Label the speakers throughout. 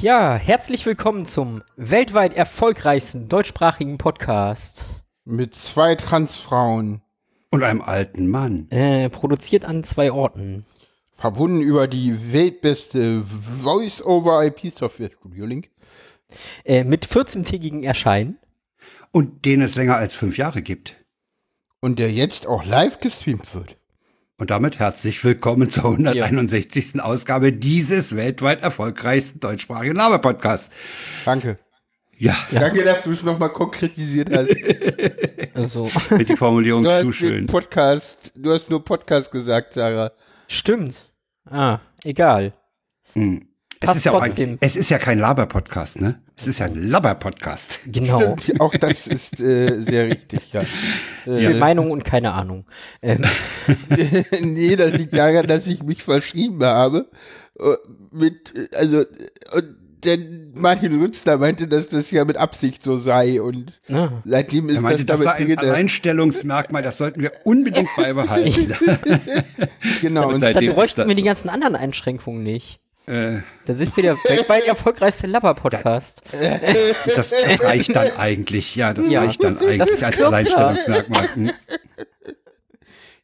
Speaker 1: Ja, herzlich willkommen zum weltweit erfolgreichsten deutschsprachigen Podcast.
Speaker 2: Mit zwei Transfrauen,
Speaker 3: Und einem alten Mann.
Speaker 1: Äh, produziert an zwei Orten.
Speaker 2: verbunden über die weltbeste Voice-over-IP-Software-Studio-Link.
Speaker 1: Äh, mit 14-tägigen Erscheinen.
Speaker 3: Und den es länger als fünf Jahre gibt.
Speaker 2: Und der jetzt auch live gestreamt wird.
Speaker 3: Und damit herzlich willkommen zur 161. Ausgabe dieses weltweit erfolgreichsten deutschsprachigen Laber-Podcasts.
Speaker 2: Danke.
Speaker 3: Ja,
Speaker 2: Danke, dass du es nochmal konkretisiert hast.
Speaker 1: Also,
Speaker 3: mit die Formulierung
Speaker 2: Du
Speaker 3: zu
Speaker 2: hast, den
Speaker 3: schön.
Speaker 2: Podcast, du hast nur Podcast gesagt, Sarah.
Speaker 1: stimmt. Ah, egal.
Speaker 3: Es ist, ja auch ein,
Speaker 1: trotzdem.
Speaker 3: es ist ja kein Laber-Podcast, ne? Es ist ja ein Laber-Podcast.
Speaker 1: Genau.
Speaker 2: Stimmt, auch das ist äh, sehr richtig, ja.
Speaker 1: Viel
Speaker 2: Äh,
Speaker 1: Meinung und keine Ahnung. Ähm,
Speaker 2: nee, das liegt daran, dass ich mich verschrieben habe. Äh, Mit, äh, also, äh, und denn Martin Rützler meinte, dass das ja mit Absicht so sei und
Speaker 1: ne?
Speaker 2: seitdem ist
Speaker 3: Er meinte, das
Speaker 2: das
Speaker 3: sei
Speaker 2: damit
Speaker 3: ein
Speaker 2: drin.
Speaker 3: Alleinstellungsmerkmal, das sollten wir unbedingt beibehalten.
Speaker 2: Genau, und
Speaker 1: Da
Speaker 3: Seitdem ist
Speaker 1: bräuchten
Speaker 3: das
Speaker 1: wir die
Speaker 3: so.
Speaker 1: ganzen anderen Einschränkungen nicht.
Speaker 3: Äh,
Speaker 1: Da sind wir der weltweit erfolgreichste Labber-Podcast.
Speaker 3: das, das reicht dann eigentlich, ja, das
Speaker 1: Ja.
Speaker 3: reicht dann eigentlich
Speaker 1: ist
Speaker 3: als
Speaker 1: kürzer.
Speaker 3: Alleinstellungsmerkmal. Hm.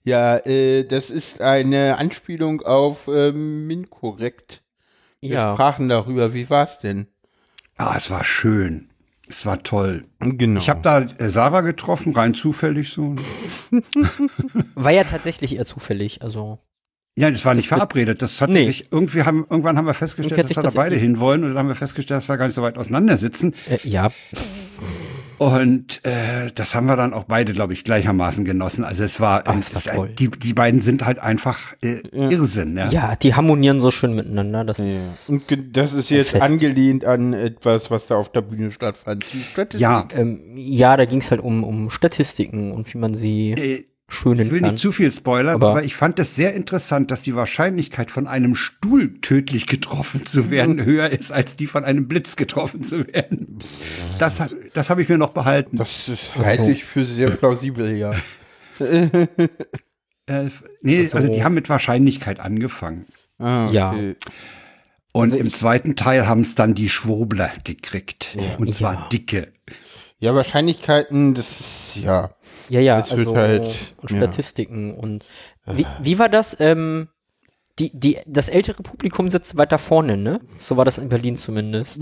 Speaker 2: ja, äh, das ist eine Anspielung auf ähm, Minkorrekt. Wir
Speaker 1: Ja.
Speaker 2: sprachen darüber, wie war's denn?
Speaker 3: Ah, es war schön. Es war toll.
Speaker 2: Genau.
Speaker 3: Ich habe da äh, Sarah getroffen, rein zufällig so.
Speaker 1: War ja tatsächlich eher zufällig. Also,
Speaker 3: Ja, das war nicht verabredet. Das hat
Speaker 1: Nee.
Speaker 3: sich irgendwie haben irgendwann haben
Speaker 1: Irgendwie
Speaker 3: wir
Speaker 1: hat
Speaker 3: festgestellt, dass
Speaker 1: sich
Speaker 3: wir da
Speaker 1: das
Speaker 3: beide
Speaker 1: ergeben.
Speaker 3: hinwollen und dann haben wir festgestellt, dass wir gar nicht so weit auseinandersitzen.
Speaker 1: äh, ja.
Speaker 3: Und äh, das haben wir dann auch beide, glaube ich, gleichermaßen genossen. Also es war,
Speaker 1: Ah,
Speaker 3: ähm,
Speaker 1: es war
Speaker 3: es, äh,
Speaker 1: toll.
Speaker 3: die die beiden sind halt einfach äh, Irrsinn. Ja.
Speaker 1: Ja, die harmonieren so schön miteinander. Das ist,
Speaker 2: Und ge- das ist jetzt
Speaker 1: Fest.
Speaker 2: angelehnt an etwas, was da auf der Bühne stattfand. Die Statistik-
Speaker 3: ja.
Speaker 1: ähm, ja, da ging es halt um, um Statistiken und wie man sie
Speaker 3: Äh,
Speaker 1: schönen
Speaker 3: Ich will
Speaker 1: kann.
Speaker 3: nicht zu viel spoilern,
Speaker 1: Aber-
Speaker 3: aber, ich fand es sehr interessant, dass die Wahrscheinlichkeit, von einem Stuhl tödlich getroffen zu werden, höher ist, als die von einem Blitz getroffen zu werden. Das, hat- das habe ich mir noch behalten.
Speaker 2: Das ist, halte ich für sehr plausibel, ja.
Speaker 3: Äh, nee,
Speaker 1: Also-
Speaker 3: also, die haben mit Wahrscheinlichkeit angefangen.
Speaker 2: Ah,
Speaker 1: Ja.
Speaker 2: okay.
Speaker 3: Und
Speaker 1: Also
Speaker 3: im
Speaker 1: ich-
Speaker 3: zweiten Teil haben es dann die Schwurbler gekriegt. Und zwar
Speaker 1: Ja.
Speaker 3: dicke.
Speaker 2: Ja, Wahrscheinlichkeiten, das ist, ja.
Speaker 1: Ja, ja,
Speaker 2: Das wird
Speaker 1: also
Speaker 2: halt-
Speaker 1: und
Speaker 2: ja.
Speaker 1: Statistiken und
Speaker 3: Äh.
Speaker 1: wie, wie war das? Ähm, die, die, das ältere Publikum sitzt weiter vorne, ne? So war das in Berlin zumindest.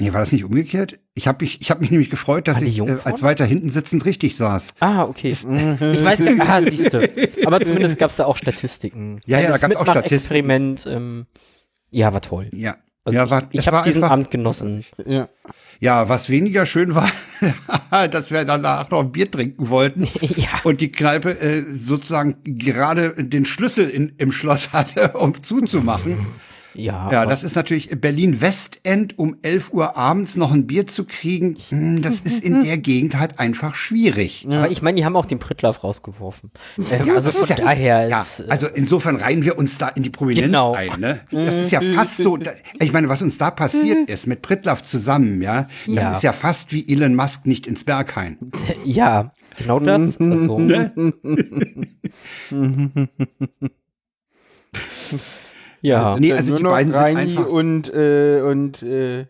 Speaker 3: Nee, war das nicht umgekehrt? Ich habe mich, ich hab mich nämlich gefreut, dass
Speaker 1: Ah, die
Speaker 3: ich äh,
Speaker 1: Jungfrauen?
Speaker 3: als weiter hinten sitzend richtig saß.
Speaker 1: Ah, okay. Ich weiß gar nicht. Ah, siehste. Aber zumindest gab es da auch Statistiken.
Speaker 3: Ja, ja, da
Speaker 1: Kleines
Speaker 3: gab's auch Statistiken.
Speaker 1: Mitmachexperiment, Ähm, ja, war toll.
Speaker 3: Ja.
Speaker 1: Also
Speaker 3: ja, war,
Speaker 1: ich ich
Speaker 3: es
Speaker 1: habe
Speaker 3: war
Speaker 1: diesen
Speaker 3: einfach-
Speaker 1: Abend genossen.
Speaker 2: ja.
Speaker 3: Ja, was weniger schön war, dass wir danach noch ein Bier trinken wollten
Speaker 1: ja.
Speaker 3: und die Kneipe äh, sozusagen gerade den Schlüssel in, im Schloss hatte, um zuzumachen.
Speaker 1: Ja,
Speaker 3: Ja,
Speaker 1: aber-
Speaker 3: das ist natürlich Berlin-Westend um 11 Uhr abends noch ein Bier zu kriegen. hm, Das ist in der Gegend halt einfach schwierig.
Speaker 1: Aber ich meine, die haben auch den Prittlaff rausgeworfen. Ähm, also von daher
Speaker 3: ja,
Speaker 1: ist, äh,
Speaker 3: also insofern reihen wir uns da in die Prominenz
Speaker 1: Genau. Mhm.
Speaker 3: ein. Ne? Das ist ja fast so, da, ich meine, was uns da passiert ist mit Prittlaff zusammen, ja, das
Speaker 1: Ja.
Speaker 3: ist ja fast wie Elon Musk nicht ins Berghain.
Speaker 1: ja, genau das. Also,
Speaker 3: Mhm.
Speaker 1: ja,
Speaker 3: Nee,
Speaker 2: Dann
Speaker 3: also
Speaker 2: nur
Speaker 3: die
Speaker 2: noch
Speaker 3: beiden sind
Speaker 2: Reini
Speaker 3: einfach-
Speaker 2: und, äh, und, äh,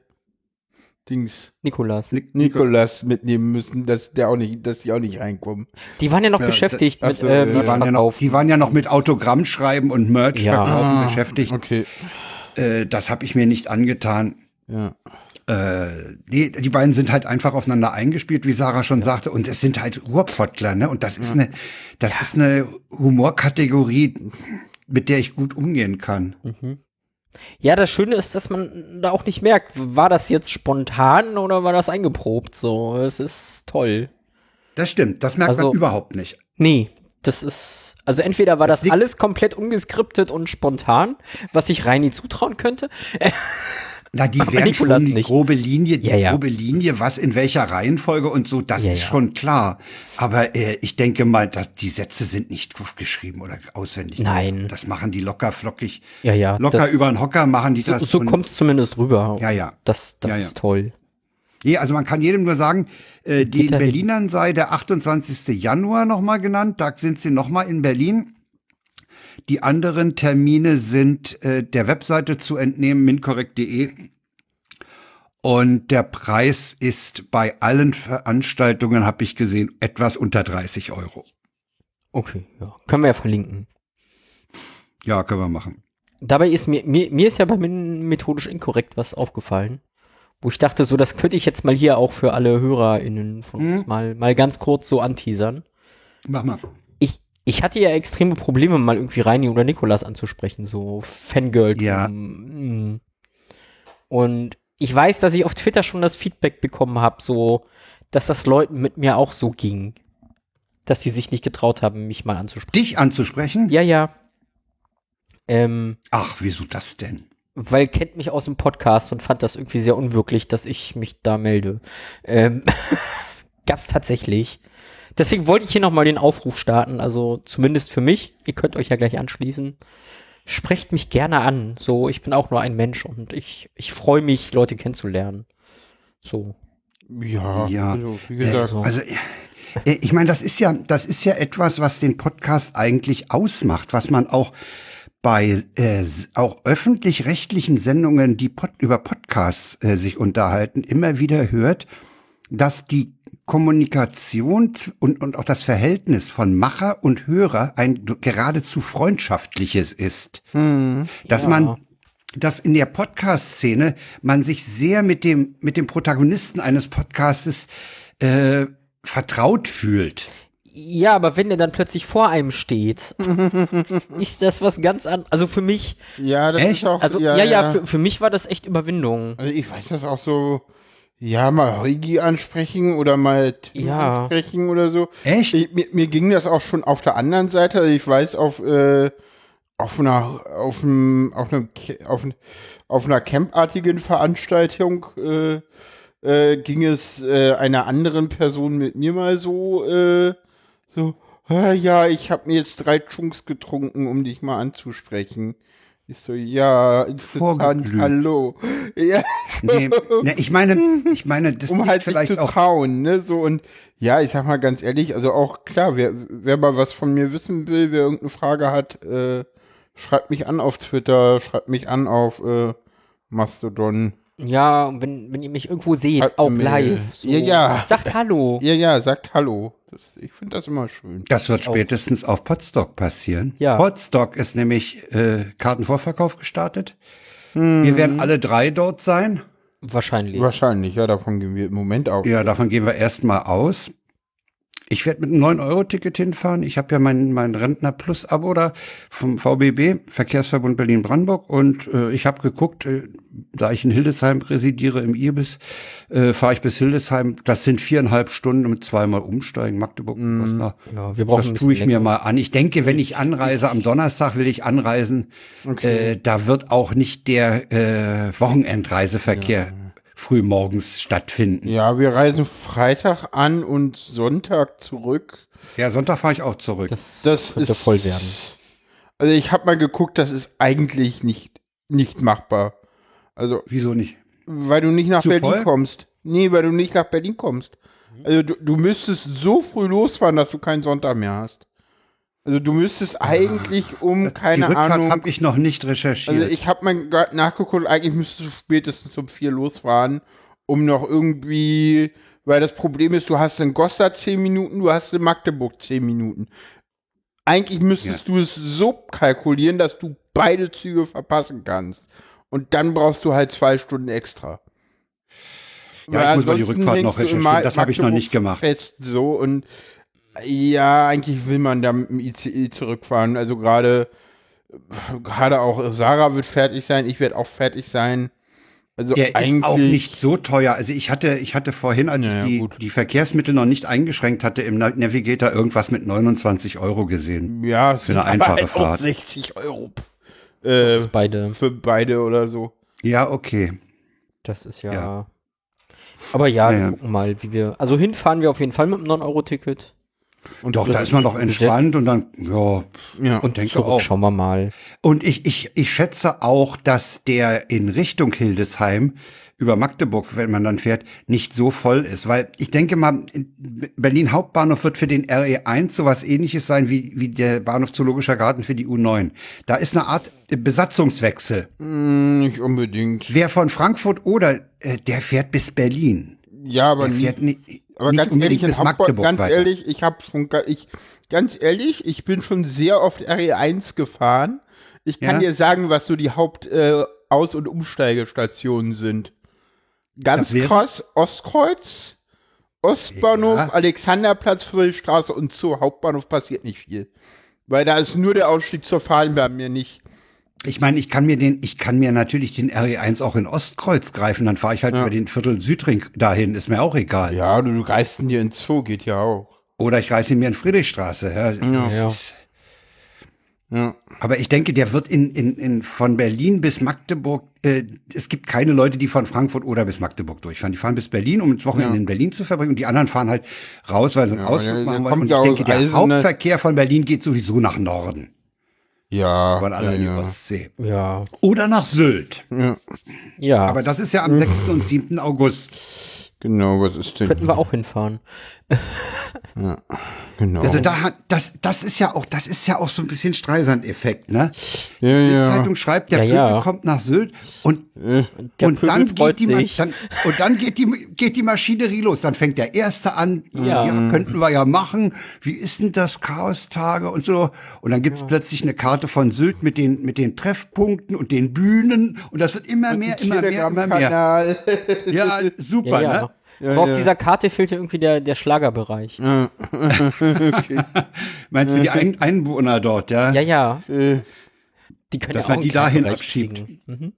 Speaker 2: Dings,
Speaker 1: Nikolas.
Speaker 2: Nikolas mitnehmen müssen, dass der auch nicht, dass die auch nicht reinkommen.
Speaker 1: Die waren ja noch beschäftigt
Speaker 2: ach
Speaker 1: mit
Speaker 2: so,
Speaker 1: äh,
Speaker 2: die
Speaker 3: also, Die waren, ja noch,
Speaker 1: Verkauf.
Speaker 3: die waren ja noch mit Autogramm schreiben und Merch
Speaker 1: Ja. Ah.
Speaker 3: verkaufen beschäftigt.
Speaker 2: Okay,
Speaker 3: Äh, das habe ich mir nicht angetan.
Speaker 2: ja.
Speaker 3: Äh, die, die beiden sind halt einfach aufeinander eingespielt, wie Sarah schon sagte, und es sind halt Ruhrpottler, ne? Und das ist eine, das ist eine Humorkategorie, mit der ich gut umgehen kann.
Speaker 1: Mhm. Ja, das Schöne ist, dass man da auch nicht merkt, war das jetzt spontan oder war das eingeprobt? So, es ist toll.
Speaker 3: Das stimmt, das merkt
Speaker 1: Also-
Speaker 3: man überhaupt nicht.
Speaker 1: Nee, das ist, also entweder war das
Speaker 3: liegt-
Speaker 1: alles komplett ungeskriptet und spontan, was ich Reini zutrauen könnte. Äh,
Speaker 3: Na, die
Speaker 1: Aber
Speaker 3: werden
Speaker 1: Nikolas
Speaker 3: schon die
Speaker 1: nicht.
Speaker 3: grobe Linie, die
Speaker 1: Ja, ja.
Speaker 3: grobe Linie, was in welcher Reihenfolge und so, das
Speaker 1: Ja,
Speaker 3: ist
Speaker 1: ja.
Speaker 3: schon klar. Aber äh, ich denke mal, dass die Sätze sind nicht geschrieben oder auswendig.
Speaker 1: Nein.
Speaker 3: Das machen die locker flockig.
Speaker 1: Ja, ja.
Speaker 3: Locker
Speaker 1: das,
Speaker 3: über den Hocker machen die
Speaker 1: So,
Speaker 3: das.
Speaker 1: so
Speaker 3: und-
Speaker 1: kommt es zumindest rüber.
Speaker 3: Ja, ja.
Speaker 1: Das, das
Speaker 3: Ja, ja.
Speaker 1: ist toll.
Speaker 3: Nee, also man kann jedem nur sagen, äh, den
Speaker 1: Peter Hin-
Speaker 3: Berlinern sei der 28. Januar nochmal genannt. Da sind sie nochmal in Berlin. Die anderen Termine sind äh, der Webseite zu entnehmen, minkorrekt.de. Und der Preis ist bei allen Veranstaltungen, habe ich gesehen, etwas unter 30 Euro.
Speaker 1: Okay, ja. Können wir ja verlinken.
Speaker 3: Ja, können wir machen.
Speaker 1: Dabei ist mir, mir, mir ist ja bei Min methodisch inkorrekt was aufgefallen, wo ich dachte, so, das könnte ich jetzt mal hier auch für alle HörerInnen von uns mal, mal ganz kurz so anteasern.
Speaker 3: Mach mal.
Speaker 1: Ich, ich hatte ja extreme Probleme, mal irgendwie Reini oder Nikolas anzusprechen, so Fangirl.
Speaker 3: Ja.
Speaker 1: Mm. Und ich weiß, dass ich auf Twitter schon das Feedback bekommen habe, so, dass das Leuten mit mir auch so ging. Dass die sich nicht getraut haben, mich mal anzusprechen.
Speaker 3: Dich anzusprechen?
Speaker 1: Ja, ja. Ähm,
Speaker 3: Ach, wieso das denn?
Speaker 1: weil kennt mich aus dem Podcast und fand das irgendwie sehr unwirklich, dass ich mich da melde. Ähm, gab's tatsächlich. Deswegen wollte ich hier nochmal den Aufruf starten, also zumindest für mich. Ihr könnt euch ja gleich anschließen. Sprecht mich gerne an. So, ich bin auch nur ein Mensch und ich, ich freue mich, Leute kennenzulernen. So.
Speaker 2: Ja,
Speaker 3: Ja.
Speaker 2: Also, wie gesagt,
Speaker 1: So.
Speaker 3: Also äh, ich meine, das ist ja, das ist ja etwas, was den Podcast eigentlich ausmacht, was man auch bei äh, s- auch öffentlich-rechtlichen Sendungen, die Pod über Podcasts äh, sich unterhalten, immer wieder hört, dass die Kommunikation z- und, und auch das Verhältnis von Macher und Hörer ein d- geradezu freundschaftliches ist. Dass
Speaker 2: Hm,
Speaker 1: Ja.
Speaker 3: man dass in der Podcast-Szene man sich sehr mit dem, mit dem Protagonisten eines Podcastes äh, vertraut fühlt.
Speaker 1: Ja, aber wenn der dann plötzlich vor einem steht, ist das was ganz anderes. Also für mich,
Speaker 2: ja, das
Speaker 3: Echt?
Speaker 2: ist auch,
Speaker 1: also ja, ja, Für, für mich war das echt Überwindung.
Speaker 2: Also ich weiß das auch so, ja, mal Heugi ansprechen oder mal Tim
Speaker 1: Ja.
Speaker 2: ansprechen oder so.
Speaker 3: Echt?
Speaker 2: Ich, mir, mir ging das auch schon auf der anderen Seite. Also ich weiß, auf, äh, auf einer, auf einem, auf einem, Ca- auf, n- auf einer campartigen Veranstaltung, äh, äh, ging es äh, einer anderen Person mit mir mal so, äh, so, "Ah, ja, ich habe mir jetzt drei Chunks getrunken, um dich mal anzusprechen. Ich so, ja, interessant,
Speaker 3: Vorgeglüht.
Speaker 2: hallo. Ja, so,
Speaker 3: Nee, ne, ich meine, ich meine, das
Speaker 2: um
Speaker 3: liegt
Speaker 2: halt sich
Speaker 3: vielleicht
Speaker 2: zu
Speaker 3: auch.
Speaker 2: trauen, ne? So und ja, ich sag mal ganz ehrlich, also auch klar, wer, wer mal was von mir wissen will, wer irgendeine Frage hat, äh, schreibt mich an auf Twitter, schreibt mich an auf äh, Mastodon.
Speaker 1: Ja, und wenn, wenn ihr mich irgendwo seht,
Speaker 3: Halt
Speaker 2: Hat
Speaker 1: auch
Speaker 2: eine
Speaker 1: live. So.
Speaker 2: Ja, ja.
Speaker 1: Sagt Hallo.
Speaker 2: Ja, ja, sagt Hallo. Das, ich finde das immer schön.
Speaker 3: Das wird spätestens auf Podstock passieren.
Speaker 1: Ja.
Speaker 3: Podstock ist nämlich äh, Kartenvorverkauf gestartet.
Speaker 2: Hm.
Speaker 3: Wir werden alle drei dort sein.
Speaker 1: Wahrscheinlich.
Speaker 2: Wahrscheinlich, ja, davon gehen wir im Moment auch.
Speaker 3: Ja, davon gehen wir erstmal aus. Ich werde mit einem 9-Euro-Ticket hinfahren. Ich habe ja mein, mein Rentner Plus-Abo da vom VBB, Verkehrsverbund Berlin-Brandenburg. Und äh, ich habe geguckt, äh, da ich in Hildesheim residiere, im Ibis, äh, fahre ich bis Hildesheim. Das sind viereinhalb Stunden und zweimal umsteigen, Magdeburg. Goslar.
Speaker 1: Ja, Mhm. wir brauchen ein
Speaker 3: das
Speaker 1: bisschen
Speaker 3: tue ich mir
Speaker 1: länger.
Speaker 3: mal an. Ich denke, wenn ich anreise, am Donnerstag will ich anreisen, äh, da wird auch nicht der äh, Wochenendreiseverkehr frühmorgens stattfinden.
Speaker 2: Ja, wir reisen Freitag an und Sonntag zurück.
Speaker 3: Ja, Sonntag fahre ich auch zurück.
Speaker 1: Das,
Speaker 2: Das
Speaker 1: könnte
Speaker 2: ist
Speaker 1: voll werden.
Speaker 2: Also ich habe mal geguckt, das ist eigentlich nicht nicht machbar. Also
Speaker 3: Wieso nicht?
Speaker 2: Weil du nicht nach
Speaker 3: Zu
Speaker 2: Berlin
Speaker 3: voll?
Speaker 2: kommst. Nee, weil du nicht nach Berlin kommst. Also du, du müsstest so früh losfahren, dass du keinen Sonntag mehr hast. Also du müsstest eigentlich um,
Speaker 3: Ah. Die
Speaker 2: keine
Speaker 3: Rückfahrt
Speaker 2: Ahnung.
Speaker 3: habe ich noch nicht recherchiert.
Speaker 2: Also ich habe mal grad nachgeguckt, eigentlich müsstest du spätestens um vier losfahren, um noch irgendwie, weil das Problem ist, du hast in Goslar zehn Minuten, du hast in Magdeburg zehn Minuten. Eigentlich müsstest du es so kalkulieren, dass du beide Züge verpassen kannst. Und dann brauchst du halt zwei Stunden extra.
Speaker 3: ja, ich muss mal die
Speaker 2: ansonsten
Speaker 3: Rückfahrt
Speaker 2: hängst
Speaker 3: noch
Speaker 2: du im
Speaker 3: recherchieren.
Speaker 2: Ma-
Speaker 3: Das habe ich noch nicht
Speaker 2: Magdeburg
Speaker 3: gemacht.
Speaker 2: Fest so und ja, eigentlich will man da mit dem ICE zurückfahren. Also gerade gerade auch äh, Sarah wird fertig sein, ich werde auch fertig sein. Also
Speaker 3: Der
Speaker 2: eigentlich
Speaker 3: ist auch nicht so teuer. Also ich hatte, ich hatte vorhin, als
Speaker 2: Naja,
Speaker 3: ich die,
Speaker 2: gut.
Speaker 3: die Verkehrsmittel noch nicht eingeschränkt hatte, im Na- Navigator irgendwas mit 29 Euro gesehen.
Speaker 2: ja,
Speaker 3: eine
Speaker 2: aber
Speaker 3: einfache
Speaker 2: halt auch
Speaker 3: Fahrt.
Speaker 2: 60 Euro äh,
Speaker 1: Beide.
Speaker 2: für beide oder so.
Speaker 3: Ja, okay.
Speaker 1: Das ist ja.
Speaker 3: Ja.
Speaker 1: Aber ja,
Speaker 3: Ja, ja.
Speaker 1: wir gucken mal, wie wir. Also hinfahren wir auf jeden Fall mit einem 9-Euro-Ticket.
Speaker 2: Und
Speaker 3: Doch, da ist man doch entspannt und dann, ja.
Speaker 2: ja.
Speaker 1: Und
Speaker 3: denke
Speaker 1: zurück
Speaker 3: auch.
Speaker 1: schauen wir mal.
Speaker 3: Und ich, ich, ich schätze auch, dass der in Richtung Hildesheim über Magdeburg, wenn man dann fährt, nicht so voll ist. Weil ich denke mal, Berlin Hauptbahnhof wird für den RE1 sowas ähnliches sein wie, wie der Bahnhof Zoologischer Garten für die U9. Da ist eine Art Besatzungswechsel.
Speaker 2: Hm, nicht unbedingt.
Speaker 3: Wer von Frankfurt oder äh, der fährt bis Berlin.
Speaker 2: Ja, aber
Speaker 3: Der
Speaker 2: nie-
Speaker 3: fährt nicht,
Speaker 2: Mhm. Aber
Speaker 3: nicht
Speaker 2: ganz
Speaker 3: unbedingt
Speaker 2: ehrlich, in
Speaker 3: bis
Speaker 2: Hamburg,
Speaker 3: Magdeburg
Speaker 2: ganz
Speaker 3: weiter.
Speaker 2: ehrlich, ich habe schon, ga- ich, ganz ehrlich, ich bin schon sehr oft RE1 gefahren. Ich kann
Speaker 3: Ja.
Speaker 2: dir sagen, was so die Haupt-, äh, Aus- und Umsteigestationen sind. Ganz
Speaker 3: Das wäre-
Speaker 2: krass, Ostkreuz, Ostbahnhof,
Speaker 3: Ja.
Speaker 2: Alexanderplatz, Friedrichstraße und Zoo. Hauptbahnhof passiert nicht viel. Weil da ist nur der Ausstieg zur Fahlenbahn mir nicht.
Speaker 3: Ich meine, ich kann mir den, ich kann mir natürlich den RE1 auch in Ostkreuz greifen, dann fahre ich halt über den Viertel Südring dahin, ist mir auch egal.
Speaker 2: Ja, du, du geisten dir ins Zoo, geht ja auch.
Speaker 3: Oder ich reiße ihn mir in Friedrichstraße. Ja, das
Speaker 1: Ja.
Speaker 3: ist-
Speaker 2: Ja.
Speaker 3: Aber ich denke, der wird in, in, in von Berlin bis Magdeburg, äh, es gibt keine Leute, die von Frankfurt oder bis Magdeburg durchfahren. Die fahren bis Berlin, um das Wochenende in Berlin zu verbringen und die anderen fahren halt raus, weil sie einen Ausflug
Speaker 2: der- der
Speaker 3: machen wollen.
Speaker 2: kommt
Speaker 3: Und ich
Speaker 2: ja aus
Speaker 3: denke, der
Speaker 2: Eisenach.
Speaker 3: Hauptverkehr von Berlin geht sowieso nach Norden,
Speaker 2: Ja.
Speaker 3: von alle
Speaker 2: ja,
Speaker 3: in die
Speaker 2: ja.
Speaker 3: Ostsee.
Speaker 1: Ja.
Speaker 3: Oder nach Sylt.
Speaker 1: Ja.
Speaker 3: Aber das ist ja am 6. und 7. August.
Speaker 2: Genau, was ist denn?
Speaker 1: könnten wir auch hinfahren.
Speaker 2: Genau.
Speaker 3: Also da hat das das ist ja auch das ist ja auch so ein bisschen Streisand-Effekt, ne?
Speaker 2: ja,
Speaker 3: Die
Speaker 2: ja.
Speaker 3: Zeitung schreibt, der
Speaker 1: Ja,
Speaker 3: Pöbel
Speaker 1: ja.
Speaker 3: kommt nach Sylt und
Speaker 1: Der
Speaker 3: und
Speaker 1: Pöbel
Speaker 3: dann geht
Speaker 1: freut
Speaker 3: die Ma-
Speaker 1: sich.
Speaker 3: dann, und dann geht die geht die Maschinerie los. Dann fängt der erste an, ja.
Speaker 1: Ja. Mhm.
Speaker 3: könnten wir ja machen. Wie ist denn das Chaostage und so? Und dann gibt's plötzlich eine Karte von Sylt mit den mit den Treffpunkten und den Bühnen und das wird immer mehr, immer mehr, immer mehr.
Speaker 2: Telegram-Kanal.
Speaker 3: Ja,
Speaker 1: Ja,
Speaker 3: super,
Speaker 1: ja.
Speaker 3: ne?
Speaker 1: Aber auf dieser Karte fehlt ja irgendwie der, der Schlagerbereich. Ja,
Speaker 3: Meinst du die Ein Einwohner dort, ja?
Speaker 1: ja. Die können
Speaker 3: Äh, Dass
Speaker 1: ja auch einen
Speaker 3: man die
Speaker 1: kleinen
Speaker 3: dahin
Speaker 1: Bereich
Speaker 3: abschiebt.
Speaker 1: kriegen. Mhm.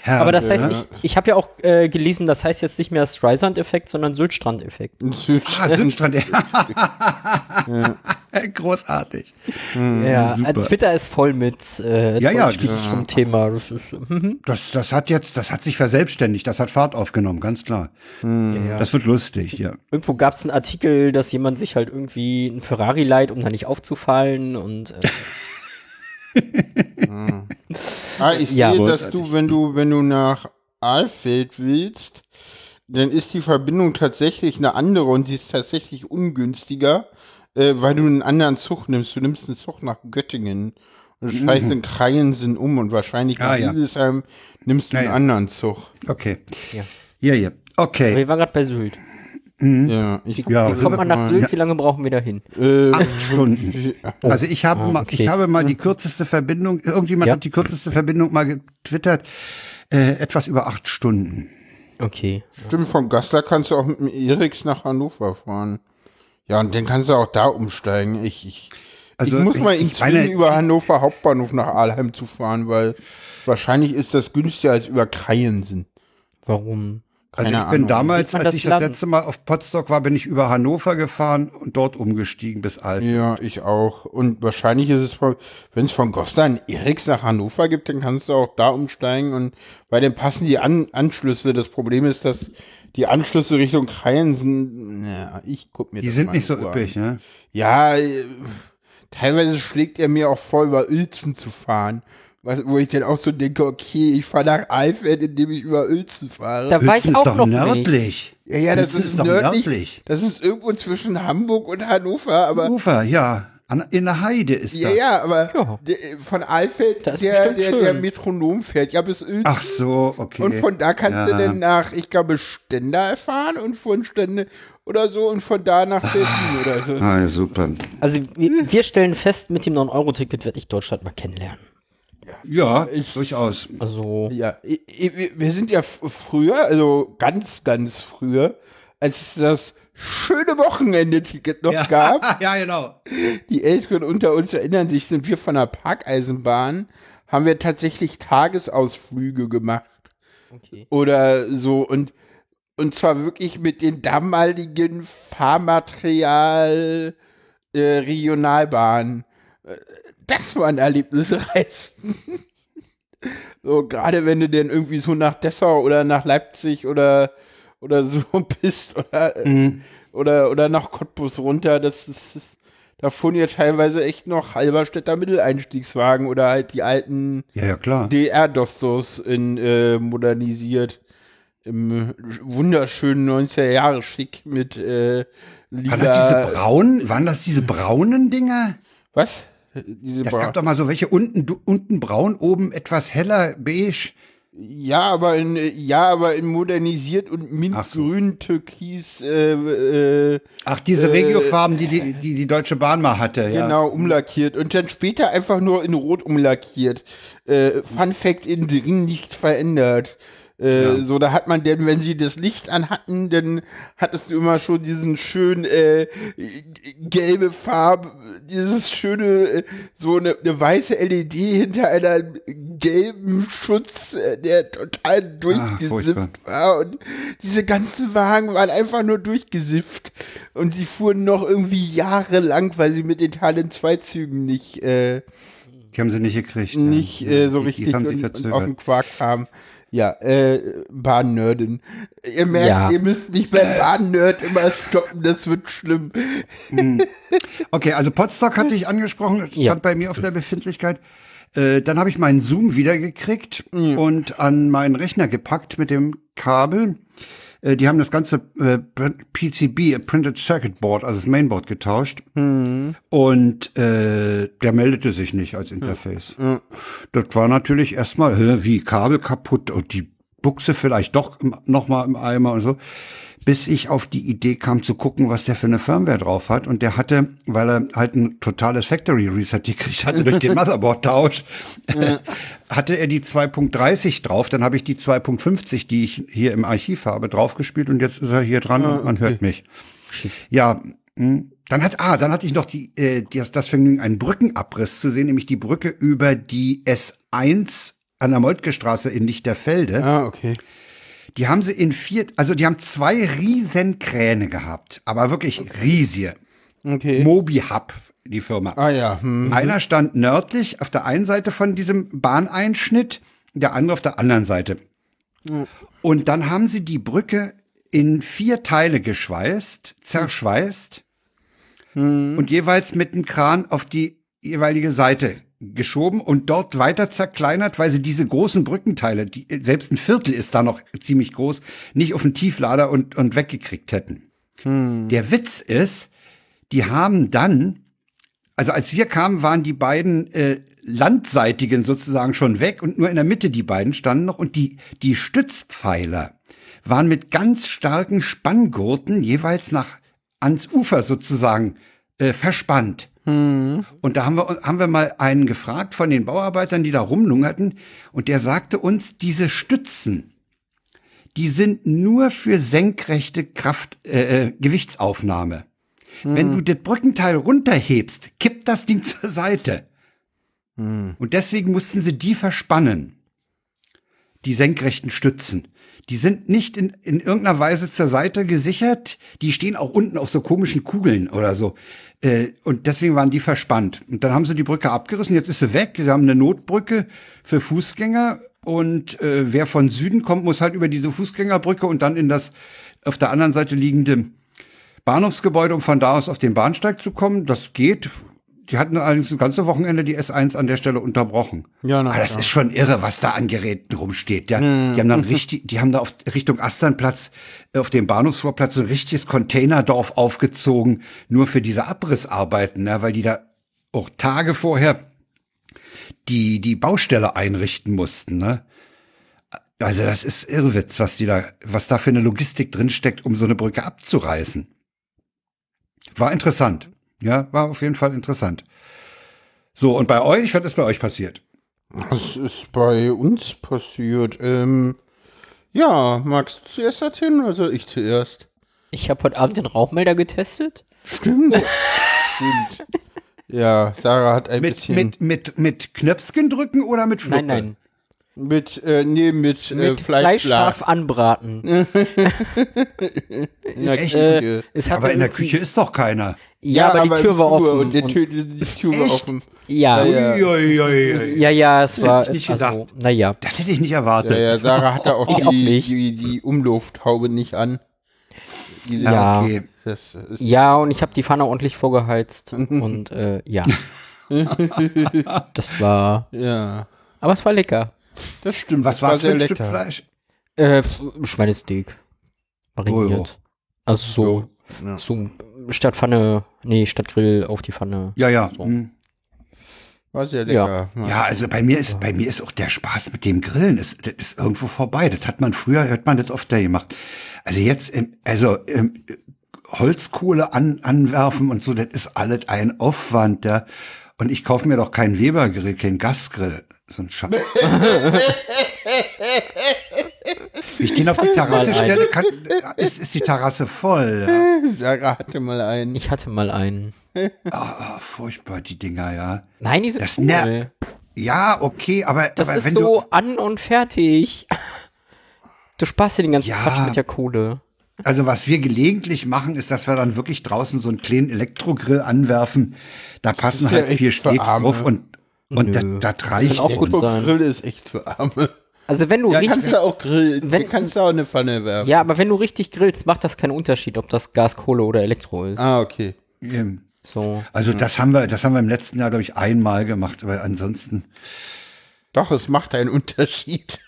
Speaker 3: Herr,
Speaker 1: Aber das heißt, ich, ich habe ja auch äh, gelesen, das heißt jetzt nicht mehr Streisand-Effekt, sondern Syltstrand-Effekt.
Speaker 3: Ah, Südstrand. Großartig.
Speaker 1: ja, äh,
Speaker 3: super.
Speaker 1: Twitter ist voll mit äh,
Speaker 3: Ja, ja,
Speaker 1: Tweets
Speaker 3: das-
Speaker 1: zum Thema. Das ist, mhm.
Speaker 3: Das, das hat jetzt, das hat sich verselbstständigt, das hat Fahrt aufgenommen, ganz klar.
Speaker 1: Hm. ja.
Speaker 3: Das wird lustig, ja.
Speaker 1: Irgendwo gab es einen Artikel, dass jemand sich halt irgendwie einen Ferrari leiht, um da nicht aufzufallen und äh,
Speaker 2: Ah, ich
Speaker 1: Ja,
Speaker 2: sehe, dass
Speaker 3: großartig.
Speaker 2: du, wenn du, wenn du nach Alfeld willst, dann ist die Verbindung tatsächlich eine andere und die ist tatsächlich ungünstiger, äh, weil du einen anderen Zug nimmst. Du nimmst einen Zug nach Göttingen und steigst in Kreiensen um und wahrscheinlich nach
Speaker 3: Mhm. Ah, ja.
Speaker 2: Hildesheim nimmst du
Speaker 3: Ja,
Speaker 2: einen
Speaker 3: ja.
Speaker 2: anderen Zug.
Speaker 3: Okay.
Speaker 1: Ja.
Speaker 3: Ja, ja. Okay.
Speaker 1: wir waren gerade bei Sylt.
Speaker 2: Ja, ich
Speaker 3: Mhm. Ja, Ah.
Speaker 1: Wie kommt man nach Sylt? Wie lange brauchen wir da hin?
Speaker 2: äh,
Speaker 3: Acht Stunden. Also ich habe mal, ich
Speaker 1: okay. Hm.
Speaker 3: habe mal die kürzeste Verbindung, irgendjemand
Speaker 1: Ja.
Speaker 3: hat die kürzeste Verbindung mal getwittert, äh, etwas über acht Stunden.
Speaker 1: Okay.
Speaker 2: Stimmt, von Gassler kannst du auch mit dem Eriks nach Hannover fahren. Ja, und dann kannst du auch da umsteigen. Ich, ich,
Speaker 3: Also,
Speaker 2: ich muss mal
Speaker 3: ich-
Speaker 2: in
Speaker 3: ich meine-
Speaker 2: Zwingen über Hannover Hauptbahnhof nach Ahlheim zu fahren, weil wahrscheinlich ist das günstiger als über Kreiensen.
Speaker 1: Warum?
Speaker 3: Also
Speaker 2: Keine
Speaker 3: ich bin
Speaker 2: Ahnung.
Speaker 3: damals,
Speaker 1: Sieht man
Speaker 3: als
Speaker 1: das
Speaker 3: ich das
Speaker 1: Land?
Speaker 3: letzte Mal auf Potsdok war, bin ich über Hannover gefahren und dort umgestiegen bis
Speaker 1: Hm.
Speaker 3: Alf.
Speaker 2: Ja, ich auch. Und wahrscheinlich ist es, von- wenn es von Goslar einen Eriks nach Hannover gibt, dann kannst du auch da umsteigen und bei dem passen die An Anschlüsse. Das Problem ist, dass die Anschlüsse Richtung Kreiensen, na, ich guck mir
Speaker 3: Die
Speaker 2: das mal
Speaker 3: sind
Speaker 2: in
Speaker 3: nicht so
Speaker 2: Ruhe an.
Speaker 3: üppig, ne?
Speaker 2: Ja, äh, teilweise schlägt er mir auch vor, über Uelzen zu fahren. Was, wo ich dann auch so denke, okay, ich fahre nach Eifert, indem ich über Uelzen fahre.
Speaker 1: Da war ich
Speaker 3: Uelzen
Speaker 1: auch
Speaker 3: ist doch
Speaker 1: noch nicht.
Speaker 3: nördlich.
Speaker 2: ja, ja, das
Speaker 3: Uelzen
Speaker 2: ist, nördlich. Das ist irgendwo zwischen Hamburg und Hannover, aber.
Speaker 3: Ufer, ja. An, in der Heide ist
Speaker 2: Ja,
Speaker 3: das.
Speaker 2: ja, aber
Speaker 1: Ja.
Speaker 2: Der, äh, von Eifeld,
Speaker 1: Das ist
Speaker 2: der,
Speaker 1: bestimmt
Speaker 2: der, der
Speaker 1: schön.
Speaker 2: Metronom fährt ja bis Uelzen.
Speaker 3: Ach so, okay.
Speaker 2: Und von da kannst du
Speaker 3: Ja.
Speaker 2: dann nach, ich glaube, Stendal fahren und von Stendal oder so und von da nach Berlin oder so.
Speaker 3: Ah, super.
Speaker 1: Also wir, wir stellen fest, mit dem 9-Euro-Ticket werde ich Deutschland mal kennenlernen.
Speaker 3: Ja, durchaus.
Speaker 1: Also
Speaker 2: Ja, i- i- wir- wir sind ja f- früher, also ganz, ganz früher, als es das schöne Wochenende-Ticket noch gab.
Speaker 3: ja, genau.
Speaker 2: Die Älteren unter uns erinnern sich, sind wir von der Parkeisenbahn, haben wir tatsächlich Tagesausflüge gemacht
Speaker 1: okay.
Speaker 2: oder so und und zwar wirklich mit den damaligen Fahrmaterial äh, Regionalbahnen. Äh, Das waren Erlebnisreisen. so gerade wenn du denn irgendwie so nach Dessau oder nach Leipzig oder oder so bist oder äh, oder oder nach Cottbus runter, das ist, das ist da fuhren ja teilweise echt noch Halberstädter Mitteleinstiegswagen oder halt die alten
Speaker 3: Ja, ja, klar.
Speaker 2: DR-Dostos in äh, modernisiert. im wunderschönen 90er Jahre Schick mit äh,
Speaker 3: Waren das diese
Speaker 2: lila.
Speaker 3: braunen, waren das diese braunen Dinger?
Speaker 2: Was? Diese
Speaker 3: Das
Speaker 2: Bra-
Speaker 3: gab doch mal so welche unten, du- unten braun, oben etwas heller, beige.
Speaker 2: Ja, aber in ja, aber in modernisiert und
Speaker 3: Ach so.
Speaker 2: mintgrün, türkis, äh, äh,
Speaker 3: Ach, diese Regiofarben, die die, die die Deutsche Bahn mal hatte, ja.
Speaker 2: genau umlackiert und dann später einfach nur in Rot umlackiert. Äh, Fun Fact: Innen drin nicht verändert. Äh, So, da hat man denn, wenn sie das Licht anhatten, dann hattest du immer schon diesen schönen äh, gelbe Farbe, dieses schöne, äh, so eine, eine weiße LED hinter einer gelben Schutz, äh, der total
Speaker 3: furchtbar.
Speaker 2: Ah, durchgesippt war ah, und diese ganzen Wagen waren einfach nur durchgesifft. Und die fuhren noch irgendwie jahrelang, weil sie mit den Teilen 2 Zügen nicht, äh,
Speaker 3: Die haben sie nicht gekriegt. ne?
Speaker 2: nicht äh, so
Speaker 3: Die-
Speaker 2: richtig
Speaker 3: Die haben
Speaker 2: und,
Speaker 3: sie
Speaker 2: und auf den
Speaker 3: verzögert.
Speaker 2: Quark kamen. Ja, äh, Bahn-Nerdin. Ihr merkt,
Speaker 1: Ja.
Speaker 2: ihr müsst nicht beim Bahn-Nerd immer stoppen, das wird schlimm.
Speaker 3: Okay, also Potstock hatte ich angesprochen, stand
Speaker 1: Ja.
Speaker 3: bei mir auf der Befindlichkeit. Äh, dann habe ich meinen Zoom wiedergekriegt und an meinen Rechner gepackt mit dem Kabel. Äh, die haben das ganze äh, PCB, äh, Printed Circuit Board, also das Mainboard getauscht. Und äh, der meldete sich nicht als Interface. Das war natürlich erstmal, hä, wie Kabel kaputt und die Buchse vielleicht doch im- noch mal im Eimer und so. Bis ich auf die Idee kam zu gucken, was der für eine Firmware drauf hat. Und der hatte, weil er halt ein totales Factory Reset gekriegt hatte durch den Motherboard-Tausch, hatte er die 2.30 drauf. Dann habe ich die 2.50, die ich hier im Archiv habe, draufgespielt. Und jetzt ist er hier dran und man hört mich. Ja, mh. dann hat ah, dann hatte ich noch die, äh, das, das Vergnügen, einen Brückenabriss zu sehen, nämlich die Brücke über die S1 an der Moltke Straße in Lichterfelde.
Speaker 2: Ah, okay.
Speaker 3: Die haben sie in vier, also die haben zwei riesen Kräne gehabt, aber wirklich riesige.
Speaker 2: Okay.
Speaker 3: Mobi Hub, die Firma.
Speaker 2: ah ja, hm.
Speaker 3: Mhm. Einer stand nördlich auf der einen Seite von diesem Bahneinschnitt, der andere auf der anderen Seite. Und dann haben sie die Brücke in vier Teile geschweißt, zerschweißt und jeweils mit dem Kran auf die jeweilige Seite geschoben und dort weiter zerkleinert, weil sie diese großen Brückenteile, die, selbst ein Viertel ist da noch ziemlich groß, nicht auf den Tieflader und, und weggekriegt hätten. Der Witz ist, die haben dann also als wir kamen, waren die beiden äh, landseitigen sozusagen schon weg und nur in der Mitte die beiden standen noch und die, die Stützpfeiler waren mit ganz starken Spanngurten jeweils nach ans Ufer sozusagen äh, verspannt. Und da haben wir, haben wir mal einen gefragt von den Bauarbeitern, die da rumlungerten, und der sagte uns, diese Stützen, die sind nur für senkrechte Kraft, äh, äh, Gewichtsaufnahme. Wenn du das Brückenteil runterhebst, kippt das Ding zur Seite. Und deswegen mussten sie die verspannen. Die senkrechten Stützen. Die sind nicht in, in irgendeiner Weise zur Seite gesichert. Die stehen auch unten auf so komischen Kugeln oder so. Äh, und deswegen waren die verspannt. Und dann haben sie die Brücke abgerissen. Jetzt ist sie weg. Sie haben eine Notbrücke für Fußgänger. Und äh, wer von Süden kommt, muss halt über diese Fußgängerbrücke und dann in das auf der anderen Seite liegende Bahnhofsgebäude, um von da aus auf den Bahnsteig zu kommen. Das geht. Die hatten allerdings das ganze Wochenende die S1 an der Stelle unterbrochen.
Speaker 2: Ja, na
Speaker 3: Aber das
Speaker 2: klar. Hm.
Speaker 3: ist schon irre, was da an Geräten rumsteht. Ja, die haben dann richtig, die haben da auf Richtung Asternplatz äh, auf dem Bahnhofsvorplatz so ein richtiges Containerdorf aufgezogen, nur für diese Abrissarbeiten, ne, weil die da auch Tage vorher die die Baustelle einrichten mussten. Ne? Also das ist Irrwitz, was die da, was da für eine Logistik drinsteckt, um so eine Brücke abzureißen. War interessant. Ja, war auf jeden Fall interessant. So, und bei euch, was ist bei euch passiert?
Speaker 2: Was ist bei uns passiert? Ähm, ja, magst du zuerst erzählen oder soll ich zuerst?
Speaker 1: Ich habe heute Abend den Rauchmelder getestet.
Speaker 2: Stimmt. Stimmt. Ja, Sarah hat ein
Speaker 3: Mit,
Speaker 2: bisschen.
Speaker 3: mit, mit, mit Knöpfchen drücken oder mit Fluppe?
Speaker 1: Nein, nein.
Speaker 2: Mit, äh, nee, mit, äh,
Speaker 1: Mit Fleisch
Speaker 2: Fleischschaf.
Speaker 1: scharf anbraten.
Speaker 2: Ja,
Speaker 3: Echt?
Speaker 1: Äh, es hat
Speaker 3: Aber in der
Speaker 1: irgendwie-
Speaker 3: Küche ist doch keiner.
Speaker 1: Ja, aber, die
Speaker 2: im
Speaker 1: Tür war
Speaker 2: Flur
Speaker 1: offen.
Speaker 2: Und der
Speaker 1: und-
Speaker 2: Tür, die, die Tür war
Speaker 3: Echt?
Speaker 2: offen.
Speaker 1: ja, ja,
Speaker 2: Ja, ja.
Speaker 3: Uiuiui.
Speaker 1: ja, es war.
Speaker 3: ich nicht
Speaker 1: Also, naja.
Speaker 3: Das hätte ich nicht erwartet.
Speaker 2: Ja, ja, Sarah hatte auch,
Speaker 1: Ich
Speaker 2: die,
Speaker 1: auch nicht.
Speaker 2: Die, die Umlufthaube nicht an. Diese-
Speaker 1: Ja.
Speaker 3: Okay.
Speaker 2: Das ist,
Speaker 1: Ja, und ich habe die Pfanne ordentlich vorgeheizt. und äh, ja. das war.
Speaker 2: ja.
Speaker 1: Aber es war lecker.
Speaker 2: Das stimmt.
Speaker 3: Was
Speaker 2: das
Speaker 3: war es für
Speaker 2: sehr
Speaker 3: ein Stück
Speaker 2: lecker.
Speaker 3: Fleisch?
Speaker 1: Äh, Schweinesteak.
Speaker 3: Oh,
Speaker 1: Mariniert. Also so,
Speaker 2: Ja.
Speaker 1: so statt Pfanne, nee, statt Grill auf die Pfanne.
Speaker 3: Ja, ja.
Speaker 1: So.
Speaker 3: hm.
Speaker 2: War sehr lecker.
Speaker 3: Ja, also bei mir ist, bei mir ist auch der Spaß mit dem Grillen, ist, das ist irgendwo vorbei. Das hat man früher, hört man das oft da gemacht. Also jetzt, ähm, also ähm, Holzkohle an, anwerfen und so, das ist alles ein Aufwand, ja. Und ich kaufe mir doch keinen Webergrill, keinen Gasgrill, so ein Schatz. ich gehe auf die Terrasse
Speaker 1: Mal ein.
Speaker 3: stelle, kann, äh, ist, ist die Terrasse voll. Ja.
Speaker 2: Sarah hatte mal einen.
Speaker 1: Ich hatte mal einen.
Speaker 3: Ah, furchtbar, die Dinger, ja.
Speaker 1: Nein, die sind
Speaker 3: Das
Speaker 1: cool.
Speaker 3: ner- Ja, okay, aber,
Speaker 1: Das
Speaker 3: aber
Speaker 1: ist so an und fertig. Du sparst dir den ganzen
Speaker 3: Ja.
Speaker 1: Quatsch mit der Kohle.
Speaker 3: Also was wir gelegentlich machen, ist, dass wir dann wirklich draußen so einen kleinen Elektrogrill anwerfen. Da passen
Speaker 2: ja
Speaker 3: halt
Speaker 2: echt
Speaker 3: vier
Speaker 2: für
Speaker 3: Steaks
Speaker 2: Arme.
Speaker 3: drauf und, und
Speaker 1: Nö.
Speaker 3: das, das reicht
Speaker 1: Kann auch
Speaker 3: uns.
Speaker 1: gut sein.
Speaker 2: Grill ist echt für Arme.
Speaker 1: Also wenn du
Speaker 3: Ja,
Speaker 1: richtig,
Speaker 2: Kannst du auch grillen.
Speaker 1: Wenn-
Speaker 2: du kannst du auch eine Pfanne werfen.
Speaker 1: ja, aber wenn du richtig grillst, macht das keinen Unterschied, ob das Gas, Kohle oder Elektro ist.
Speaker 2: Ah, okay.
Speaker 3: Ähm,
Speaker 1: So.
Speaker 3: Also das haben wir, das haben wir im letzten Jahr, glaube ich, einmal gemacht, weil ansonsten.
Speaker 2: Doch, es macht einen Unterschied.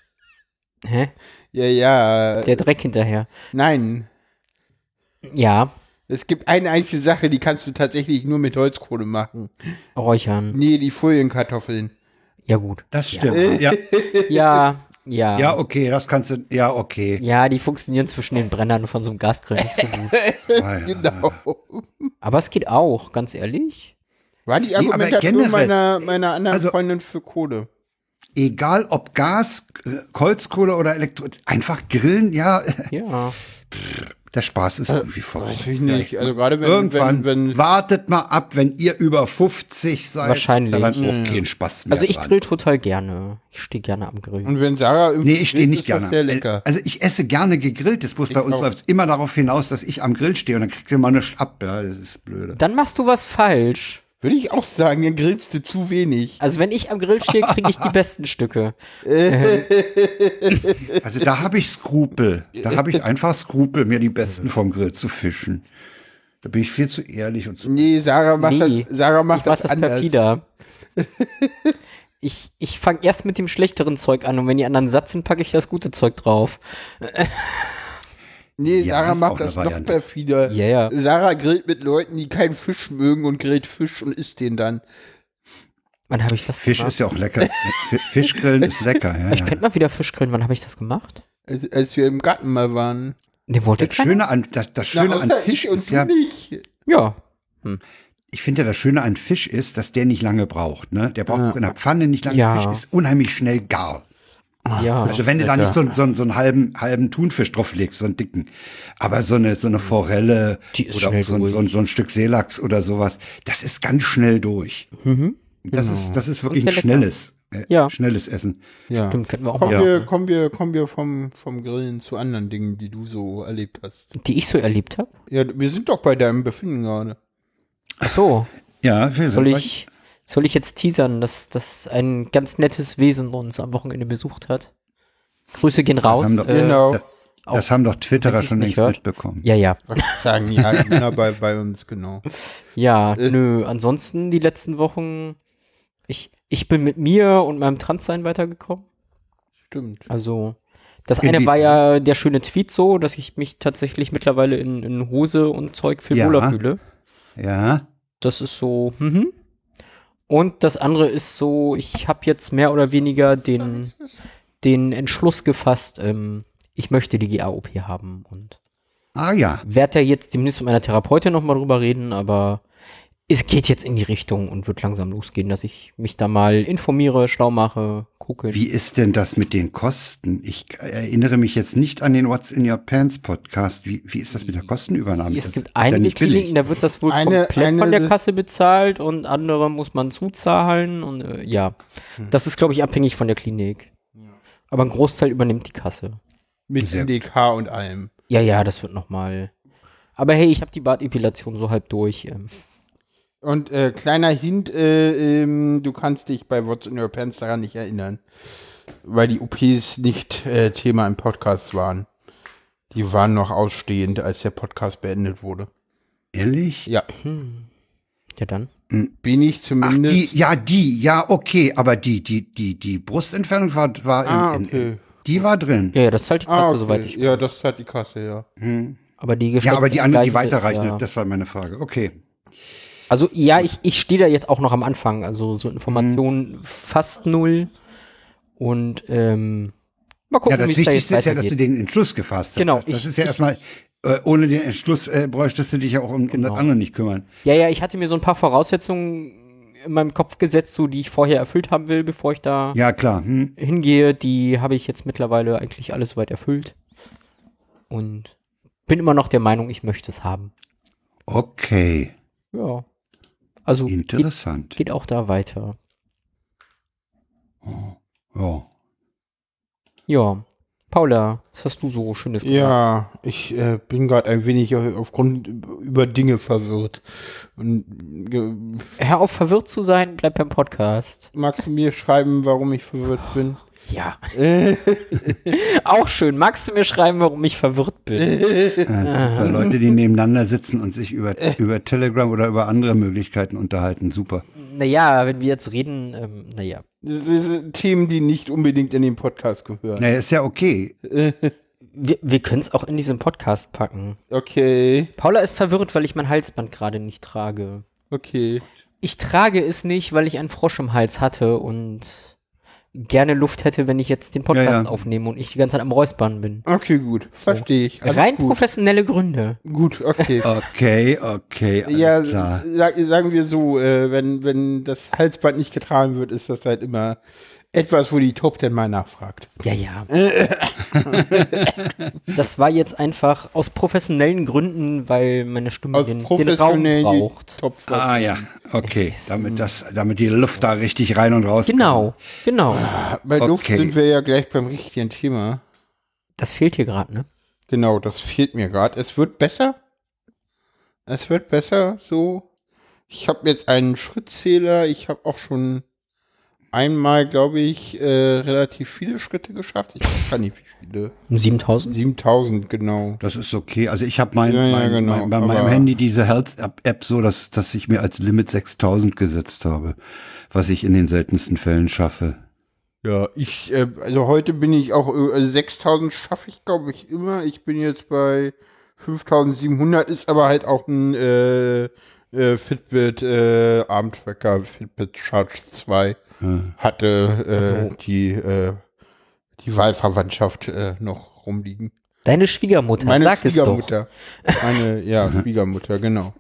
Speaker 1: Hä?
Speaker 2: Ja, ja.
Speaker 1: Der Dreck hinterher.
Speaker 2: Nein.
Speaker 1: Ja,
Speaker 2: Es gibt eine einzige Sache, die kannst du tatsächlich nur mit Holzkohle machen.
Speaker 1: räuchern.
Speaker 2: Nee, die Folienkartoffeln.
Speaker 1: Ja gut.
Speaker 3: Das stimmt. Ja, ja,
Speaker 1: Ja, ja. Ja,
Speaker 3: okay, das kannst du. Ja, okay.
Speaker 1: die funktionieren zwischen den Brennern von so einem Gasgrill nicht so gut.
Speaker 3: Ah, ja.
Speaker 2: Genau.
Speaker 1: Aber es geht auch, ganz ehrlich.
Speaker 2: War die
Speaker 3: aber
Speaker 2: Argumentation
Speaker 3: generell.
Speaker 2: meiner, meiner anderen
Speaker 3: Also-
Speaker 2: Freundin für Kohle.
Speaker 3: Egal ob Gas, äh, Holzkohle oder Elektro, einfach grillen, ja,
Speaker 1: Ja.
Speaker 3: der Spaß ist irgendwie vorbei.
Speaker 2: Weiß ich nicht. Also gerade Äh, wenn,
Speaker 3: Irgendwann
Speaker 2: wenn, wenn
Speaker 3: wartet mal ab, wenn ihr über 50 seid,
Speaker 1: Wahrscheinlich.
Speaker 3: dann hat auch
Speaker 2: Mhm.
Speaker 3: keinen Spaß mehr.
Speaker 1: Also ich
Speaker 3: dran.
Speaker 1: grill total gerne. Ich stehe gerne am Grill.
Speaker 2: und wenn Sarah irgendwie
Speaker 3: Nee, ich stehe
Speaker 2: grillt, ist
Speaker 3: nicht
Speaker 2: das
Speaker 3: gerne.
Speaker 2: Sehr lecker.
Speaker 3: Also ich esse gerne gegrilltes, bloß bei uns
Speaker 2: auch.
Speaker 3: läuft es immer darauf hinaus, dass ich am Grill stehe und dann kriegt ihr mal eine ab. Ja, das ist blöde.
Speaker 1: Dann machst du was falsch.
Speaker 3: äh,
Speaker 2: Würde ich auch sagen, dann grillst du zu wenig.
Speaker 1: Also wenn ich am Grill stehe, kriege ich die besten Stücke.
Speaker 3: Also da habe ich Skrupel. Da habe ich einfach Skrupel, mir die besten vom Grill zu fischen. Da bin ich viel zu ehrlich und zu.
Speaker 2: Nee, Sarah macht
Speaker 1: Nee.
Speaker 2: das, Sarah macht
Speaker 1: ich mach
Speaker 2: das,
Speaker 1: das
Speaker 2: anders.
Speaker 1: perfider. ich ich fange erst mit dem schlechteren Zeug an und wenn die anderen satt sind, packe ich das gute Zeug drauf.
Speaker 2: Nee,
Speaker 3: Ja,
Speaker 2: Sarah
Speaker 3: ist auch
Speaker 2: macht
Speaker 3: eine
Speaker 2: das noch
Speaker 3: Variante.
Speaker 2: perfider.
Speaker 1: Ja, ja.
Speaker 2: Sarah grillt mit Leuten, die keinen Fisch mögen und grillt Fisch und isst den dann.
Speaker 1: Wann habe ich das
Speaker 3: Fisch
Speaker 1: gemacht? Ah,
Speaker 3: ist ja auch lecker. F- Fischgrillen ist lecker. Ja,
Speaker 1: Ich
Speaker 3: ja.
Speaker 1: könnte mal wieder Fisch grillen. Wann habe ich das gemacht?
Speaker 2: Als, als wir im Garten mal waren.
Speaker 1: Den wollte
Speaker 3: Das
Speaker 1: ich keiner?
Speaker 3: Schöne an, das, das
Speaker 2: Na,
Speaker 3: Schöne an
Speaker 2: außer
Speaker 3: Fisch
Speaker 2: ich und
Speaker 3: ist
Speaker 2: du
Speaker 3: ja,
Speaker 2: nicht.
Speaker 1: Ja.
Speaker 3: ich finde das Schöne an Fisch ist, dass der nicht lange braucht. Ne? Der braucht in der Pfanne nicht lange.
Speaker 1: Ja.
Speaker 3: Fisch ist unheimlich schnell gar.
Speaker 1: Ja.
Speaker 3: Also wenn du da nicht so, so, so einen halben, halben Thunfisch drauflegst, so einen dicken, aber so eine, so eine Forelle
Speaker 1: Mhm. Die ist
Speaker 3: oder
Speaker 1: schnell
Speaker 3: so, ein- so, ein- so ein Stück Seelachs oder sowas, das ist ganz schnell durch.
Speaker 1: Mhm.
Speaker 3: Das, ist, das ist wirklich
Speaker 1: Und
Speaker 3: ein
Speaker 1: sehr lecker.
Speaker 3: schnelles, äh,
Speaker 1: Ja.
Speaker 3: schnelles Essen.
Speaker 2: Ja.
Speaker 1: Stimmt, könnten wir auch
Speaker 2: Kommen,
Speaker 1: mal. ne?
Speaker 3: Ja.
Speaker 2: wir, kommen wir, kommen wir vom, vom Grillen zu anderen Dingen, die du so erlebt hast.
Speaker 1: Die ich so erlebt habe.
Speaker 2: Ja, wir sind doch bei deinem Befinden gerade.
Speaker 1: Ach so.
Speaker 3: Ja, wir sind
Speaker 1: Soll
Speaker 3: bei-
Speaker 1: ich, soll ich jetzt teasern, dass, dass ein ganz nettes Wesen uns am Wochenende besucht hat? Grüße gehen raus.
Speaker 3: haben doch-
Speaker 2: Genau.
Speaker 1: auch-
Speaker 3: das haben doch Twitterer
Speaker 1: wenn sie's
Speaker 3: schon
Speaker 1: nicht
Speaker 3: längst
Speaker 1: hört.
Speaker 3: mitbekommen.
Speaker 1: Ja, ja.
Speaker 2: Sagen ja, Jena bei, bei uns, genau.
Speaker 1: Ja,
Speaker 3: Äh.
Speaker 1: nö. Ansonsten die letzten Wochen, ich, ich bin mit mir und meinem Transsein weitergekommen.
Speaker 2: Stimmt.
Speaker 1: Also, das
Speaker 3: Inwiefern?
Speaker 1: eine war ja der schöne Tweet so, dass ich mich tatsächlich mittlerweile in, in Hose und Zeug viel
Speaker 3: Ja.
Speaker 1: wohler fühle.
Speaker 3: Ja,
Speaker 1: Das ist so, mhm. Und das andere ist so, ich habe jetzt mehr oder weniger den, den Entschluss gefasst, ähm, ich möchte die GAOP haben und
Speaker 3: ah ja.
Speaker 1: werde da jetzt demnächst mit meiner Therapeutin nochmal drüber reden, aber es geht jetzt in die Richtung und wird langsam losgehen, dass ich mich da mal informiere, schlau mache, gucke.
Speaker 3: Wie ist denn das mit den Kosten? Ich äh, erinnere mich jetzt nicht an den What's in Your Pants Podcast. Wie, wie ist das mit der Kostenübernahme?
Speaker 1: es
Speaker 3: Das
Speaker 1: gibt
Speaker 3: ist ja
Speaker 1: einige
Speaker 3: nicht billig.
Speaker 1: Kliniken, da wird das wohl
Speaker 2: Eine-
Speaker 1: komplett
Speaker 2: eine-
Speaker 1: von der Kasse bezahlt und andere muss man zuzahlen und äh, ja,
Speaker 3: Hm.
Speaker 1: das ist glaube ich abhängig von der Klinik. Aber ein Großteil übernimmt die Kasse.
Speaker 2: Mit
Speaker 3: Sehr
Speaker 2: DK und allem.
Speaker 1: Ja, ja, das wird noch mal. Aber hey, ich habe die Bartepilation so halb durch. Ähm.
Speaker 2: Und äh, kleiner Hint, äh, ähm, du kannst dich bei What's in Your Pants daran nicht erinnern, weil die OPs nicht äh, Thema im Podcast waren. Die waren noch ausstehend, als der Podcast beendet wurde.
Speaker 3: Ehrlich?
Speaker 2: Ja,
Speaker 1: Ja dann.
Speaker 2: bin ich
Speaker 3: Ach,
Speaker 2: zumindest.
Speaker 3: die, ja, die, ja, okay, aber die, die, die, die Brustentfernung war, war
Speaker 2: ah,
Speaker 3: in, in,
Speaker 2: okay.
Speaker 3: Die war drin.
Speaker 1: Ja, ja, das ist halt die Kasse,
Speaker 2: Ah, okay.
Speaker 1: soweit ich
Speaker 2: ja, das ist halt die Kasse, ja.
Speaker 1: Aber die
Speaker 3: Ja, aber die andere, die
Speaker 1: gleiche ist,
Speaker 3: weiterreichende,
Speaker 1: ja.
Speaker 3: das war meine Frage. Okay.
Speaker 1: Also ja, ich, ich stehe da jetzt auch noch am Anfang. Also so Informationen
Speaker 3: Hm.
Speaker 1: fast null. Und ähm, mal
Speaker 3: Ja,
Speaker 1: gucken,
Speaker 3: das
Speaker 1: wie es da jetzt
Speaker 3: Wichtigste ist ja, dass
Speaker 1: weitergeht.
Speaker 3: du den Entschluss gefasst hast.
Speaker 1: Genau,
Speaker 3: Das, das
Speaker 1: ich-
Speaker 3: ist ja
Speaker 1: ich-
Speaker 3: erstmal, äh, ohne den Entschluss äh, bräuchtest du dich ja auch um, um
Speaker 1: Genau.
Speaker 3: das andere nicht kümmern.
Speaker 1: Ja, ja, ich hatte mir so ein paar Voraussetzungen in meinem Kopf gesetzt, so die ich vorher erfüllt haben will, bevor ich da
Speaker 3: Ja, klar. Hm.
Speaker 1: hingehe. Die habe ich jetzt mittlerweile eigentlich alles soweit erfüllt. Und bin immer noch der Meinung, ich möchte es haben.
Speaker 3: Okay,
Speaker 1: Ja. Also geht,
Speaker 3: interessant.
Speaker 1: geht auch da weiter.
Speaker 3: Ja.
Speaker 1: Ja. Paula, was hast du so Schönes
Speaker 2: Ja, ich äh, bin gerade ein wenig äh, aufgrund über Dinge verwirrt. Und äh,
Speaker 1: Hör auf, verwirrt zu sein, bleib beim Podcast.
Speaker 2: magst du mir schreiben, warum ich verwirrt bin?
Speaker 1: Ja. Auch schön. Magst du mir schreiben, warum ich verwirrt bin?
Speaker 3: Äh, super. Leute, die nebeneinander sitzen und sich über, über Telegram oder über andere Möglichkeiten unterhalten. Super.
Speaker 1: naja, wenn wir jetzt reden, ähm, naja.
Speaker 2: Das sind äh, Themen, die nicht unbedingt in den Podcast gehören.
Speaker 3: Naja, ist ja okay.
Speaker 1: Wir, wir können es auch in diesem Podcast packen.
Speaker 2: Okay,
Speaker 1: Paula ist verwirrt, weil ich mein Halsband gerade nicht trage.
Speaker 2: okay.
Speaker 1: Ich trage es nicht, weil ich einen Frosch im Hals hatte und gerne Luft hätte, wenn ich jetzt den Podcast
Speaker 3: Ja, ja.
Speaker 1: aufnehme und ich die ganze Zeit am Räuspern bin.
Speaker 2: Okay, gut. Verstehe ich. Alles
Speaker 1: Rein
Speaker 2: gut.
Speaker 1: professionelle Gründe.
Speaker 2: Gut, okay.
Speaker 3: Okay, okay, Oh, alles
Speaker 2: ja,
Speaker 3: klar.
Speaker 2: sag, sagen wir so, äh, wenn, wenn das Halsband nicht getragen wird, ist das halt immer etwas, wo die Top Ten mal nachfragt.
Speaker 1: Ja, ja. das war jetzt einfach aus professionellen Gründen, weil meine Stimme
Speaker 2: Aus
Speaker 1: den, den Raum
Speaker 2: professionellen die
Speaker 1: braucht.
Speaker 2: Top 10.
Speaker 3: Ah ja, okay, damit, das, damit die Luft da richtig rein und raus
Speaker 1: Genau, genau.
Speaker 2: Bei Luft
Speaker 3: Okay.
Speaker 2: sind wir ja gleich beim richtigen Thema.
Speaker 1: Das fehlt hier gerade, ne?
Speaker 2: Genau, das fehlt mir gerade. Es wird besser. Es wird besser, so. Ich habe jetzt einen Schrittzähler. Ich habe auch schon einmal, glaube ich, äh, relativ viele Schritte geschafft. Ich weiß gar nicht, wie viele.
Speaker 1: Um 7000?
Speaker 2: 7000, genau.
Speaker 3: Das ist okay. Also ich habe mein,
Speaker 2: Ja, ja,
Speaker 3: mein,
Speaker 2: genau,
Speaker 3: mein, bei
Speaker 2: aber-
Speaker 3: meinem Handy diese Health-App so, dass, dass ich mir als Limit 6000 gesetzt habe, was ich in den seltensten Fällen schaffe.
Speaker 2: Ja, ich, äh, also heute bin ich auch, äh, also 6000 schaffe ich, glaube ich, immer. Ich bin jetzt bei 5700, ist aber halt auch ein äh, äh, Fitbit äh, Abendwecker, Fitbit Charge 2 hatte äh, die, äh, die Wahlverwandtschaft äh, noch rumliegen.
Speaker 1: Deine Schwiegermutter,
Speaker 2: Meine
Speaker 1: sag es doch.
Speaker 2: Schwiegermutter, meine, ja, Schwiegermutter, genau.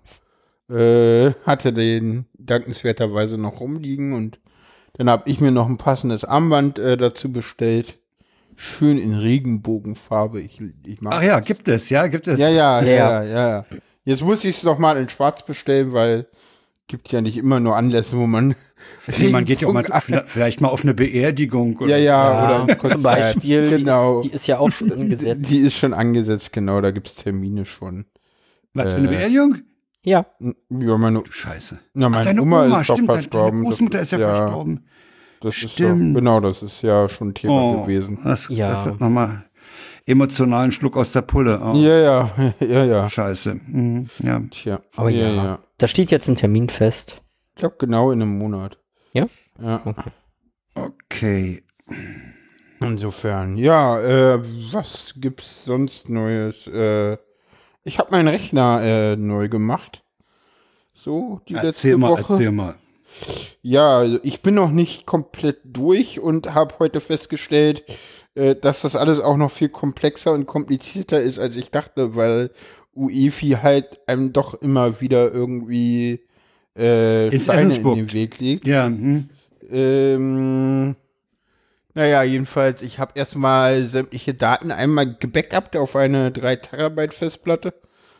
Speaker 2: Äh, hatte den dankenswerterweise noch rumliegen und dann habe ich mir noch ein passendes Armband äh, dazu bestellt. Schön in Regenbogenfarbe. Ich, ich mag
Speaker 3: Ach ja, gibt es, ja, gibt es.
Speaker 2: ja, ja,
Speaker 1: Ja.
Speaker 2: ja, ja, ja. Jetzt muss ich es nochmal in Schwarz bestellen, weil gibt ja nicht immer nur Anlässe, wo man.
Speaker 3: Nee, man geht ja auch mal,
Speaker 2: Regenbogen-
Speaker 3: vielleicht mal auf eine Beerdigung
Speaker 2: Ja,
Speaker 3: oder
Speaker 2: ja, Ah, oder
Speaker 1: Ja,
Speaker 2: ein Konzert.
Speaker 1: zum Beispiel,
Speaker 2: Genau.
Speaker 1: die, ist, die ist ja auch schon angesetzt.
Speaker 2: Die ist schon angesetzt, genau, da gibt es Termine schon.
Speaker 3: Was für
Speaker 1: Äh.
Speaker 3: eine Beerdigung?
Speaker 1: Ja,
Speaker 2: Ja, meine,
Speaker 3: Du Scheiße.
Speaker 2: na, meine
Speaker 3: Ach, deine
Speaker 2: Oma, ist
Speaker 3: stimmt,
Speaker 2: doch
Speaker 3: deine-
Speaker 2: verstorben.
Speaker 3: deine
Speaker 2: Das
Speaker 3: Großmutter ist ja, verstorben.
Speaker 2: Das Ist
Speaker 3: Stimmt.
Speaker 2: doch, genau, das ist ja schon Thema
Speaker 3: Oh,
Speaker 2: gewesen.
Speaker 3: Das,
Speaker 1: Ja.
Speaker 3: das wird nochmal emotionalen Schluck aus der Pulle. Oh,
Speaker 2: Ja, ja, ja, ja.
Speaker 3: Scheiße. Mhm, ja.
Speaker 2: Tja.
Speaker 1: aber ja, Da steht jetzt ein Termin fest.
Speaker 2: Ich glaube, genau in einem Monat.
Speaker 1: Ja?
Speaker 2: Ja.
Speaker 3: Okay.
Speaker 2: Insofern, ja, äh, was gibt's sonst Neues? Äh, ich habe meinen Rechner äh, neu gemacht. So, die
Speaker 3: Erzähl
Speaker 2: letzte
Speaker 3: mal,
Speaker 2: Woche.
Speaker 3: erzähl mal.
Speaker 2: Ja, also ich bin noch nicht komplett durch und habe heute festgestellt, äh, dass das alles auch noch viel komplexer und komplizierter ist, als ich dachte, weil UEFI halt einem doch immer wieder irgendwie äh,
Speaker 3: Ins
Speaker 2: Steine in
Speaker 3: Essensburg.
Speaker 2: den Weg legt.
Speaker 3: Ja, hm.
Speaker 2: Ähm, naja, jedenfalls, ich habe erstmal sämtliche Daten einmal gebackupt auf eine 3 Terabyte Festplatte.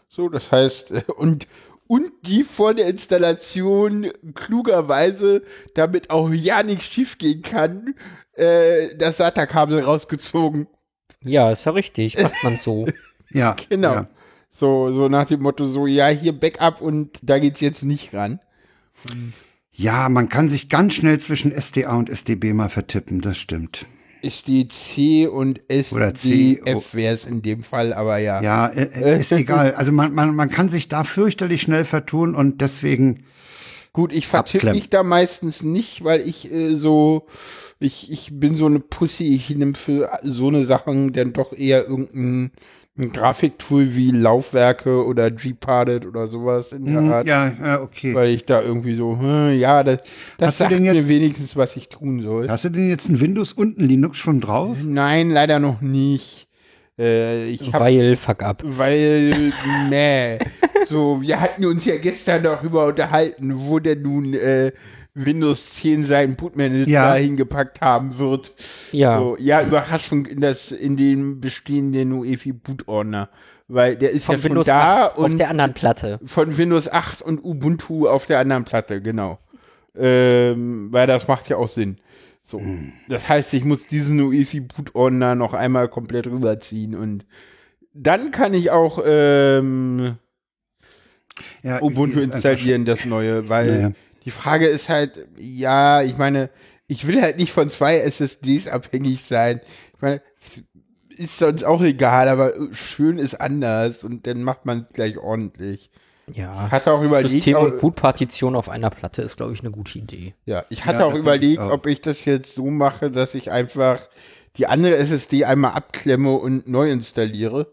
Speaker 2: So, das heißt, äh, und, und die vor der Installation klugerweise, damit auch ja nichts schief gehen kann, äh, das SATA-Kabel rausgezogen.
Speaker 1: Ja, ist ja richtig, macht man so.
Speaker 3: ja.
Speaker 2: Genau.
Speaker 3: Ja.
Speaker 2: So, so nach dem Motto, so, ja, hier Backup und da geht's jetzt nicht ran.
Speaker 3: ja, man kann sich ganz schnell zwischen SDA und SDB mal vertippen, das stimmt.
Speaker 2: Ist die C und
Speaker 3: Oder C, oh.
Speaker 2: SDF wäre es in dem Fall, aber ja.
Speaker 3: Ja,
Speaker 2: Äh,
Speaker 3: äh, äh, ist egal. Also man, man, man kann sich da fürchterlich schnell vertun und deswegen
Speaker 2: Gut, ich vertippe
Speaker 3: Abklemmen.
Speaker 2: mich da meistens nicht, weil ich äh, so, ich, ich bin so eine Pussy, ich nehme für so eine Sachen dann doch eher irgendein ein Grafiktool wie Laufwerke oder Gparted oder sowas in der
Speaker 3: Hm,
Speaker 2: Art.
Speaker 3: Ja, ja, okay.
Speaker 2: Weil ich da irgendwie so, hm, ja, das, das
Speaker 3: Hast du
Speaker 2: sagt
Speaker 3: denn
Speaker 2: mir
Speaker 3: jetzt-
Speaker 2: wenigstens, was ich tun soll.
Speaker 3: Hast du denn jetzt ein Windows und ein Linux schon
Speaker 2: Mhm.
Speaker 3: drauf?
Speaker 2: Nein, leider noch nicht. Äh, ich hab,
Speaker 1: Weil, fuck up.
Speaker 2: weil, nee. So, wir hatten uns ja gestern darüber unterhalten, wo denn nun äh, Windows 10 seinen Bootmanager
Speaker 3: Ja.
Speaker 2: hingepackt haben wird.
Speaker 1: Ja.
Speaker 2: So, ja, Überraschung in, das, in den bestehenden UEFI-Bootordner. Weil der ist ja
Speaker 1: Von
Speaker 2: schon
Speaker 1: Windows
Speaker 2: da
Speaker 1: 8 auf
Speaker 2: und
Speaker 1: der anderen Platte.
Speaker 2: von Windows 8 und Ubuntu auf der anderen Platte, genau. Ähm, weil das macht ja auch Sinn. So. Das heißt, ich muss diesen UEFI Bootordner noch einmal komplett rüberziehen und dann kann ich auch ähm,
Speaker 3: Ja,
Speaker 2: Ubuntu
Speaker 3: äh,
Speaker 2: installieren, das neue, weil
Speaker 3: Ja, ja.
Speaker 2: die Frage ist halt, ja, ich meine, ich will halt nicht von zwei SSDs abhängig sein. Ich meine, es ist sonst auch egal, aber schön ist anders und dann macht man es gleich ordentlich.
Speaker 1: Ja.
Speaker 2: Hast du auch überlegt,
Speaker 1: System- und
Speaker 2: aber-
Speaker 1: Bootpartition auf einer Platte ist, glaube ich, eine gute Idee.
Speaker 2: Ja, ich hatte
Speaker 3: Ja,
Speaker 2: auch
Speaker 3: das
Speaker 2: überlegt,
Speaker 3: denke ich auch.
Speaker 2: ob ich das jetzt so mache, dass ich einfach die andere SSD einmal abklemme und neu installiere.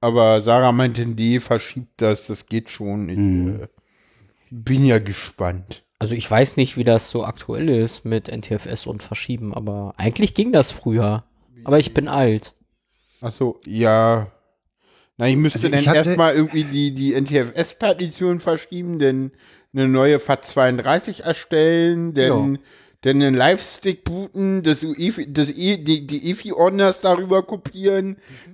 Speaker 2: Aber Sarah meinte, nee, verschiebt das, das geht schon. Ich
Speaker 3: Mhm.
Speaker 2: äh, bin ja gespannt.
Speaker 1: Also ich weiß nicht, wie das so aktuell ist mit NTFS und Verschieben, aber eigentlich ging das früher. Aber ich bin alt.
Speaker 2: Achso, ja. Na, ich müsste
Speaker 3: Also ich
Speaker 2: dann
Speaker 3: hatte-
Speaker 2: erstmal irgendwie die, die NTFS-Partition verschieben, dann eine neue FAT32 erstellen, dann,
Speaker 1: Ja.
Speaker 2: dann einen Live-Stick booten, das UEFI, das e, die, die EFI-Ordners darüber kopieren,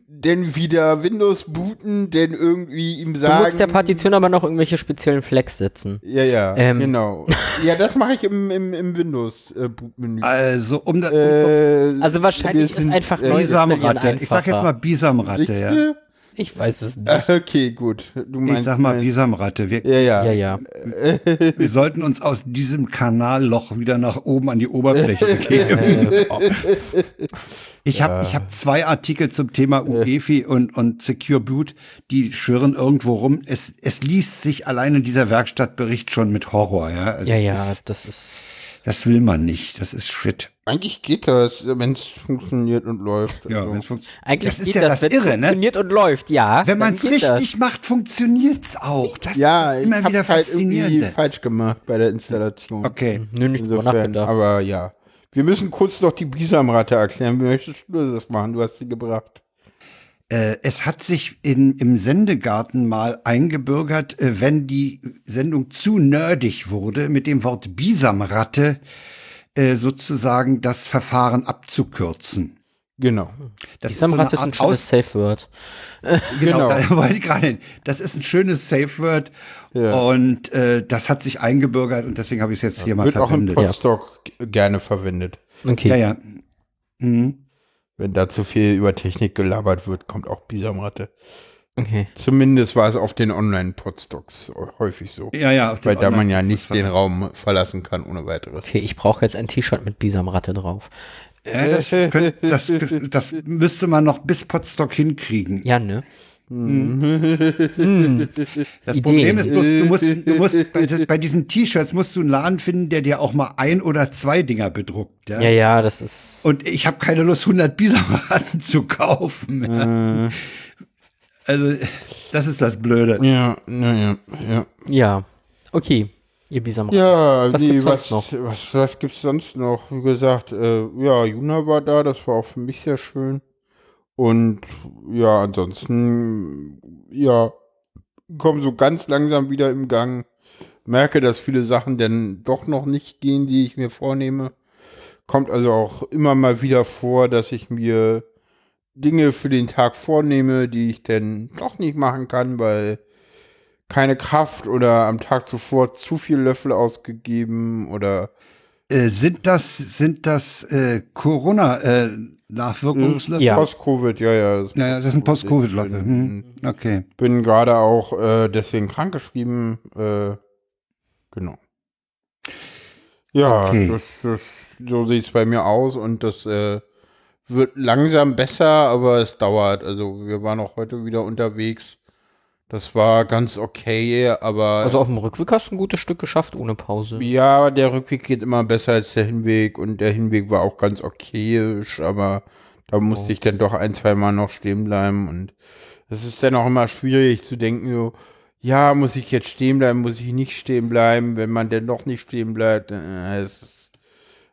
Speaker 3: Mhm.
Speaker 2: dann wieder Windows booten, dann irgendwie ihm
Speaker 1: Du
Speaker 2: sagen.
Speaker 1: musst der Partition aber noch irgendwelche speziellen Flex setzen.
Speaker 2: ja, ja,
Speaker 1: Ähm.
Speaker 2: genau. ja, das mache ich im, im, im Windows-Boot-Menü.
Speaker 3: Also, um das. um,
Speaker 2: Äh,
Speaker 1: Also wahrscheinlich
Speaker 2: wir
Speaker 1: ist
Speaker 2: sind,
Speaker 1: einfach neu
Speaker 3: Bisamratte. Ich sag jetzt mal Bisamratte, ja.
Speaker 2: Sichte?
Speaker 1: Ich weiß es nicht.
Speaker 2: Ach, okay, gut. Du meinst,
Speaker 3: Ich sag mal
Speaker 2: meinst-
Speaker 3: Bisamratte. Wir,
Speaker 2: Ja,
Speaker 1: Ja,
Speaker 2: ja.
Speaker 1: ja.
Speaker 2: Äh,
Speaker 3: wir sollten uns aus diesem Kanalloch wieder nach oben an die Oberfläche begeben.
Speaker 1: Äh, oh,
Speaker 3: Ich habe ich hab zwei Artikel zum Thema UEFI und, und Secure Boot, die schwirren irgendwo rum. Es, es liest sich alleine dieser Werkstattbericht schon mit Horror. Ja, also
Speaker 1: ja,
Speaker 3: es
Speaker 1: ja,
Speaker 3: Ist,
Speaker 1: das ist.
Speaker 3: das will man nicht. Das ist Shit.
Speaker 2: Eigentlich geht das, wenn es funktioniert und läuft.
Speaker 3: Ja,
Speaker 2: also.
Speaker 3: wenn's funkt-
Speaker 1: Eigentlich
Speaker 3: das ist
Speaker 1: geht
Speaker 3: ja
Speaker 1: das,
Speaker 3: das
Speaker 1: wenn
Speaker 3: Irre, ne?
Speaker 1: funktioniert und läuft, ja.
Speaker 3: Wenn man
Speaker 1: dann
Speaker 3: es
Speaker 1: geht
Speaker 3: richtig
Speaker 1: das.
Speaker 3: macht, funktioniert's auch. Das
Speaker 2: ja,
Speaker 3: ist das
Speaker 2: ich
Speaker 3: immer
Speaker 2: hab's
Speaker 3: wieder
Speaker 2: halt irgendwie
Speaker 3: faszinierend.
Speaker 2: falsch gemacht bei der Installation.
Speaker 3: Okay.
Speaker 1: Nö, nicht drüber
Speaker 2: Insofern,
Speaker 1: nachgedacht.
Speaker 2: aber ja. Wir müssen kurz noch die Bisamratte erklären. Wie möchtest du das machen? Du hast sie gebracht.
Speaker 3: Äh, es hat sich in, im Sendegarten mal eingebürgert, äh, wenn die Sendung zu nerdig wurde, mit dem Wort Bisamratte äh, sozusagen das Verfahren abzukürzen.
Speaker 2: Genau.
Speaker 3: Das
Speaker 1: Die Samrat ist ein
Speaker 3: Art
Speaker 1: schönes Safe Word.
Speaker 3: Genau,
Speaker 2: Genau.
Speaker 3: da wollte ich gerade hin. Das ist ein schönes Safe Word
Speaker 2: Ja.
Speaker 3: und äh, das hat sich eingebürgert und deswegen habe ich es jetzt hier mal
Speaker 2: Wird auch im
Speaker 3: verwendet.
Speaker 2: Podstock g- gerne verwendet.
Speaker 1: Okay.
Speaker 3: Ja, ja. Mhm.
Speaker 2: Wenn da zu viel über Technik gelabert wird, kommt auch Bisamratte.
Speaker 1: okay.
Speaker 2: Zumindest war es auf den Online-Podstocks häufig so.
Speaker 3: Ja, ja. Auf den
Speaker 2: weil da man ja
Speaker 3: Online-
Speaker 2: nicht den Raum verlassen kann ohne weiteres.
Speaker 1: Okay, ich brauche jetzt ein T-Shirt mit Bisamratte drauf.
Speaker 3: Ja, das, könnt, das, das müsste man noch bis Potsdok hinkriegen.
Speaker 1: Ja, ne?
Speaker 3: Das
Speaker 1: Ideen.
Speaker 3: Problem ist bloß, du musst, du musst bei, bei diesen T-Shirts musst du einen Laden finden, der dir auch mal ein oder zwei Dinger bedruckt. Ja?
Speaker 1: Ja, ja, das ist.
Speaker 3: Und ich habe keine Lust, 100 Bisamraten zu kaufen.
Speaker 1: Äh.
Speaker 3: Also, das ist das Blöde.
Speaker 2: Ja, naja, ja.
Speaker 1: Ja. Okay, ihr Bisamratte.
Speaker 2: Ja,
Speaker 1: Was
Speaker 2: nee,
Speaker 1: gibt's
Speaker 2: was,
Speaker 1: sonst
Speaker 2: Was, was gibt's sonst noch? Wie gesagt, äh, ja, Juna war da, das war auch für mich sehr schön. Und ja, ansonsten, ja, komm so ganz langsam wieder im Gang. Merke, dass viele Sachen dann doch noch nicht gehen, die ich mir vornehme. Kommt also auch immer mal wieder vor, dass ich mir Dinge für den Tag vornehme, die ich dann doch nicht machen kann, weil keine Kraft oder am Tag zuvor zu viel Löffel ausgegeben oder
Speaker 3: Äh, sind das, sind das äh, Corona-Nachwirkungslöffel?
Speaker 1: Ja.
Speaker 2: Post-Covid, ja, ja. das-
Speaker 3: Naja, das sind Post-Covid-Löffel. Hm. Okay.
Speaker 2: Bin gerade auch äh, deswegen krankgeschrieben. Äh, genau. Ja,
Speaker 3: Okay.
Speaker 2: das, das, so sieht es bei mir aus und das äh, wird langsam besser, aber es dauert. Also wir waren auch heute wieder unterwegs. Das war ganz okay, aber
Speaker 1: Also auf dem Rückweg hast du ein gutes Stück geschafft ohne Pause.
Speaker 2: ja, der Rückweg geht immer besser als der Hinweg und der Hinweg war auch ganz okayisch, aber da musste ich dann doch ein, zwei Mal noch stehen bleiben und es ist dann auch immer schwierig zu denken, so, ja, muss ich jetzt stehen bleiben, muss ich nicht stehen bleiben, wenn man denn noch nicht stehen bleibt, äh, es ist,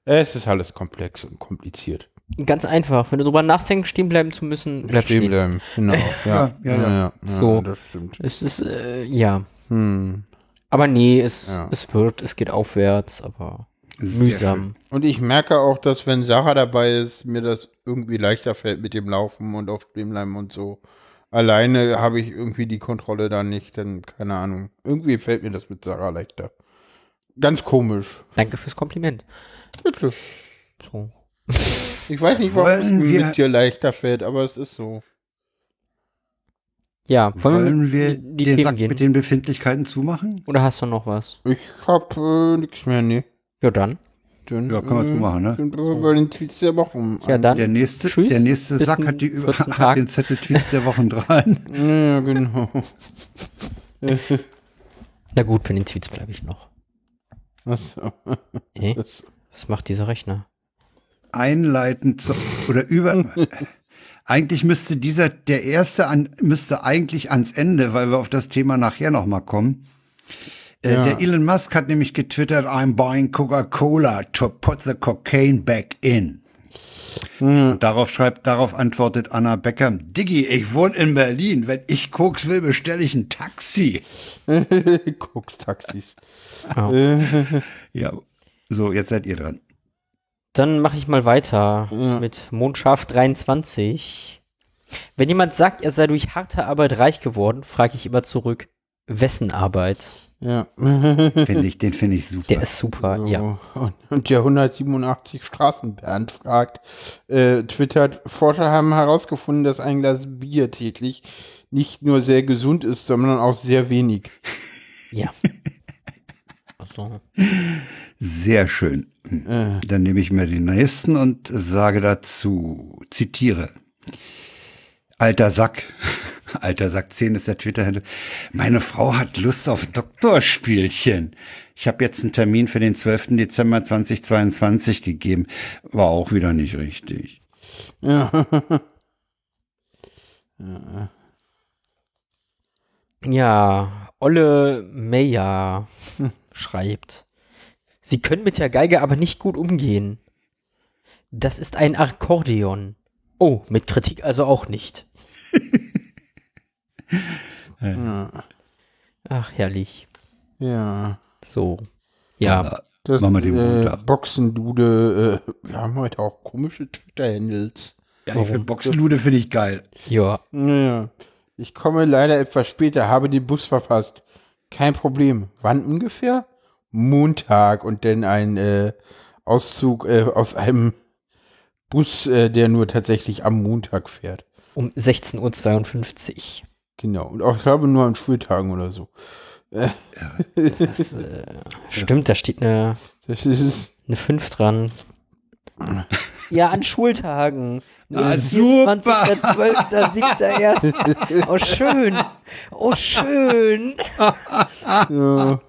Speaker 2: es ist alles komplex und kompliziert.
Speaker 1: Ganz einfach. Wenn du drüber nachdenkst, stehen bleiben zu müssen, bleib stehen.
Speaker 2: bleiben, genau, ja,
Speaker 3: Ja, ja, ja.
Speaker 1: So.
Speaker 2: das stimmt.
Speaker 1: Es ist, äh, ja.
Speaker 2: Hm.
Speaker 1: Aber nee, es,
Speaker 2: Ja.
Speaker 1: es wird, es geht aufwärts, aber mühsam.
Speaker 2: Und ich merke auch, dass wenn Sarah dabei ist, mir das irgendwie leichter fällt mit dem Laufen und auf Streamline und so. Alleine habe ich irgendwie die Kontrolle da nicht, dann keine Ahnung. Irgendwie fällt mir das mit Sarah leichter. Ganz komisch.
Speaker 1: Danke fürs Kompliment.
Speaker 2: Bitte.
Speaker 1: So.
Speaker 2: Ich weiß nicht, warum es
Speaker 3: Wollen wir-
Speaker 2: mir mit dir leichter fällt, aber es ist so.
Speaker 1: Ja, wollen,
Speaker 3: Wollen wir
Speaker 1: die
Speaker 3: den
Speaker 1: Themen
Speaker 3: Sack
Speaker 1: gehen?
Speaker 3: mit den Befindlichkeiten zumachen?
Speaker 1: Oder hast du noch was?
Speaker 2: Ich hab äh, nichts mehr, ne.
Speaker 1: Ja, dann.
Speaker 2: Dann,
Speaker 3: Ja, können wir
Speaker 2: äh,
Speaker 3: zumachen, ne?
Speaker 2: Dann bringen wir den Tweets der Woche um.
Speaker 1: Ja, dann.
Speaker 3: Der nächste,
Speaker 1: Tschüss.
Speaker 3: der nächste
Speaker 1: Bis
Speaker 3: Sack
Speaker 1: in
Speaker 3: hat, die, Über-
Speaker 1: 14
Speaker 3: hat
Speaker 1: Tagen.
Speaker 3: den Zettel Tweets der Wochen dran.
Speaker 2: Ja, genau.
Speaker 1: Na gut, bei den Tweets bleibe ich noch.
Speaker 2: Achso.
Speaker 1: Hä? Was macht dieser Rechner?
Speaker 3: einleiten zu, oder über. eigentlich müsste dieser der erste an, müsste eigentlich ans Ende, weil wir auf das Thema nachher noch mal kommen. Äh,
Speaker 2: Ja.
Speaker 3: Der Elon Musk hat nämlich getwittert: I'm buying Coca-Cola to put the cocaine back in. Und darauf schreibt, darauf antwortet Anna Becker: Diggi, ich wohne in Berlin. Wenn ich Koks will, bestelle ich ein Taxi.
Speaker 2: Koks Taxis.
Speaker 3: Ja. So, jetzt seid ihr dran.
Speaker 1: Dann mache ich mal weiter mit Mondschaf 23. Wenn jemand sagt, er sei durch harte Arbeit reich geworden, frage ich immer zurück, wessen Arbeit?
Speaker 2: Ja.
Speaker 3: Finde ich, den finde ich super.
Speaker 1: Der ist super, ja.
Speaker 2: So. Und, und der 187 Straßenbernd fragt, äh, twittert, Forscher haben herausgefunden, dass ein Glas Bier täglich nicht nur sehr gesund ist, sondern auch sehr wenig.
Speaker 1: Ja. Also,
Speaker 3: Sehr schön.
Speaker 2: Äh.
Speaker 3: Dann nehme ich mir den nächsten und sage dazu, zitiere. Alter Sack. Alter Sack 10 ist der Twitter-Handle. Meine Frau hat Lust auf Doktorspielchen. Ich habe jetzt einen Termin für den 12. Dezember 2022 gegeben. War auch wieder nicht richtig.
Speaker 1: ja, Olle Meyer schreibt, Sie können mit der Geige aber nicht gut umgehen. Das ist ein Akkordeon. Oh, mit Kritik also auch nicht. Ach, herrlich.
Speaker 2: Ja.
Speaker 1: So. Ja.
Speaker 2: Das
Speaker 3: Machen wir den
Speaker 2: äh,
Speaker 3: Montag.
Speaker 2: Boxendude, äh, wir haben heute auch komische Twitter-Handles.
Speaker 3: Ja, ich finde Boxenlude finde ich geil.
Speaker 1: Ja.
Speaker 2: Ja. Ich komme leider etwas später, habe den Bus verpasst. Kein Problem. Wann ungefähr? Montag und dann ein äh, Auszug äh, aus einem Bus, äh, der nur tatsächlich am Montag fährt.
Speaker 1: Um 16.52 Uhr.
Speaker 2: Genau. Und auch, ich glaube, nur an Schultagen oder so.
Speaker 1: Das, äh, stimmt, da steht eine,
Speaker 2: Das ist.
Speaker 1: eine 5 dran. Ja, an Schultagen.
Speaker 3: Ah,
Speaker 1: 20.12.07.1. Oh, schön. Oh, schön.
Speaker 2: Äh,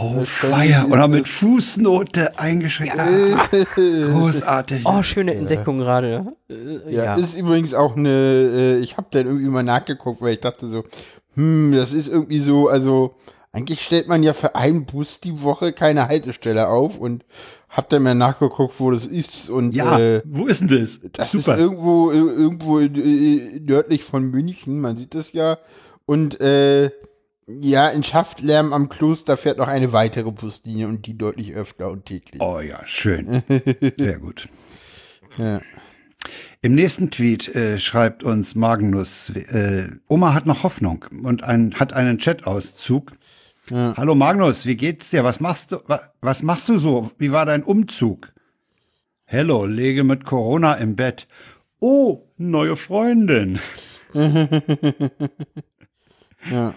Speaker 3: Oh, Feier. Oder mit Fußnote eingeschränkt. Ah, großartig.
Speaker 1: Oh, schöne Entdeckung gerade. Äh,
Speaker 2: Ja,
Speaker 1: ja.
Speaker 2: ist übrigens auch eine, äh, ich habe dann irgendwie mal nachgeguckt, weil ich dachte so, hm, das ist irgendwie so, also eigentlich stellt man ja für einen Bus die Woche keine Haltestelle auf und hab dann mal nachgeguckt, wo das ist und
Speaker 3: ja,
Speaker 2: äh,
Speaker 3: wo ist denn das?
Speaker 2: das ist irgendwo, irgendwo äh, nördlich von München, man sieht das ja und äh, ja, in Schaftlärm am Kloster fährt noch eine weitere Buslinie und die deutlich öfter und täglich.
Speaker 3: Oh ja, schön. Sehr gut.
Speaker 2: Ja.
Speaker 3: Im nächsten Tweet äh, schreibt uns Magnus, äh, Oma hat noch Hoffnung und ein, hat einen Chatauszug. Hallo Magnus, wie geht's dir? Was machst du, wa, was machst du so? Wie war dein Umzug? Hello, lege mit Corona im Bett. Oh, neue Freundin.
Speaker 2: Ja.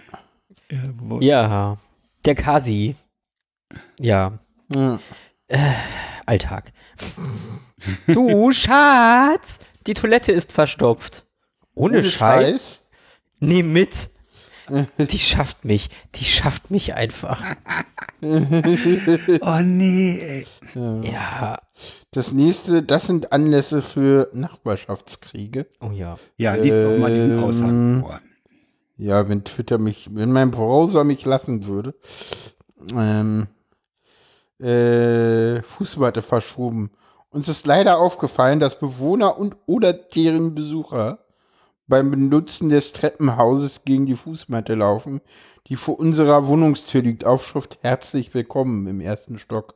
Speaker 3: Jawohl.
Speaker 1: Ja, der Kasi. Ja.
Speaker 2: Ja.
Speaker 1: Äh, Alltag. Du, Schatz! Die Toilette ist verstopft. Ohne, Scheiß? Nimm mit. Die schafft mich. Die schafft mich einfach.
Speaker 3: Oh nee, ey.
Speaker 1: Ja.
Speaker 2: Das nächste, das sind Anlässe für Nachbarschaftskriege.
Speaker 1: Oh ja.
Speaker 3: Ja, lies doch mal diesen
Speaker 2: Ähm.
Speaker 3: Aussagen vor.
Speaker 2: Ja, wenn Twitter mich, wenn mein Browser mich lassen würde. Ähm, äh, Fußmatte verschoben. Uns ist leider aufgefallen, dass Bewohner und oder deren Besucher beim Benutzen des Treppenhauses gegen die Fußmatte laufen, die vor unserer Wohnungstür liegt. Aufschrift herzlich willkommen im ersten Stock.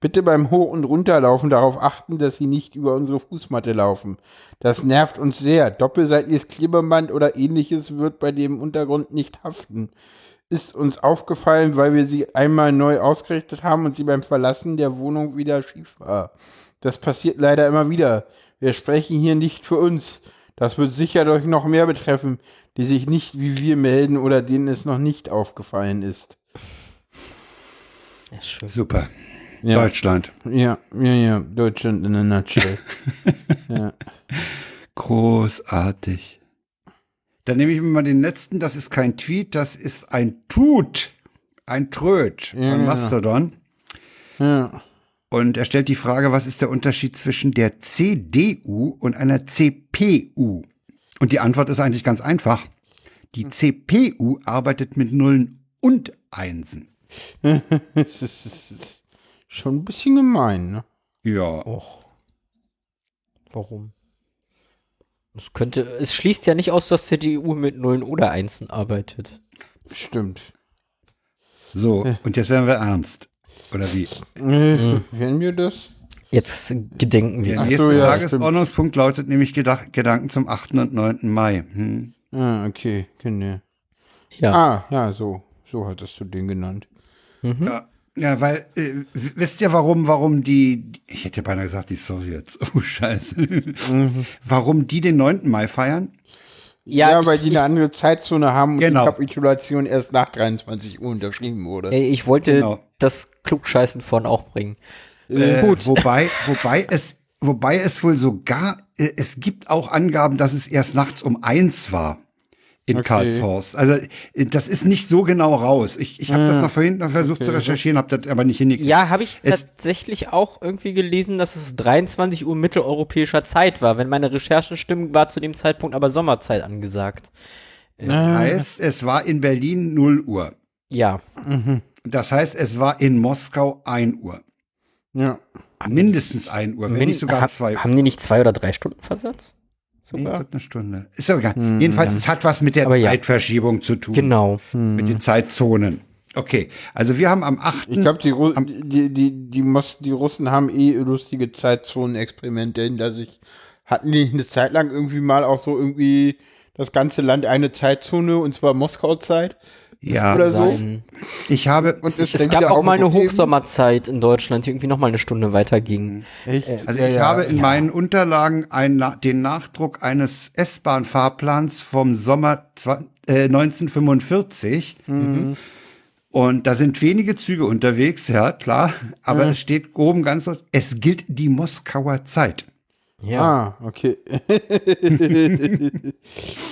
Speaker 2: Bitte beim Hoch- und Runterlaufen darauf achten, dass Sie nicht über unsere Fußmatte laufen. Das nervt uns sehr. Doppelseitiges Klebeband oder ähnliches wird bei dem Untergrund nicht haften. Ist uns aufgefallen, weil wir sie einmal neu ausgerichtet haben und sie beim Verlassen der Wohnung wieder schief war. Das passiert leider immer wieder. Wir sprechen hier nicht für uns. Das wird sicherlich noch mehr betreffen, die sich nicht wie wir melden oder denen es noch nicht aufgefallen ist.
Speaker 1: ja schön.
Speaker 3: Super.
Speaker 2: Ja.
Speaker 3: Deutschland.
Speaker 2: Ja, ja, ja, Deutschland in a nutshell. ja.
Speaker 3: Großartig. Dann nehme ich mir mal den letzten, das ist kein Tweet, das ist ein Tut, ein Tröd von Mastodon.
Speaker 2: Ja.
Speaker 3: Und er stellt die Frage, was ist der Unterschied zwischen der CDU und einer CPU? Und die Antwort ist eigentlich ganz einfach.
Speaker 2: Hm.
Speaker 3: Die CPU arbeitet mit Nullen und Einsen.
Speaker 2: Es ist- es ist Schon ein bisschen gemein, ne?
Speaker 3: Ja.
Speaker 1: Och. Warum? Es könnte, es schließt ja nicht aus, dass die EU mit Nullen oder Einsen arbeitet.
Speaker 2: Stimmt. Oh.
Speaker 3: So, und jetzt werden wir ernst. Oder wie?
Speaker 2: Äh, Wenn wir das?
Speaker 1: Jetzt gedenken wir.
Speaker 3: Der
Speaker 2: Ach
Speaker 3: nächste
Speaker 2: so, ja,
Speaker 3: Tagesordnungspunkt lautet nämlich Gedach Gedanken zum 8. und 9. Mai. Hm.
Speaker 2: Ah, okay, kenne.
Speaker 1: Ja.
Speaker 2: Ah, ja, so. So hattest du den genannt.
Speaker 3: Ja, ja, weil, äh, w- wisst ihr, warum, warum die, ich hätte beinahe gesagt, die Sowjets, oh Scheiße, warum die den 9. Mai feiern?
Speaker 2: Ja,
Speaker 1: ich-
Speaker 2: weil die eine andere Zeitzone haben und
Speaker 3: Genau.
Speaker 2: die Kapitulation erst nach 23 Uhr unterschrieben wurde.
Speaker 1: Ey, Ich wollte
Speaker 3: Genau.
Speaker 1: das Klugscheißen von auch bringen.
Speaker 3: Äh, Wobei, wobei es, wobei es wohl sogar, äh, es gibt auch Angaben, dass es erst nachts um eins war in Karlshorst. Also äh, das ist nicht so genau raus. Ich, ich habe das noch vorhin noch versucht zu recherchieren, habe das aber nicht hingekriegt.
Speaker 1: Ja, habe ich
Speaker 3: Es-
Speaker 1: tatsächlich auch irgendwie gelesen, dass es 23 Uhr mitteleuropäischer Zeit war. Wenn meine Recherchen stimmen, war zu dem Zeitpunkt aber Sommerzeit angesagt.
Speaker 3: Das heißt, es war in Berlin 0 Uhr.
Speaker 1: Ja.
Speaker 3: Das heißt, es war in Moskau 1 Uhr.
Speaker 2: Ja.
Speaker 3: Mindestens 1 Uhr, wenn
Speaker 1: Min-
Speaker 3: nicht sogar
Speaker 1: ha-
Speaker 3: 2 Uhr.
Speaker 1: Haben die nicht zwei oder drei Stunden Versatz?
Speaker 3: Nee, ich
Speaker 1: Sogar?
Speaker 3: glaub, eine Stunde. Ist ja egal. Jedenfalls, es hat was mit der
Speaker 1: Aber ja.
Speaker 3: Zeitverschiebung zu tun.
Speaker 1: genau.
Speaker 3: Mit den Zeitzonen. Okay, also wir haben am 8.
Speaker 2: Ich glaube, die, Ru die, die, die, Mos die Russen haben eh lustige Zeitzonen-Experimente hinter sich. Hatten die eine Zeit lang irgendwie mal auch so irgendwie das ganze Land eine Zeitzone und zwar Moskau-Zeit?
Speaker 3: ja,
Speaker 2: oder so.
Speaker 1: Sein.
Speaker 3: ich habe,
Speaker 2: Und ist
Speaker 1: Es
Speaker 2: dann
Speaker 1: gab
Speaker 2: wieder
Speaker 1: auch mal eine
Speaker 2: aufgegeben?
Speaker 1: Hochsommerzeit in Deutschland, die irgendwie noch mal eine Stunde weiterging.
Speaker 2: Echt?
Speaker 3: also
Speaker 2: Äh, Ja,
Speaker 3: ich
Speaker 2: ja.
Speaker 3: habe in meinen Unterlagen einen, Na- den Nachdruck eines S-Bahn-Fahrplans vom Sommer 20, äh, 1945.
Speaker 2: Mhm.
Speaker 3: Und da sind wenige Züge unterwegs, ja klar,
Speaker 2: Mhm.
Speaker 3: aber es steht oben ganz, es gilt die Moskauer Zeit.
Speaker 1: Ja.
Speaker 2: Ah, okay.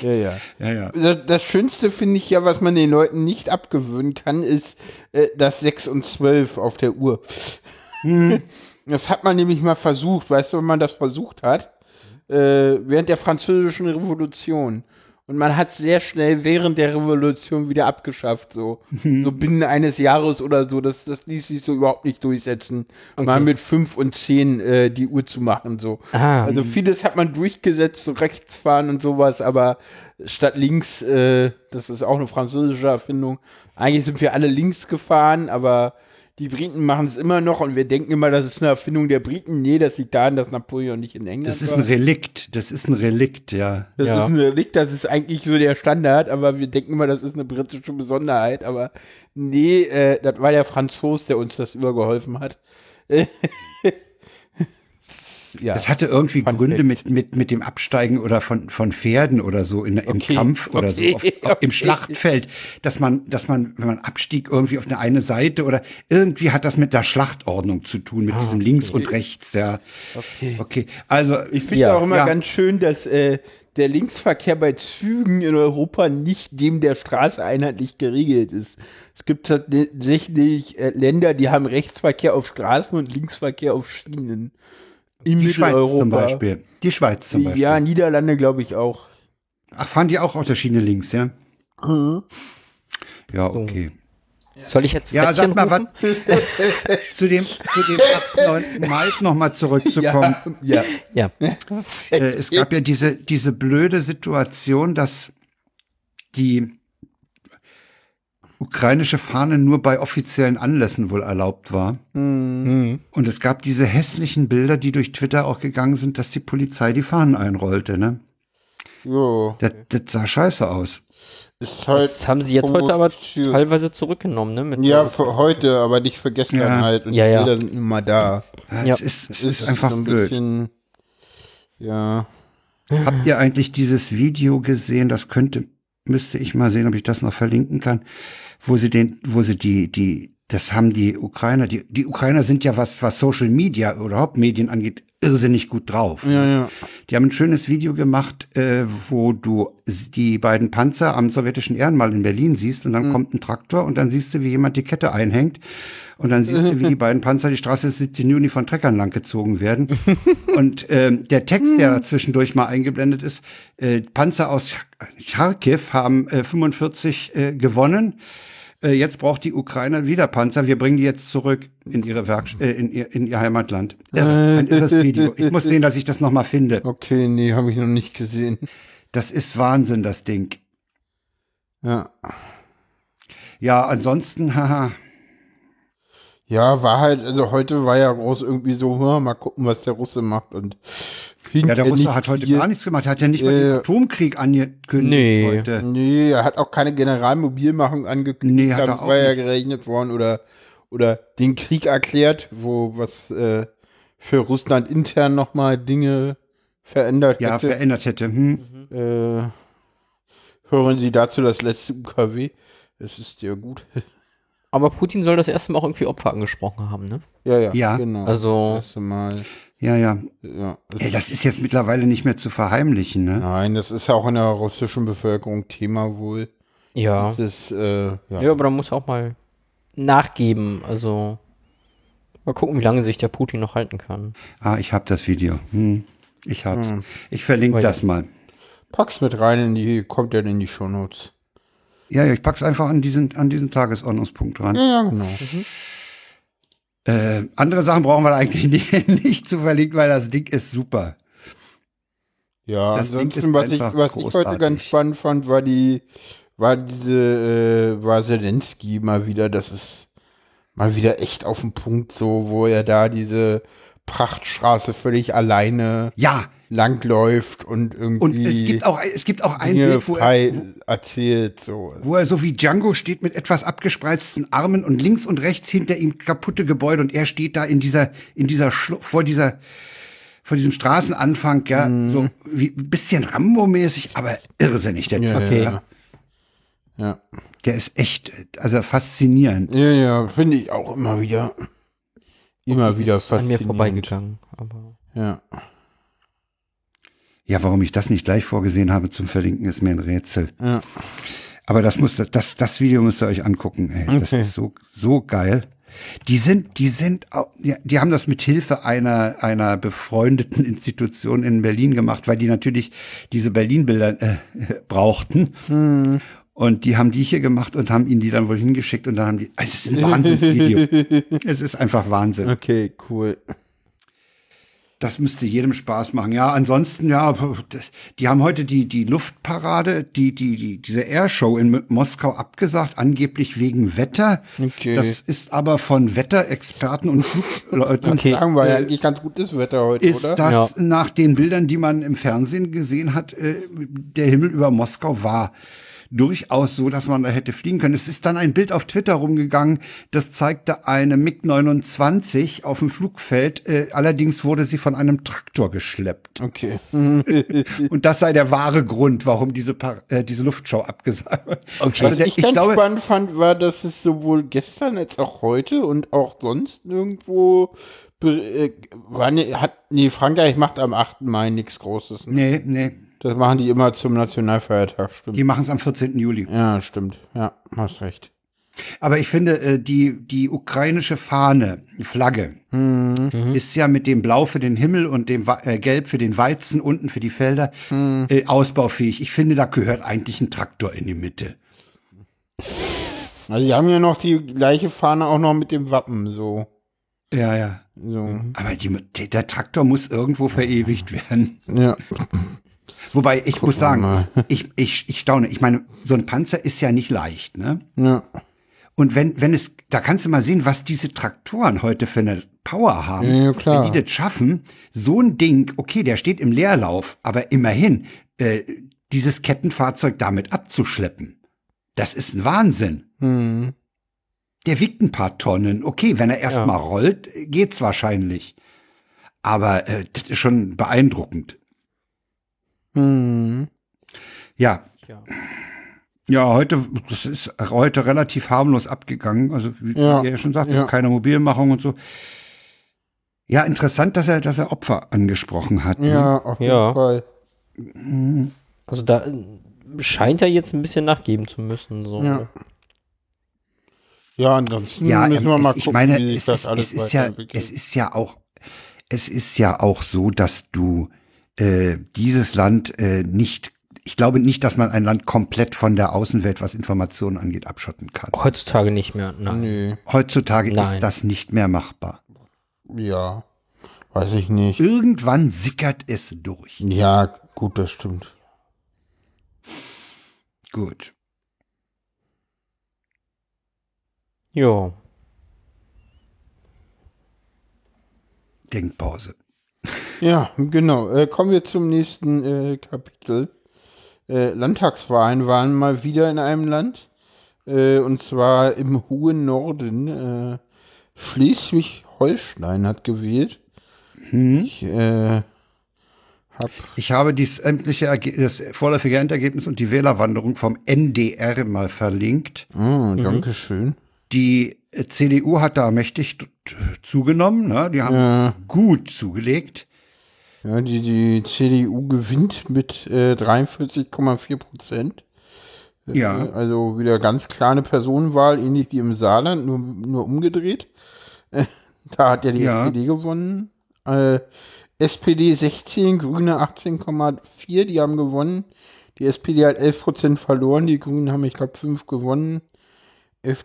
Speaker 2: ja, ja.
Speaker 3: Ja, ja.
Speaker 2: Das, das Schönste finde ich ja, was man den Leuten nicht abgewöhnen kann, ist äh, das 6 und 12 auf der Uhr.
Speaker 3: Hm.
Speaker 2: Das hat man nämlich mal versucht, weißt du, wenn man das versucht hat, äh, während der französischen Revolution. Und man hat sehr schnell während der Revolution wieder abgeschafft, so.
Speaker 3: Mhm.
Speaker 2: So binnen eines Jahres oder so. Das, das ließ sich so überhaupt nicht durchsetzen. Mal mit fünf und zehn äh, die Uhr zu machen, so.
Speaker 1: Ah.
Speaker 3: Mhm.
Speaker 2: Also vieles hat man durchgesetzt, so rechts fahren und sowas, aber statt links, äh, das ist auch eine französische Erfindung. Eigentlich sind wir alle links gefahren, aber die Briten machen es immer noch und wir denken immer, das ist eine Erfindung der Briten. Nee, das liegt daran, dass Napoleon nicht in England
Speaker 3: Das ist
Speaker 2: war.
Speaker 3: ein Relikt, das ist ein Relikt, ja.
Speaker 2: das
Speaker 1: Ja.
Speaker 2: ist ein Relikt, das ist eigentlich so der Standard, aber wir denken immer, das ist eine britische Besonderheit. Aber nee, äh, das war der Franzos, der uns das übergeholfen hat. ja.
Speaker 3: Das hatte irgendwie Gründe mit, mit, mit dem Absteigen oder von, von Pferden oder so in, im
Speaker 2: Okay,
Speaker 3: Kampf oder so, auf,
Speaker 2: okay,
Speaker 3: auf, im
Speaker 2: okay.
Speaker 3: Schlachtfeld, dass man, dass man, wenn man abstieg, irgendwie auf eine, eine Seite oder irgendwie hat das mit der Schlachtordnung zu tun,
Speaker 2: Ah,
Speaker 3: mit diesem links und rechts, ja. Okay. Okay, also,
Speaker 2: Ich finde
Speaker 1: Ja,
Speaker 2: auch immer
Speaker 3: ja.
Speaker 2: ganz schön, dass äh, der Linksverkehr bei Zügen in Europa nicht dem der Straße einheitlich geregelt ist. Es gibt tatsächlich äh, Länder, die haben Rechtsverkehr auf Straßen und Linksverkehr auf Schienen. In
Speaker 3: Die Schweiz
Speaker 2: Mitteleuropa.
Speaker 3: zum Beispiel. Die Schweiz zum Beispiel.
Speaker 2: Ja, Niederlande glaube ich auch.
Speaker 3: Ach, fahren die auch auf der Schiene links, ja?
Speaker 2: Mhm.
Speaker 3: Ja, okay.
Speaker 1: Soll ich jetzt
Speaker 3: Ja,
Speaker 1: Frettchen
Speaker 3: sag mal, was
Speaker 1: rufen?
Speaker 3: zu dem, zu dem 8., 9. Mal nochmal zurückzukommen.
Speaker 2: Ja.
Speaker 1: Ja.
Speaker 3: Äh, es gab ja diese, diese blöde Situation, dass die ukrainische Fahne nur bei offiziellen Anlässen wohl erlaubt war.
Speaker 1: Mhm.
Speaker 3: Und es gab diese hässlichen Bilder, die durch Twitter auch gegangen sind, dass die Polizei die Fahnen einrollte, ne?
Speaker 2: So.
Speaker 3: Das, das sah scheiße aus.
Speaker 2: Ist halt
Speaker 1: Das haben sie jetzt heute aber teilweise zurückgenommen, ne? Mit
Speaker 2: Ja, für heute, aber nicht für gestern
Speaker 3: Ja.
Speaker 2: halt. Und
Speaker 1: Ja, ja.
Speaker 2: die Bilder sind immer da.
Speaker 3: Ja,
Speaker 1: Ja.
Speaker 3: Es ist, es ist einfach
Speaker 2: so ein
Speaker 3: blöd.
Speaker 2: bisschen. Ja.
Speaker 3: Habt ihr eigentlich dieses Video gesehen? Das könnte, müsste ich mal sehen, ob ich das noch verlinken kann, wo sie den, wo sie die, die, das haben die Ukrainer, die, die Ukrainer sind ja was, was Social Media oder Hauptmedien angeht, irrsinnig gut drauf.
Speaker 2: Ja, ja.
Speaker 3: Die haben ein schönes Video gemacht, äh, wo du s- die beiden Panzer am sowjetischen Ehrenmal in Berlin siehst und dann kommt ein Traktor und dann siehst du, wie jemand die Kette einhängt und dann siehst du, wie die beiden Panzer die Straße des 17. Juni von Treckern langgezogen werden. und ähm, der Text, der da zwischendurch mal eingeblendet ist, äh, Panzer aus Ch- Charkiw haben äh, 45 äh, gewonnen. Äh, Jetzt braucht die Ukraine wieder Panzer. Wir bringen die jetzt zurück in ihre Werkst äh, in, ihr, in ihr Heimatland. Irre, ein irres Video. Ich muss sehen, dass ich das noch mal finde.
Speaker 2: Okay, nee, habe ich noch nicht gesehen.
Speaker 3: Das ist Wahnsinn, das Ding.
Speaker 2: Ja.
Speaker 3: Ja, ansonsten, haha.
Speaker 2: Ja, war halt, also heute war ja groß irgendwie so, hm, mal gucken, was der Russe macht. Und
Speaker 3: Ja, der
Speaker 2: hinkt er
Speaker 3: Russe
Speaker 2: Äh, nicht
Speaker 3: hat heute
Speaker 2: viel.
Speaker 3: gar nichts gemacht. Er hat ja nicht mal den
Speaker 2: Äh,
Speaker 3: Atomkrieg angekündigt
Speaker 1: nee.
Speaker 3: heute.
Speaker 2: Nee, er hat auch keine Generalmobilmachung angekündigt.
Speaker 3: Nee, hat er
Speaker 2: damit
Speaker 3: auch
Speaker 2: war ja
Speaker 3: nicht.
Speaker 2: gerechnet worden oder, oder den Krieg erklärt, wo was äh, für Russland intern nochmal Dinge verändert
Speaker 3: Ja,
Speaker 2: hätte.
Speaker 3: verändert hätte. Hm.
Speaker 2: Äh, hören Sie dazu das letzte UKW? Es ist ja gut.
Speaker 1: Aber Putin soll das erste Mal auch irgendwie Opfer angesprochen haben, ne?
Speaker 2: Ja, ja,
Speaker 3: Ja.
Speaker 2: genau.
Speaker 1: Also-
Speaker 2: Das erste Mal.
Speaker 3: Ja, ja.
Speaker 2: Ja,
Speaker 3: Ey, das ist jetzt mittlerweile nicht mehr zu verheimlichen, ne?
Speaker 2: Nein, das ist ja auch in der russischen Bevölkerung Thema wohl.
Speaker 1: Ja.
Speaker 2: Das ist, äh, ja.
Speaker 1: Ja, aber da muss er auch mal nachgeben. Also mal gucken, wie lange sich der Putin noch halten kann.
Speaker 3: Ah, ich hab das Video. Hm. Ich hab's. Ich verlinke
Speaker 1: Weil-
Speaker 3: das mal.
Speaker 2: Pack's mit rein in die, kommt dann in die Shownotes.
Speaker 3: Ja, ja, ich pack's einfach an diesen, an diesen Tagesordnungspunkt dran.
Speaker 2: Ja, ja, genau.
Speaker 3: Äh, andere Sachen brauchen wir eigentlich nicht, nicht zu verlinken, weil das Ding ist super.
Speaker 2: Ja,
Speaker 3: Das Ding
Speaker 2: ansonsten,
Speaker 3: ist
Speaker 2: was ich,
Speaker 3: einfach
Speaker 2: was ich heute
Speaker 3: großartig.
Speaker 2: ganz spannend fand, war die, war diese, äh, war Zelensky mal wieder, das ist mal wieder echt auf den Punkt so, wo er da diese Prachtstraße völlig alleine
Speaker 3: Ja,
Speaker 2: langläuft und irgendwie
Speaker 3: und es gibt auch, es gibt auch ein
Speaker 2: Dinge
Speaker 3: Bild, wo er,
Speaker 2: frei erzählt, so.
Speaker 3: wo er so wie Django steht mit etwas abgespreizten Armen und links und rechts hinter ihm kaputte Gebäude und er steht da in dieser in dieser Schlu vor dieser vor diesem Straßenanfang, ja, so wie ein bisschen Rambo-mäßig, aber irrsinnig der Typ.
Speaker 1: Okay.
Speaker 3: Ja.
Speaker 2: Ja,
Speaker 3: Der ist echt, also faszinierend.
Speaker 2: ja, ja finde ich auch immer wieder. Immer wieder
Speaker 1: ist an mir
Speaker 2: faszinierend.
Speaker 1: vorbeigegangen. Aber
Speaker 2: Ja.
Speaker 3: Ja, warum ich das nicht gleich vorgesehen habe zum Verlinken, ist mir ein Rätsel.
Speaker 2: Ja.
Speaker 3: Aber das muss das das Video müsst ihr euch angucken. Ey. Das
Speaker 2: Okay.
Speaker 3: ist so so geil. Die sind die sind au- ja, die haben das mit Hilfe einer einer befreundeten Institution in Berlin gemacht, weil die natürlich diese Berlin Bilder äh, brauchten.
Speaker 2: Hm.
Speaker 3: Und die haben die hier gemacht und haben ihnen die dann wohl hingeschickt und dann haben die also es ist ein Wahnsinnsvideo. es ist einfach Wahnsinn.
Speaker 2: Okay, cool.
Speaker 3: Das müsste jedem Spaß machen. Ja, ansonsten ja, das- die haben heute die die Luftparade, die die die diese Airshow in M- Moskau abgesagt, angeblich wegen Wetter.
Speaker 2: Okay.
Speaker 3: Das ist aber von Wetterexperten und Flugleuten
Speaker 1: Okay.
Speaker 2: Sagen wir ja eigentlich ganz gutes Wetter heute,
Speaker 3: ist
Speaker 2: oder?
Speaker 3: das
Speaker 1: Ja.
Speaker 3: nach den Bildern, die man im Fernsehen gesehen hat, äh, der Himmel über Moskau war durchaus so, dass man da hätte fliegen können. Es ist dann ein Bild auf Twitter rumgegangen, das zeigte eine MiG-29 auf dem Flugfeld. Äh, allerdings wurde sie von einem Traktor geschleppt.
Speaker 2: Okay.
Speaker 3: Und das sei der wahre Grund, warum diese, Par äh, diese Luftshow abgesagt wurde.
Speaker 1: Okay.
Speaker 3: Also
Speaker 2: Was
Speaker 3: der,
Speaker 2: ich,
Speaker 3: ich
Speaker 2: ganz
Speaker 3: glaube,
Speaker 2: spannend fand, war, dass es sowohl gestern als auch heute und auch sonst nirgendwo be- äh, war ne, hat, nee, Frankreich macht am 8. Mai nichts Großes. Ne?
Speaker 3: nee, nee.
Speaker 2: Das machen die immer zum Nationalfeiertag, stimmt.
Speaker 3: Die machen es am 14. Juli.
Speaker 2: ja, stimmt. Ja, hast recht.
Speaker 3: Aber ich finde, äh, die, die ukrainische Fahne, die Flagge, ist ja mit dem Blau für den Himmel und dem Wa- äh, Gelb für den Weizen, unten für die Felder, äh, ausbaufähig. Ich finde, da gehört eigentlich ein Traktor in die Mitte.
Speaker 2: Also die haben ja noch die gleiche Fahne auch noch mit dem Wappen, so.
Speaker 3: Ja, ja.
Speaker 2: so.
Speaker 3: Aber die, der Traktor muss irgendwo verewigt werden.
Speaker 2: Ja.
Speaker 3: Wobei, ich muss sagen,
Speaker 2: mal.
Speaker 3: ich, ich, ich staune. Ich meine, so ein Panzer ist ja nicht leicht, ne?
Speaker 2: ja.
Speaker 3: Und wenn, wenn es, da kannst du mal sehen, was diese Traktoren heute für eine Power haben.
Speaker 2: Ja, ja, Mhm, klar.
Speaker 3: Wenn die das schaffen, so ein Ding, okay, der steht im Leerlauf, aber immerhin, äh, dieses Kettenfahrzeug damit abzuschleppen, das ist ein Wahnsinn.
Speaker 2: Hm.
Speaker 3: Der wiegt ein paar Tonnen. Okay, wenn er
Speaker 1: Ja.
Speaker 3: erstmal mal rollt, geht's wahrscheinlich. Aber äh, das ist schon beeindruckend.
Speaker 2: Hm.
Speaker 3: Ja,
Speaker 1: Ja.
Speaker 3: Ja, heute, das ist heute relativ harmlos abgegangen. Also, wie
Speaker 2: Ja,
Speaker 3: ihr ja schon sagt,
Speaker 2: ja.
Speaker 3: keine Mobilmachung und so. Ja, interessant, dass er, dass er Opfer angesprochen hat. ne?
Speaker 2: Ja, auf jeden
Speaker 1: Ja.
Speaker 2: Fall.
Speaker 1: Also da äh, scheint er jetzt ein bisschen nachgeben zu müssen. So.
Speaker 2: Ja. Ja, ansonsten
Speaker 3: ja
Speaker 2: müssen
Speaker 3: ähm,
Speaker 2: wir mal
Speaker 3: es,
Speaker 2: gucken,
Speaker 3: ich meine,
Speaker 2: wie sich
Speaker 3: es
Speaker 2: das
Speaker 3: ist,
Speaker 2: alles
Speaker 3: es ist ja,
Speaker 2: weiterentwickelt.
Speaker 3: es ist ja auch, es ist ja auch so, dass du äh, dieses Land äh, nicht, ich glaube nicht, dass man ein Land komplett von der Außenwelt, was Informationen angeht, abschotten kann.
Speaker 1: Heutzutage nicht mehr. Nein.
Speaker 2: Nee,
Speaker 3: Heutzutage
Speaker 1: Nein.
Speaker 3: ist das nicht mehr machbar.
Speaker 2: ja. Weiß ich nicht.
Speaker 3: Irgendwann sickert es durch.
Speaker 2: Ja, gut, das stimmt.
Speaker 3: Gut.
Speaker 1: Ja.
Speaker 3: Denkpause.
Speaker 2: Ja, genau. Äh, kommen wir zum nächsten äh, Kapitel. Äh, Landtagswahlen waren mal wieder in einem Land. Äh, und zwar im hohen Norden. Äh, Schleswig-Holstein hat gewählt. Ich äh, hab.
Speaker 3: Hm? Ich habe dies sämtliche Erge das vorläufige Endergebnis und die Wählerwanderung vom NDR mal verlinkt.
Speaker 2: Oh, Dankeschön.
Speaker 3: Die äh, CDU hat da mächtig t- t- zugenommen, ne? die haben gut zugelegt.
Speaker 2: Ja, die, die CDU gewinnt mit äh, 43,4 Prozent.
Speaker 3: Ja.
Speaker 2: Also wieder ganz kleine Personenwahl, ähnlich wie im Saarland, nur, nur umgedreht. Äh, Da hat ja die
Speaker 3: Ja.
Speaker 2: SPD gewonnen. Äh, SPD 16, Grüne 18,4, die haben gewonnen. Die SPD hat 11% verloren, die Grünen haben, ich glaube, 5 gewonnen.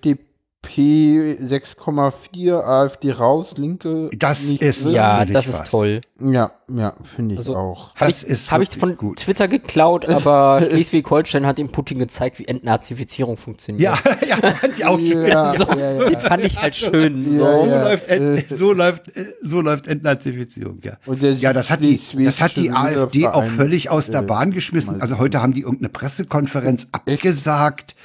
Speaker 2: FDP 6,4, AfD raus, Linke.
Speaker 3: Das
Speaker 2: nicht
Speaker 3: ist-
Speaker 2: drin.
Speaker 1: Ja,
Speaker 3: würde ich
Speaker 1: das ist
Speaker 3: was.
Speaker 1: toll.
Speaker 2: Ja, ja, finde ich
Speaker 1: Also-
Speaker 2: auch.
Speaker 1: Habe
Speaker 3: Das
Speaker 1: ich,
Speaker 3: ist
Speaker 1: hab ich
Speaker 3: wirklich
Speaker 1: von
Speaker 3: gut.
Speaker 1: Twitter geklaut, aber Schleswig-Holstein hat dem Putin gezeigt, wie Entnazifizierung funktioniert.
Speaker 3: Ja, ja, fand ich auch schön.
Speaker 1: So, Den fand ich halt schön.
Speaker 2: Ja,
Speaker 3: So,
Speaker 1: so.
Speaker 2: ja.
Speaker 3: läuft Ent,
Speaker 2: äh,
Speaker 3: so läuft, äh, so läuft Entnazifizierung, ja.
Speaker 2: Und der
Speaker 3: Ja, das hat die,
Speaker 2: Schleswig-
Speaker 3: das hat die
Speaker 2: Schleswig-
Speaker 3: AfD auch
Speaker 2: Verein,
Speaker 3: völlig aus der
Speaker 2: äh,
Speaker 3: Bahn geschmissen. Also heute haben die irgendeine Pressekonferenz abgesagt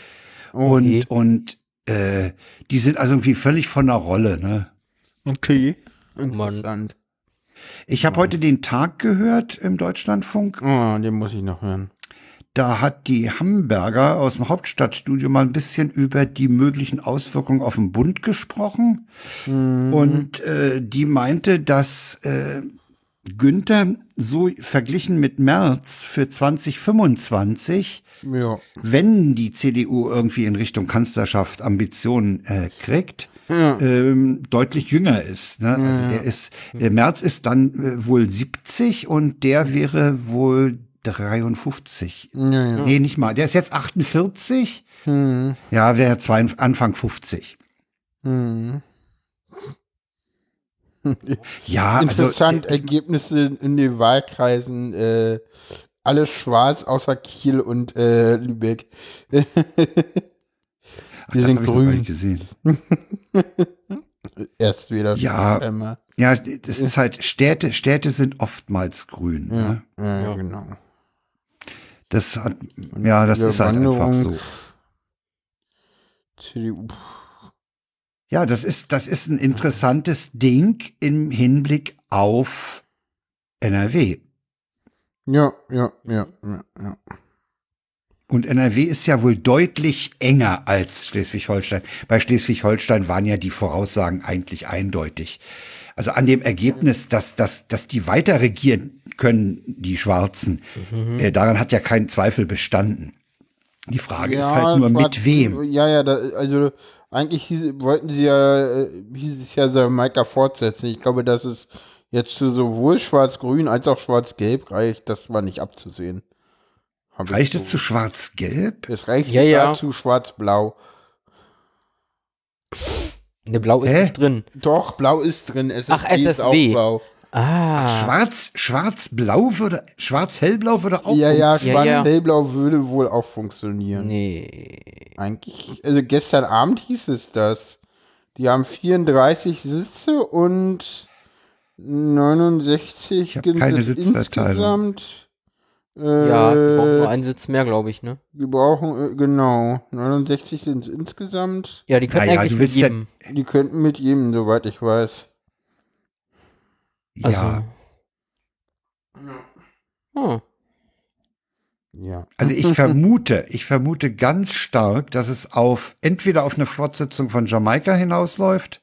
Speaker 1: Okay.
Speaker 3: und, und äh, die sind also irgendwie völlig von der Rolle, ne?
Speaker 2: Okay.
Speaker 1: Mann.
Speaker 2: Interessant.
Speaker 3: Ich habe heute den Tag gehört im Deutschlandfunk.
Speaker 2: Oh, den muss ich noch hören.
Speaker 3: Da hat die Hamburger aus dem Hauptstadtstudio mal ein bisschen über die möglichen Auswirkungen auf den Bund gesprochen. Und äh, die meinte, dass äh, Günther so verglichen mit März für 2025,
Speaker 2: Ja.
Speaker 3: wenn die CDU irgendwie in Richtung Kanzlerschaft Ambitionen äh, kriegt, ähm, deutlich jünger ist. Ne? Also der ist, äh, Merz ist dann äh, wohl 70 und der wäre wohl 53.
Speaker 2: ja, Hm, ja.
Speaker 3: Nee, nicht mal. Der ist jetzt 48. Ja, wäre zwei- Anfang 50.
Speaker 2: Hm.
Speaker 3: Ja, also,
Speaker 2: Interessant,
Speaker 3: äh,
Speaker 2: Ergebnisse in den Wahlkreisen, äh, alles schwarz außer Kiel und äh, Lübeck. Wir
Speaker 3: das
Speaker 2: sind
Speaker 3: hab ich noch gar nicht
Speaker 2: grün,
Speaker 3: gesehen.
Speaker 2: erst wieder.
Speaker 3: Ja.
Speaker 2: Einmal.
Speaker 3: Ja, das ist halt, Städte, Städte sind oftmals grün. Ne?
Speaker 2: Ja,
Speaker 1: Ja.
Speaker 2: genau.
Speaker 3: Das hat, ja, das
Speaker 2: diese
Speaker 3: ist halt einfach
Speaker 2: Wanderung-
Speaker 3: so.
Speaker 2: CDU.
Speaker 3: Ja, das ist, das ist ein interessantes Ding im Hinblick auf NRW.
Speaker 2: Ja, ja, ja, ja, ja.
Speaker 3: Und NRW ist ja wohl deutlich enger als Schleswig-Holstein. Bei Schleswig-Holstein waren ja die Voraussagen eigentlich eindeutig. also an dem Ergebnis, dass, dass, dass die weiter regieren können, die Schwarzen,
Speaker 1: Mhm.
Speaker 2: Hm.
Speaker 3: äh, daran hat ja kein Zweifel bestanden. Die Frage ist halt nur,
Speaker 2: es war-
Speaker 3: mit wem.
Speaker 2: Ja, ja, da, also eigentlich hieß, wollten sie ja, äh, hieß es ja Jamaika fortsetzen. Ich glaube, dass es jetzt zu sowohl schwarz-grün als auch schwarz-gelb reicht, das war nicht abzusehen. Hab ich
Speaker 3: Reicht
Speaker 2: so-
Speaker 3: es zu schwarz-gelb?
Speaker 2: Es reicht
Speaker 1: Ja,
Speaker 2: ja,
Speaker 1: ja.
Speaker 2: zu schwarz-blau.
Speaker 1: Ne, blau ist
Speaker 3: Hä?
Speaker 1: nicht drin.
Speaker 2: Doch, blau ist drin. SSB
Speaker 1: Ach,
Speaker 2: Ist auch
Speaker 1: SSB.
Speaker 2: blau.
Speaker 1: Ah.
Speaker 3: Schwarz, schwarz-blau würde, schwarz-hellblau würde auch
Speaker 2: Ja, ja,
Speaker 1: funktionieren. Ja, ja.
Speaker 2: schwarz-hellblau würde wohl auch funktionieren.
Speaker 1: Nee.
Speaker 2: Eigentlich, also gestern Abend hieß es das. Die haben 34 Sitze und 69
Speaker 3: Ich hab keine
Speaker 2: sind es
Speaker 3: Sitzverteilung.
Speaker 2: insgesamt.
Speaker 1: Ja, wir brauchen
Speaker 2: Äh,
Speaker 1: nur einen Sitz mehr, glaube ich, ne?
Speaker 2: wir brauchen, äh, genau, 69 sind es insgesamt.
Speaker 1: Ja, die können
Speaker 3: Naja,
Speaker 1: eigentlich
Speaker 3: du willst
Speaker 1: mit
Speaker 3: ja-
Speaker 1: jedem.
Speaker 2: Die könnten mit jedem, soweit ich weiß.
Speaker 3: Ja,
Speaker 1: Also.
Speaker 3: also,
Speaker 1: Hm.
Speaker 2: Ja.
Speaker 3: Also ich vermute, ich vermute ganz stark, dass es auf entweder auf eine Fortsetzung von Jamaika hinausläuft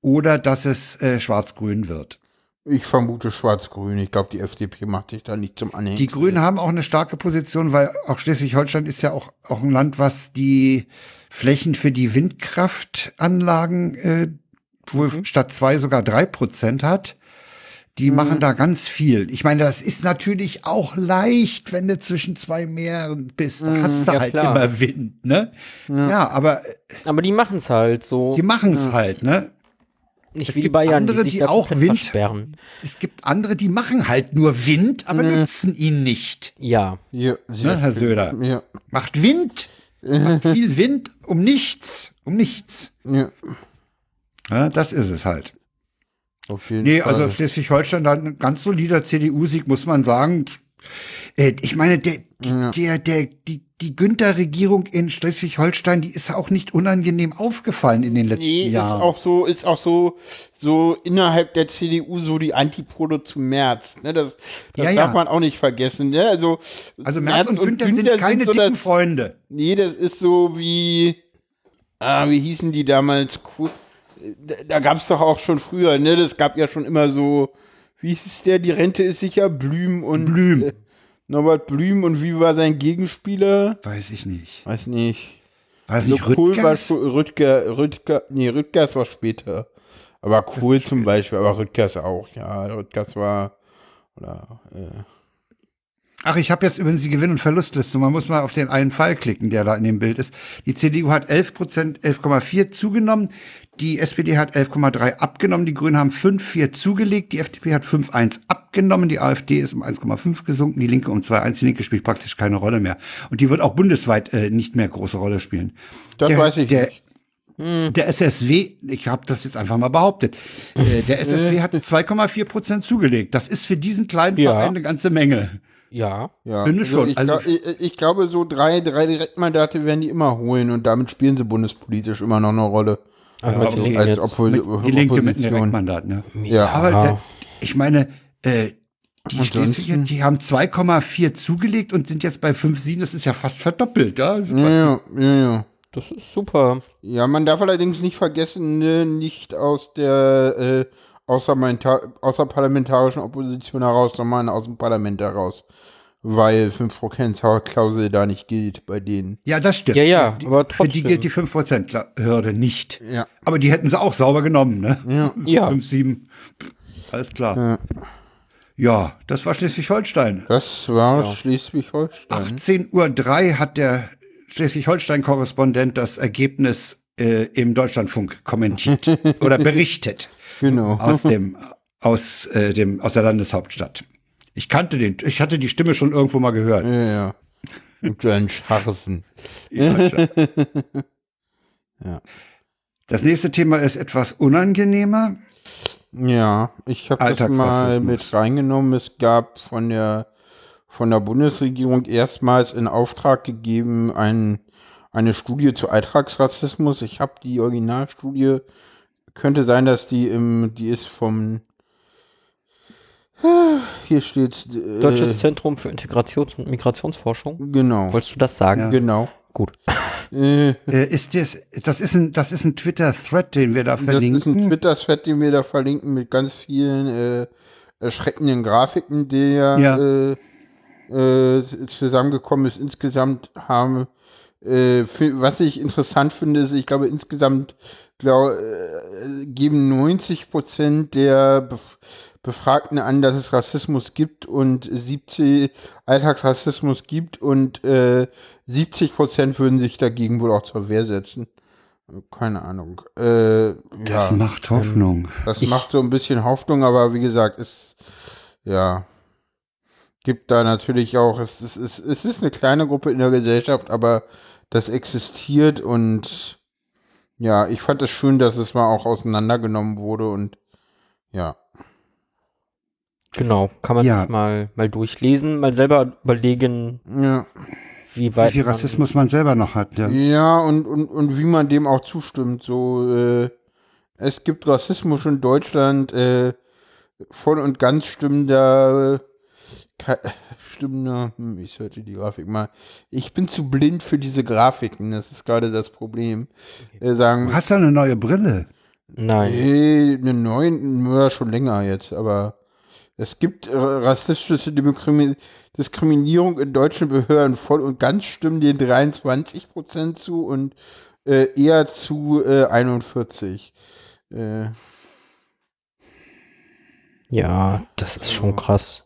Speaker 3: oder dass es äh, schwarz-grün wird.
Speaker 2: Ich vermute schwarz-grün. Ich glaube, die FDP macht sich da nicht zum
Speaker 1: Hm?
Speaker 2: Anhänger.
Speaker 3: Die Grünen haben auch eine starke Position, weil auch Schleswig-Holstein ist ja auch, auch ein Land, was die Flächen für die Windkraftanlagen äh, wohl
Speaker 1: Mhm.
Speaker 3: statt zwei sogar drei Prozent hat. Die machen da ganz viel. Ich meine, das ist natürlich auch leicht, wenn du zwischen zwei Meeren bist. Da hast du
Speaker 1: Mhm. Ja,
Speaker 3: halt
Speaker 1: klar.
Speaker 3: immer Wind, ne? Ja, aber äh,
Speaker 1: Aber die machen es halt so.
Speaker 3: die machen es halt, ne?
Speaker 1: nicht
Speaker 3: es
Speaker 1: wie die
Speaker 3: gibt
Speaker 1: Bayern,
Speaker 3: andere,
Speaker 1: die sich
Speaker 3: die
Speaker 1: da
Speaker 3: auch
Speaker 1: komplett
Speaker 3: Wind-
Speaker 1: versperren.
Speaker 3: Es gibt andere, die machen halt nur Wind, aber
Speaker 1: Mhm.
Speaker 3: nutzen ihn nicht.
Speaker 1: Ja.
Speaker 2: Ja,
Speaker 3: Ne,
Speaker 2: sehr
Speaker 3: Herr Söder?
Speaker 2: schön. ja,
Speaker 3: Macht Wind. Macht viel Wind um nichts. Um nichts.
Speaker 2: ja.
Speaker 3: Ja, das ist es halt.
Speaker 2: Auf jeden
Speaker 3: Nee,
Speaker 2: Fall.
Speaker 3: also Schleswig-Holstein hat ein ganz solider CDU-Sieg, muss man sagen. Äh, Ich meine, der, der, der, die, die Günther-Regierung in Schleswig-Holstein, die ist auch nicht unangenehm aufgefallen in den letzten
Speaker 2: Nee,
Speaker 3: Jahren.
Speaker 2: ist auch so, ist auch so, so innerhalb der CDU so die Antipode zu Merz. Ne? Das, das
Speaker 3: Ja, ja.
Speaker 2: darf man auch nicht vergessen. Ne? Also,
Speaker 3: also Merz und Günther, sind keine
Speaker 2: so
Speaker 3: dicken
Speaker 2: das-
Speaker 3: Freunde.
Speaker 2: Nee, das ist so wie, ah, wie hießen die damals? Ku- Da, da gab es doch auch schon früher, ne? Das gab ja schon immer so, wie hieß es der? Die Rente ist sicher Blüm und
Speaker 3: Blüm.
Speaker 2: Äh, Norbert Blüm und wie war sein Gegenspieler?
Speaker 3: Weiß ich nicht.
Speaker 2: Weiß nicht.
Speaker 3: Weiß
Speaker 2: So
Speaker 3: nicht,
Speaker 2: Kohl war
Speaker 3: Rüttgers?
Speaker 2: schon, Rüttger, Rüttger, nee, Rüttgers war später. Aber Kohl zum Beispiel, aber Rüttgers auch, ja. Rüttgers war, oder, äh,
Speaker 3: Ach, ich habe jetzt übrigens die Gewinn- und Verlustliste. Man muss mal auf den einen Pfeil klicken, der da in dem Bild ist. Die CDU hat 11 Prozent, 11,4 zugenommen. Die SPD hat 11,3 abgenommen. Die Grünen haben 5,4 zugelegt. Die FDP hat 5,1 abgenommen. Die AfD ist um 1,5 gesunken. Die Linke um 2,1. Die Linke spielt praktisch keine Rolle mehr. Und die wird auch bundesweit äh, nicht mehr große Rolle spielen.
Speaker 2: das
Speaker 3: Der-
Speaker 2: weiß ich
Speaker 3: der,
Speaker 2: nicht. Hm.
Speaker 3: Der SSW, ich habe das jetzt einfach mal behauptet, äh, der SSW hat 2,4 Prozent zugelegt. Das ist für diesen kleinen
Speaker 1: Ja.
Speaker 3: Verein eine ganze Menge.
Speaker 1: Ja.
Speaker 2: Ja,
Speaker 3: finde schon,
Speaker 2: Ich,
Speaker 3: also-
Speaker 2: glaub- ich, ich glaube, so drei, drei Direktmandate werden die immer holen und damit spielen sie bundespolitisch immer noch eine Rolle.
Speaker 1: Aber
Speaker 3: aber
Speaker 1: die Linken
Speaker 2: Als
Speaker 1: jetzt-
Speaker 2: Oppo
Speaker 3: Die Linke mit einem
Speaker 2: Opposition.
Speaker 3: Direktmandat, ne?
Speaker 2: Ja,
Speaker 3: Aber
Speaker 1: Ja.
Speaker 3: da- ich meine, äh, die
Speaker 2: Ansonsten-
Speaker 3: Schleswiger, die haben 2,4 zugelegt und sind jetzt bei 5,7. Das ist ja fast verdoppelt. Ja?
Speaker 2: ja,
Speaker 3: Super.
Speaker 2: ja, ja, ja.
Speaker 1: Das ist super.
Speaker 2: Ja, man darf allerdings nicht vergessen, ne, nicht aus der äh, außerparlamenta- außerparlamentarischen Opposition heraus, sondern aus dem Parlament heraus. Weil 5%-Klausel da nicht gilt bei denen.
Speaker 3: Ja, das stimmt.
Speaker 1: Ja, ja,
Speaker 3: die,
Speaker 1: aber
Speaker 3: Für die
Speaker 1: trotzdem.
Speaker 3: gilt die 5%-Hürde nicht.
Speaker 2: Ja.
Speaker 3: Aber die hätten sie auch sauber genommen, ne?
Speaker 1: Ja.
Speaker 3: 5,7. Alles klar. Ja. ja, das war Schleswig-Holstein.
Speaker 2: Das war Schleswig-Holstein.
Speaker 3: 18.03 Uhr hat der Schleswig-Holstein-Korrespondent das Ergebnis äh, im Deutschlandfunk kommentiert oder berichtet
Speaker 2: Genau.
Speaker 3: aus dem aus äh, dem aus der Landeshauptstadt. Ich kannte den, ich hatte die Stimme schon irgendwo mal gehört.
Speaker 2: Ja, ja. Und dann Scharsen.
Speaker 3: Das nächste Thema ist etwas unangenehmer.
Speaker 2: Ja, ich habe das mal
Speaker 3: Alltagsrassismus.
Speaker 2: mit reingenommen. Es gab von der von der Bundesregierung erstmals in Auftrag gegeben ein, eine Studie zu Alltagsrassismus. Ich habe die Originalstudie. Könnte sein, dass die im die ist vom hier steht äh,
Speaker 1: Deutsches Zentrum für Integrations- und Migrationsforschung.
Speaker 2: genau
Speaker 1: Wolltest du das sagen?
Speaker 2: genau
Speaker 1: Gut.
Speaker 3: Äh, ist das, das ist ein, das ist ein Twitter-Thread, den wir da
Speaker 2: Das ist ein
Speaker 3: verlinken.
Speaker 2: Twitter-Chat, den wir da verlinken mit ganz vielen äh, erschreckenden Grafiken, die ja,
Speaker 3: Ja.
Speaker 2: Äh, äh, zusammengekommen ist. Insgesamt haben, äh, fi- was ich interessant finde, ist, ich glaube, insgesamt glaub, äh, geben 90 Prozent der Bef Befragten an, dass es Rassismus gibt und 70 Alltagsrassismus gibt und äh, 70 Prozent würden sich dagegen wohl auch zur Wehr setzen. Keine Ahnung. Äh,
Speaker 3: Das
Speaker 2: ja.
Speaker 3: macht Hoffnung.
Speaker 2: Das
Speaker 1: Ich-
Speaker 2: macht so ein bisschen Hoffnung, aber wie gesagt, es ja gibt da natürlich auch, es, es, es, es ist eine kleine Gruppe in der Gesellschaft, aber das existiert und ja, ich fand es schön, dass es mal auch auseinandergenommen wurde und ja.
Speaker 1: Genau. Kann man
Speaker 3: Ja.
Speaker 1: sich mal, mal durchlesen, mal selber überlegen,
Speaker 2: Ja,
Speaker 1: wie
Speaker 3: Wie
Speaker 1: weit.
Speaker 3: viel
Speaker 1: man-
Speaker 3: Rassismus man selber noch hat, ja.
Speaker 2: ja und, und, und wie man dem auch zustimmt. So, äh, es gibt Rassismus in Deutschland, äh, voll und ganz stimmender, ke- stimmender, hm, ich sollte die Grafik mal, ich bin zu blind für diese Grafiken, das ist gerade das Problem. Äh,
Speaker 3: Du
Speaker 2: sagen,
Speaker 3: hast ja eine neue Brille.
Speaker 1: Nein.
Speaker 2: nee, eine neuen, ja, schon länger jetzt, aber es gibt äh, rassistische Diskrimin- Diskriminierung in deutschen Behörden voll und ganz stimmen den 23% zu und äh, eher zu äh, 41. Äh,
Speaker 1: Ja, das ist schon krass.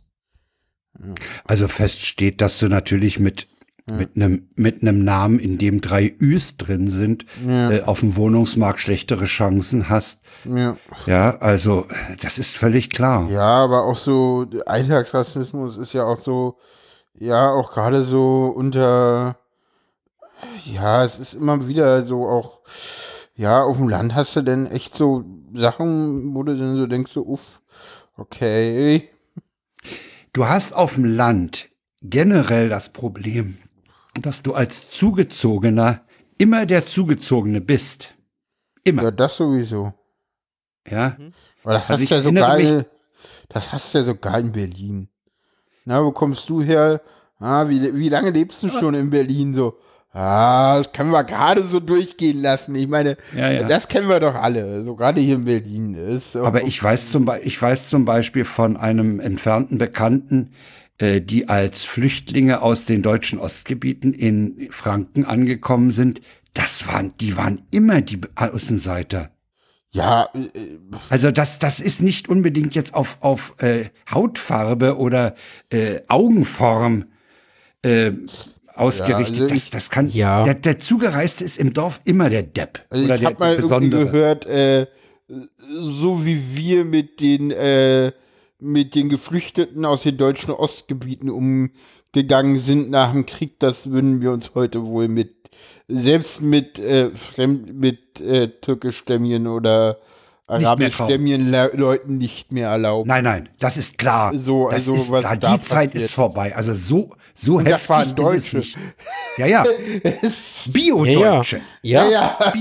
Speaker 3: Also fest steht, dass du natürlich mit
Speaker 2: Ja.
Speaker 3: mit einem mit einem Namen, in dem drei Üs drin sind,
Speaker 2: ja,
Speaker 3: äh, auf dem Wohnungsmarkt schlechtere Chancen hast.
Speaker 2: ja.
Speaker 3: Ja, also das ist völlig klar.
Speaker 2: Ja, aber auch so Alltagsrassismus ist ja auch so, ja, auch gerade so unter, ja, es ist immer wieder so auch, ja, auf dem Land hast du denn echt so Sachen, wo du dann so denkst, so, uff, okay,
Speaker 3: Du hast auf dem Land generell das Problem, dass du als Zugezogener immer der Zugezogene bist.
Speaker 2: ja,
Speaker 3: Immer,
Speaker 2: das sowieso.
Speaker 3: ja.
Speaker 2: Aber das
Speaker 3: Also
Speaker 2: hast
Speaker 3: ich
Speaker 2: du ja
Speaker 3: erinnere
Speaker 2: sogar,
Speaker 3: mich-
Speaker 2: in- das hast du ja sogar in Berlin. Na, wo kommst du her? Ah, wie, wie lange lebst du schon in Berlin? So, ah, das können wir gerade so durchgehen lassen. Ich meine,
Speaker 3: Ja, ja.
Speaker 2: das kennen wir doch alle. So gerade hier in Berlin ist.
Speaker 3: Aber ich weiß zum, Be ich weiß zum Beispiel von einem entfernten Bekannten, äh, die als Flüchtlinge aus den deutschen Ostgebieten in Franken angekommen sind. Das waren, die waren immer die Außenseiter.
Speaker 2: Ja, äh,
Speaker 3: Also das, das ist nicht unbedingt jetzt auf, auf äh, Hautfarbe oder äh, Augenform äh, ausgerichtet.
Speaker 2: Ja, also ich-
Speaker 3: das, das kann.
Speaker 1: Ja.
Speaker 3: Der, der Zugereiste ist im Dorf immer der Depp
Speaker 2: also
Speaker 3: oder
Speaker 2: ich
Speaker 3: der,
Speaker 2: habe mal
Speaker 3: der
Speaker 2: irgendwie
Speaker 3: Besondere.
Speaker 2: gehört, äh, so wie wir mit den äh, mit den Geflüchteten aus den deutschen Ostgebieten umgegangen sind nach dem Krieg, das würden wir uns heute wohl mit selbst mit äh, fremd mit äh, türkischstämmigen oder
Speaker 3: mehr
Speaker 2: arabischstämmigen Le- Leuten nicht mehr erlauben.
Speaker 3: Nein, nein, das ist klar.
Speaker 2: So,
Speaker 3: das
Speaker 2: also
Speaker 3: ist
Speaker 2: was
Speaker 3: klar.
Speaker 2: da
Speaker 3: Die Zeit
Speaker 2: passiert.
Speaker 3: ist vorbei. Also so, so heftig
Speaker 2: das waren
Speaker 3: ist es
Speaker 2: Deutsche.
Speaker 3: nicht. Ja, ja.
Speaker 1: Ja,
Speaker 3: Bio-Deutsche.
Speaker 1: ja. ja.
Speaker 2: Ja,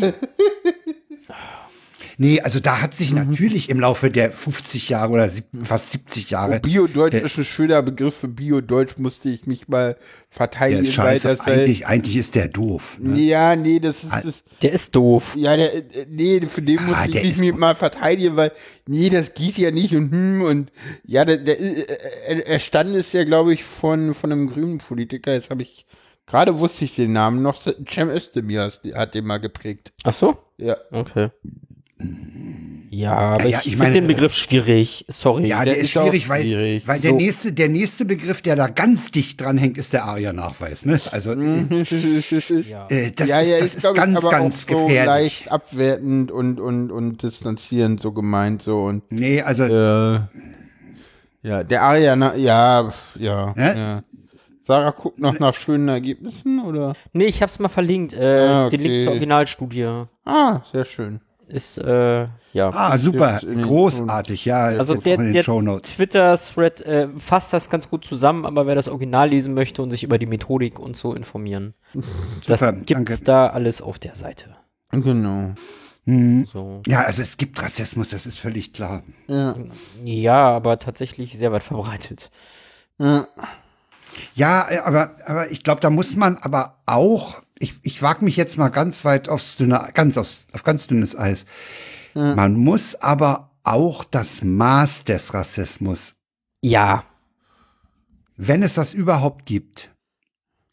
Speaker 3: Nee, also da hat
Speaker 1: Mhm.
Speaker 3: sich natürlich im Laufe der 50 Jahre oder sieb- fast 70 Jahre
Speaker 2: Oh, Bio-Deutsch ist ein schöner Begriff für Bio-Deutsch, musste ich mich mal
Speaker 3: der
Speaker 2: verteidigen.
Speaker 3: ist scheiße.
Speaker 2: das,
Speaker 3: Eigentlich, eigentlich ist der doof. Ne?
Speaker 2: nee, ja, nee, das ist, das,
Speaker 1: Der ist doof.
Speaker 2: ja, der, äh, nee, für den
Speaker 3: Ah,
Speaker 2: musste
Speaker 3: der
Speaker 2: ich
Speaker 3: ist
Speaker 2: mich
Speaker 3: gut.
Speaker 2: mal verteidigen, weil, nee, das geht ja nicht und hm, und, ja, der, der, äh, äh, erstanden ist ja, glaube ich, von, von einem grünen Politiker, jetzt habe ich, gerade wusste ich den Namen noch, Cem Özdemir hat- hat den mal geprägt.
Speaker 1: Ach so?
Speaker 2: Ja,
Speaker 1: Okay. Ja, aber
Speaker 3: ja,
Speaker 1: ich,
Speaker 3: ich
Speaker 1: finde
Speaker 3: meine-
Speaker 1: den Begriff schwierig. Sorry. Äh,
Speaker 3: Ja, der, ist
Speaker 2: ist auch
Speaker 3: schwierig, weil,
Speaker 2: schwierig.
Speaker 3: weil der, nächste, der nächste Begriff, der da ganz dicht dran hängt, ist der ARIA-Nachweis. Ne? Also,
Speaker 1: Ja.
Speaker 3: äh, das
Speaker 2: Mhm. ja, ja,
Speaker 3: ist, das
Speaker 2: ist,
Speaker 3: ist
Speaker 2: glaub ich,
Speaker 3: ganz,
Speaker 2: aber
Speaker 3: ganz
Speaker 2: auch so
Speaker 3: gefährlich.
Speaker 2: leicht abwertend und, und, und distanzierend so gemeint, so und,
Speaker 3: nee, also,
Speaker 2: Äh, ja, der Ariana, ja, pf, ja,
Speaker 3: Hä?
Speaker 2: ja. Sarah guckt noch nach schönen Ergebnissen, oder?
Speaker 1: Nee, ich hab's mal verlinkt. Äh,
Speaker 2: Ah,
Speaker 1: Den Link zur
Speaker 2: okay.
Speaker 1: Originalstudie
Speaker 2: Ah, sehr schön.
Speaker 1: ist, äh, ja.
Speaker 3: ah, super,
Speaker 2: in den
Speaker 3: großartig, ja.
Speaker 1: also
Speaker 3: jetzt
Speaker 1: der,
Speaker 3: auch in den
Speaker 1: der
Speaker 3: Shownotes.
Speaker 1: Twitter-Thread äh, fasst das ganz gut zusammen, aber wer das Original lesen möchte und sich über die Methodik und so informieren, das
Speaker 3: Super,
Speaker 1: gibt's
Speaker 3: danke.
Speaker 1: da alles auf der Seite.
Speaker 2: Genau.
Speaker 1: So.
Speaker 3: Ja, also es gibt Rassismus, das ist völlig klar.
Speaker 2: Ja,
Speaker 1: Ja, aber tatsächlich sehr weit verbreitet.
Speaker 2: ja,
Speaker 3: Ja, äh, aber, aber ich glaube, da muss man aber auch ich, ich wag mich jetzt mal ganz weit aufs dünne, ganz aufs, auf ganz dünnes Eis. Man muss aber auch das Maß des Rassismus,
Speaker 1: Ja,
Speaker 3: wenn es das überhaupt gibt,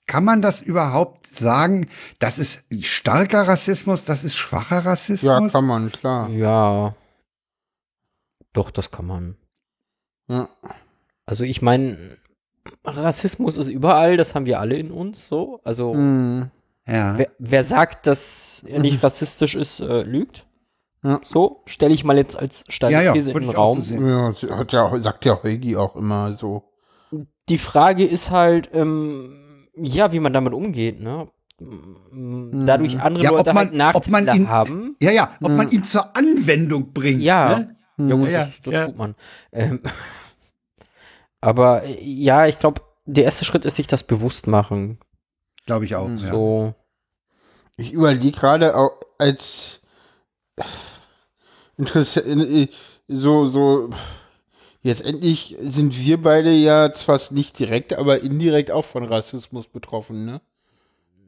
Speaker 3: kann man das überhaupt sagen, das ist starker Rassismus, das ist schwacher
Speaker 2: Ja,
Speaker 3: Rassismus?
Speaker 2: kann man,
Speaker 3: Ah.
Speaker 2: klar.
Speaker 1: ja. Doch, das kann man.
Speaker 2: Ja.
Speaker 1: Also ich meine, Rassismus ist überall, das haben wir alle in uns so.
Speaker 3: Oh.
Speaker 1: Also
Speaker 2: Mhm.
Speaker 3: ja.
Speaker 1: wer, wer sagt, dass er nicht rassistisch ist, äh, lügt.
Speaker 2: Ja.
Speaker 1: So, stelle ich mal jetzt als steile
Speaker 3: Ja, ja,
Speaker 1: These in
Speaker 3: würde
Speaker 1: den
Speaker 3: ich auch so
Speaker 1: Raum.
Speaker 3: sehen.
Speaker 2: ja das hat ja, sagt ja Heidi auch immer so.
Speaker 1: Die Frage ist halt, ähm, ja, wie man damit umgeht, ne? M- Dadurch andere
Speaker 3: Mhm. Ja, ob
Speaker 1: Leute halt
Speaker 3: man- ob man
Speaker 1: Nachteile
Speaker 3: ihn-
Speaker 1: haben.
Speaker 3: Ja, ja, ob man ihn zur Anwendung bringt.
Speaker 1: Ja.
Speaker 3: Ne?
Speaker 1: Ja, gut,
Speaker 3: Ja,
Speaker 1: das, das
Speaker 3: ja.
Speaker 1: tut man. Ähm, aber äh, ja, ich glaube, der erste Schritt ist sich das bewusst machen.
Speaker 3: Glaube ich
Speaker 2: Hm.
Speaker 3: auch. ja.
Speaker 1: So.
Speaker 2: Ich überlege gerade au- als interessant, so, so, jetzt endlich sind wir beide ja zwar nicht direkt, aber indirekt auch von Rassismus betroffen, ne?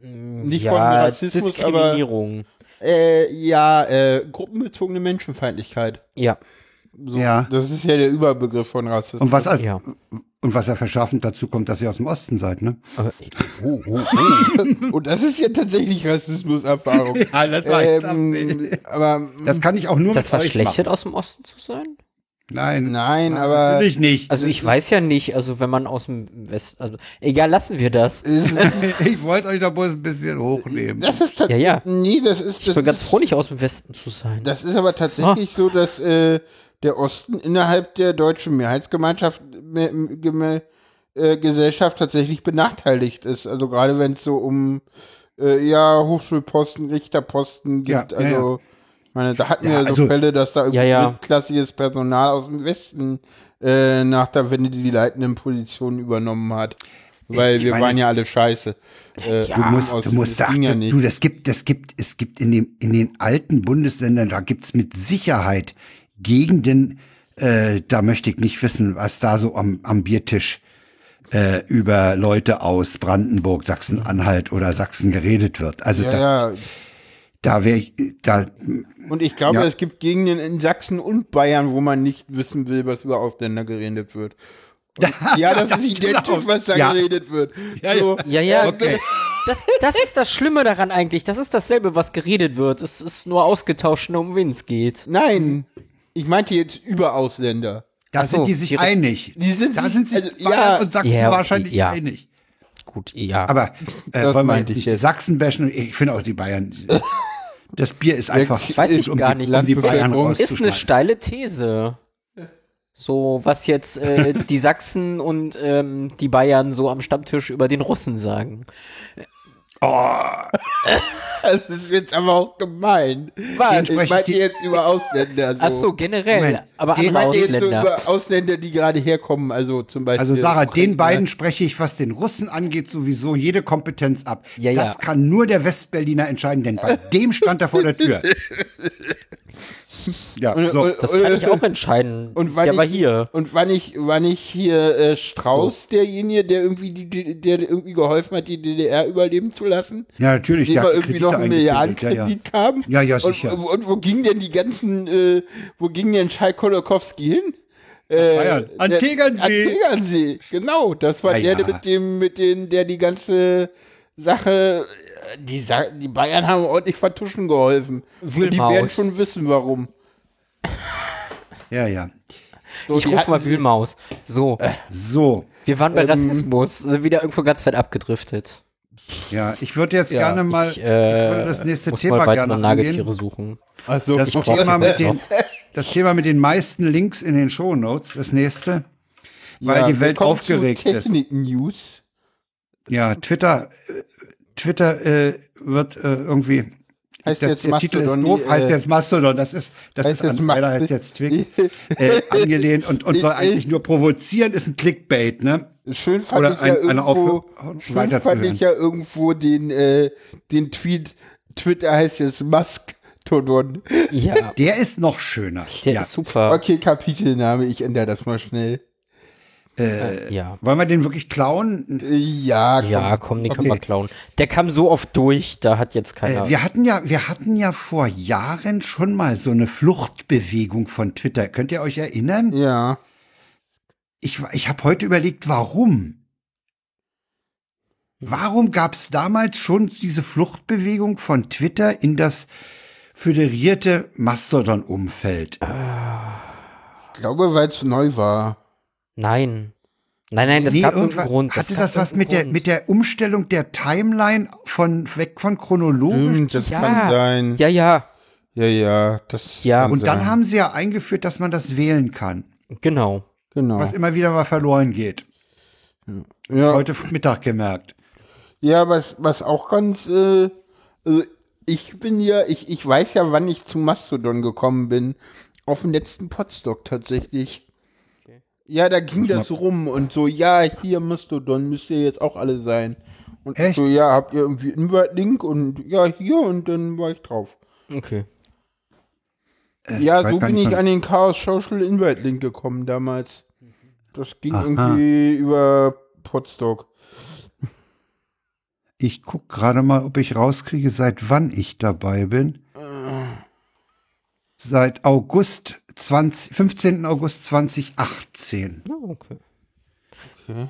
Speaker 3: Mm,
Speaker 2: Nicht
Speaker 1: ja,
Speaker 2: von Rassismus, aber-
Speaker 1: Diskriminierung.
Speaker 2: Äh, ja, äh, gruppenbezogene Menschenfeindlichkeit.
Speaker 1: Ja,
Speaker 2: So,
Speaker 3: Ja.
Speaker 2: Das ist ja der Überbegriff von Rassismus.
Speaker 3: Und was, als,
Speaker 1: ja.
Speaker 3: und was ja verschärfend dazu kommt, dass ihr aus dem Osten seid, ne?
Speaker 1: Aber, oh, oh,
Speaker 2: Und das ist ja tatsächlich Rassismuserfahrung.
Speaker 3: Ja, das
Speaker 2: ähm, aber
Speaker 3: Das kann ich auch nur
Speaker 1: Ist das
Speaker 3: mit euch machen.
Speaker 1: verschlechtert, aus dem Osten zu sein?
Speaker 3: Nein,
Speaker 2: nein, aber
Speaker 3: natürlich nicht.
Speaker 1: Also ich weiß ja nicht, also wenn man aus dem Westen, also egal, lassen wir das.
Speaker 3: Äh, ich wollte euch da bloß ein bisschen hochnehmen.
Speaker 2: das ist tatsächlich.
Speaker 1: Ja, ja.
Speaker 2: Nee, das ist
Speaker 1: Ich
Speaker 2: das,
Speaker 1: bin ganz froh, nicht aus dem Westen zu sein.
Speaker 2: das ist aber tatsächlich so, dass äh, der Osten innerhalb der deutschen Mehrheitsgemeinschaft me- geme- äh, Gesellschaft tatsächlich benachteiligt ist. Also gerade wenn es so um äh, ja Hochschulposten, Richterposten
Speaker 3: Ja,
Speaker 2: gibt.
Speaker 3: ja,
Speaker 2: also ich meine, da hatten
Speaker 3: Ja,
Speaker 2: wir so
Speaker 3: also-
Speaker 2: Fälle, dass da irgendwie
Speaker 1: Ja, ja.
Speaker 2: mitklassiges Personal aus dem Westen äh, nach der Wende die leitenden Positionen übernommen hat. Weil
Speaker 3: Äh, Ich
Speaker 2: wir
Speaker 3: meine-
Speaker 2: waren ja alle scheiße. Äh,
Speaker 1: Du
Speaker 3: Du musst,
Speaker 2: aus-
Speaker 3: du musst
Speaker 2: das
Speaker 3: sagen,
Speaker 2: ging ja nicht.
Speaker 3: du, das gibt, das gibt, es gibt in, dem, in den alten Bundesländern, da gibt's mit Sicherheit Gegenden, äh, da möchte ich nicht wissen, was da so am, am Biertisch äh, über Leute aus Brandenburg, Sachsen-Anhalt oder Sachsen geredet wird. Also da,
Speaker 2: ja, ja,
Speaker 3: da wäre ich, da,
Speaker 2: Und ich glaube,
Speaker 3: Ja.
Speaker 2: es gibt Gegenden in Sachsen und Bayern, wo man nicht wissen will, was über Ausländer geredet wird. Und, ja, das, ist identisch,
Speaker 3: glaub ich.
Speaker 2: was da
Speaker 3: Ja.
Speaker 2: geredet wird. Also,
Speaker 3: Ja, ja.
Speaker 1: Ja, ja,
Speaker 3: Okay.
Speaker 1: das, das, das ist das Schlimme daran eigentlich. Das ist dasselbe, was geredet wird. Es ist nur ausgetauscht, nur um wen es geht.
Speaker 2: Nein, ich meinte jetzt über Ausländer.
Speaker 3: da
Speaker 1: Ach so,
Speaker 3: sind die sich
Speaker 1: die-
Speaker 3: einig.
Speaker 2: die sind
Speaker 3: da
Speaker 2: sich-
Speaker 3: sind sich
Speaker 2: also, ja.
Speaker 3: Bayern und Sachsen
Speaker 1: Ja,
Speaker 3: wahrscheinlich
Speaker 1: ja.
Speaker 3: einig.
Speaker 1: Gut, ja.
Speaker 3: Aber äh,
Speaker 2: Das
Speaker 3: wollen wir
Speaker 2: meinte
Speaker 3: jetzt
Speaker 2: ich
Speaker 3: nicht
Speaker 2: jetzt.
Speaker 3: Sachsen bashen? Ich finde auch die Bayern. Das Bier ist einfach
Speaker 2: ich
Speaker 1: weiß
Speaker 3: zu
Speaker 1: ich
Speaker 3: gut, um
Speaker 1: gar
Speaker 3: die,
Speaker 1: nicht.
Speaker 3: Um die
Speaker 2: Ist-
Speaker 3: Bayern
Speaker 1: ist eine
Speaker 3: rauszuschneiden.
Speaker 1: steile These. So, was jetzt äh, die Sachsen und ähm, die Bayern so am Stammtisch über den Russen sagen.
Speaker 3: Oh,
Speaker 2: Das ist jetzt aber auch gemein.
Speaker 1: Was?
Speaker 2: Ich
Speaker 3: Entsprechend
Speaker 2: meinte
Speaker 3: die-
Speaker 2: jetzt über Ausländer. So.
Speaker 1: Ach so, generell.
Speaker 3: Moment.
Speaker 1: aber
Speaker 3: Den-
Speaker 2: ich
Speaker 1: andere
Speaker 2: meinte jetzt so
Speaker 1: Ausländer.
Speaker 2: über Ausländer, die gerade herkommen. Also zum Beispiel.
Speaker 3: Also Sarah, den
Speaker 2: Ukrainer.
Speaker 3: beiden spreche ich, was den Russen angeht, sowieso jede Kompetenz ab.
Speaker 1: Ja, ja.
Speaker 3: Das kann nur der Westberliner entscheiden, denn bei dem stand er vor der Tür. Ja, so.
Speaker 1: Das kann ich auch entscheiden.
Speaker 2: Und wann
Speaker 1: der
Speaker 2: ich,
Speaker 1: war hier.
Speaker 2: Und wann ich, wann ich hier äh, Strauß, derjenige, der irgendwie, die- die, der irgendwie geholfen hat, die DDR überleben zu lassen,
Speaker 3: Ja, natürlich.
Speaker 2: dem
Speaker 3: der
Speaker 2: wir
Speaker 3: hat die
Speaker 2: irgendwie
Speaker 3: Kredite
Speaker 2: noch einen
Speaker 3: eingefädelt, ja, ja.
Speaker 2: Milliardenkredit haben.
Speaker 3: Ja, ja, sicher.
Speaker 2: Und, und wo ging denn die ganzen, äh, wo ging denn Schei Kolokowski hin? Äh,
Speaker 3: Bayern. An
Speaker 2: der-
Speaker 3: Tegernsee.
Speaker 2: An Tegernsee, genau. Das war
Speaker 3: Ja,
Speaker 2: der, der
Speaker 3: ja.
Speaker 2: mit dem, mit dem, der die ganze Sache, äh, die, Sa die Bayern haben ordentlich vertuschen geholfen. Und die
Speaker 1: Wühlmaus.
Speaker 2: werden schon wissen, warum.
Speaker 3: Ja, ja.
Speaker 2: So,
Speaker 1: ich
Speaker 2: die
Speaker 1: ruf
Speaker 2: hatten-
Speaker 1: mal Wühlmaus. So,
Speaker 3: So.
Speaker 1: wir waren bei Rassismus. Sind wieder irgendwo ganz weit abgedriftet.
Speaker 3: Ja, ich würde jetzt gerne mal
Speaker 1: Ich, äh,
Speaker 3: ich würde das nächste
Speaker 1: muss
Speaker 3: Thema
Speaker 1: mal weitere
Speaker 3: gerne angehen.
Speaker 1: Nagetiere suchen.
Speaker 2: Also,
Speaker 3: Das
Speaker 2: ich-
Speaker 3: Thema,
Speaker 1: brauche
Speaker 3: mit
Speaker 1: den
Speaker 3: den, das Thema mit den meisten Links in den Shownotes, das nächste, weil
Speaker 2: Ja,
Speaker 3: die Welt
Speaker 2: willkommen zu
Speaker 3: aufgeregt ist.
Speaker 2: Technik-News.
Speaker 3: Ja, Twitter, äh, Twitter äh, wird äh, irgendwie.
Speaker 2: Heißt
Speaker 3: der
Speaker 2: jetzt
Speaker 3: der Titel ist
Speaker 2: Mastodon,
Speaker 3: doof,
Speaker 2: äh,
Speaker 3: heißt jetzt Mastodon, das ist, das
Speaker 2: heißt
Speaker 3: ist an
Speaker 2: jetzt Mast-
Speaker 3: leider heißt jetzt Twig, äh, angelehnt und, und soll
Speaker 2: Ich-
Speaker 3: eigentlich nur provozieren, ist ein Clickbait, ne?
Speaker 2: Schön fand
Speaker 3: Oder
Speaker 2: ich
Speaker 3: ein-
Speaker 2: ja
Speaker 3: eine
Speaker 2: irgendwo,
Speaker 3: Aufhör-
Speaker 2: schön fand
Speaker 3: weiterzuhören.
Speaker 2: ich ja irgendwo den, äh, den Tweet, Twitter heißt jetzt Musk. Todon.
Speaker 1: Ja,
Speaker 3: Der ist noch schöner.
Speaker 1: der
Speaker 3: ja.
Speaker 1: ist super.
Speaker 2: Okay, Kapitelname, ich ändere das mal schnell.
Speaker 1: Äh, ja.
Speaker 3: Wollen wir den wirklich klauen?
Speaker 2: Ja, komm.
Speaker 1: Ja, komm, den kann
Speaker 3: Okay.
Speaker 1: man klauen. Der kam so oft durch, da hat jetzt keiner.
Speaker 3: Äh, wir hatten ja, wir hatten ja vor Jahren schon mal so eine Fluchtbewegung von Twitter. Könnt ihr euch erinnern?
Speaker 2: ja.
Speaker 3: Ich, ich habe heute überlegt, warum. Warum gab es damals schon diese Fluchtbewegung von Twitter in das föderierte Mastodon-Umfeld?
Speaker 2: Ich glaube, weil es neu war.
Speaker 1: nein. Nein, nein, das
Speaker 3: Nee,
Speaker 1: gab
Speaker 3: irgendwa-
Speaker 1: irgendeinen Grund.
Speaker 3: Hatte
Speaker 1: gab
Speaker 3: das, was
Speaker 1: irgendeinen
Speaker 3: mit der,
Speaker 1: Grund.
Speaker 3: mit der Umstellung der Timeline von weg von chronologisch?
Speaker 2: Stimmt, Hm, das
Speaker 1: ja.
Speaker 2: kann sein.
Speaker 1: Ja, ja,
Speaker 2: Ja, ja, das
Speaker 1: Ja.
Speaker 2: kann
Speaker 3: Und dann
Speaker 2: sein.
Speaker 3: haben sie ja eingeführt, dass man das wählen kann,
Speaker 1: genau.
Speaker 2: genau.
Speaker 3: was immer wieder mal verloren geht.
Speaker 2: Ja,
Speaker 3: Heute Mittag gemerkt.
Speaker 2: ja was, was auch ganz, äh, also ich bin ja, ich, ich weiß ja, wann ich zu Mastodon gekommen bin. Auf dem letzten Podstock tatsächlich. Ja, da ging das rum und so, ja, hier Mastodon müsst ihr jetzt auch alle sein. Und
Speaker 3: Echt?
Speaker 2: so, ja, habt ihr irgendwie Invite-Link und ja, hier und dann war ich drauf.
Speaker 1: Okay.
Speaker 2: Ja,
Speaker 3: Äh, weiß
Speaker 2: so
Speaker 3: gar
Speaker 2: bin
Speaker 3: nicht
Speaker 2: ich
Speaker 3: mehr.
Speaker 2: an den Chaos Social Invite Link gekommen damals. Das ging irgendwie über Podstock.
Speaker 3: Ich guck gerade mal, ob ich rauskriege, seit wann ich dabei bin. Seit August 20, 15. August 2018.
Speaker 1: Ah, okay.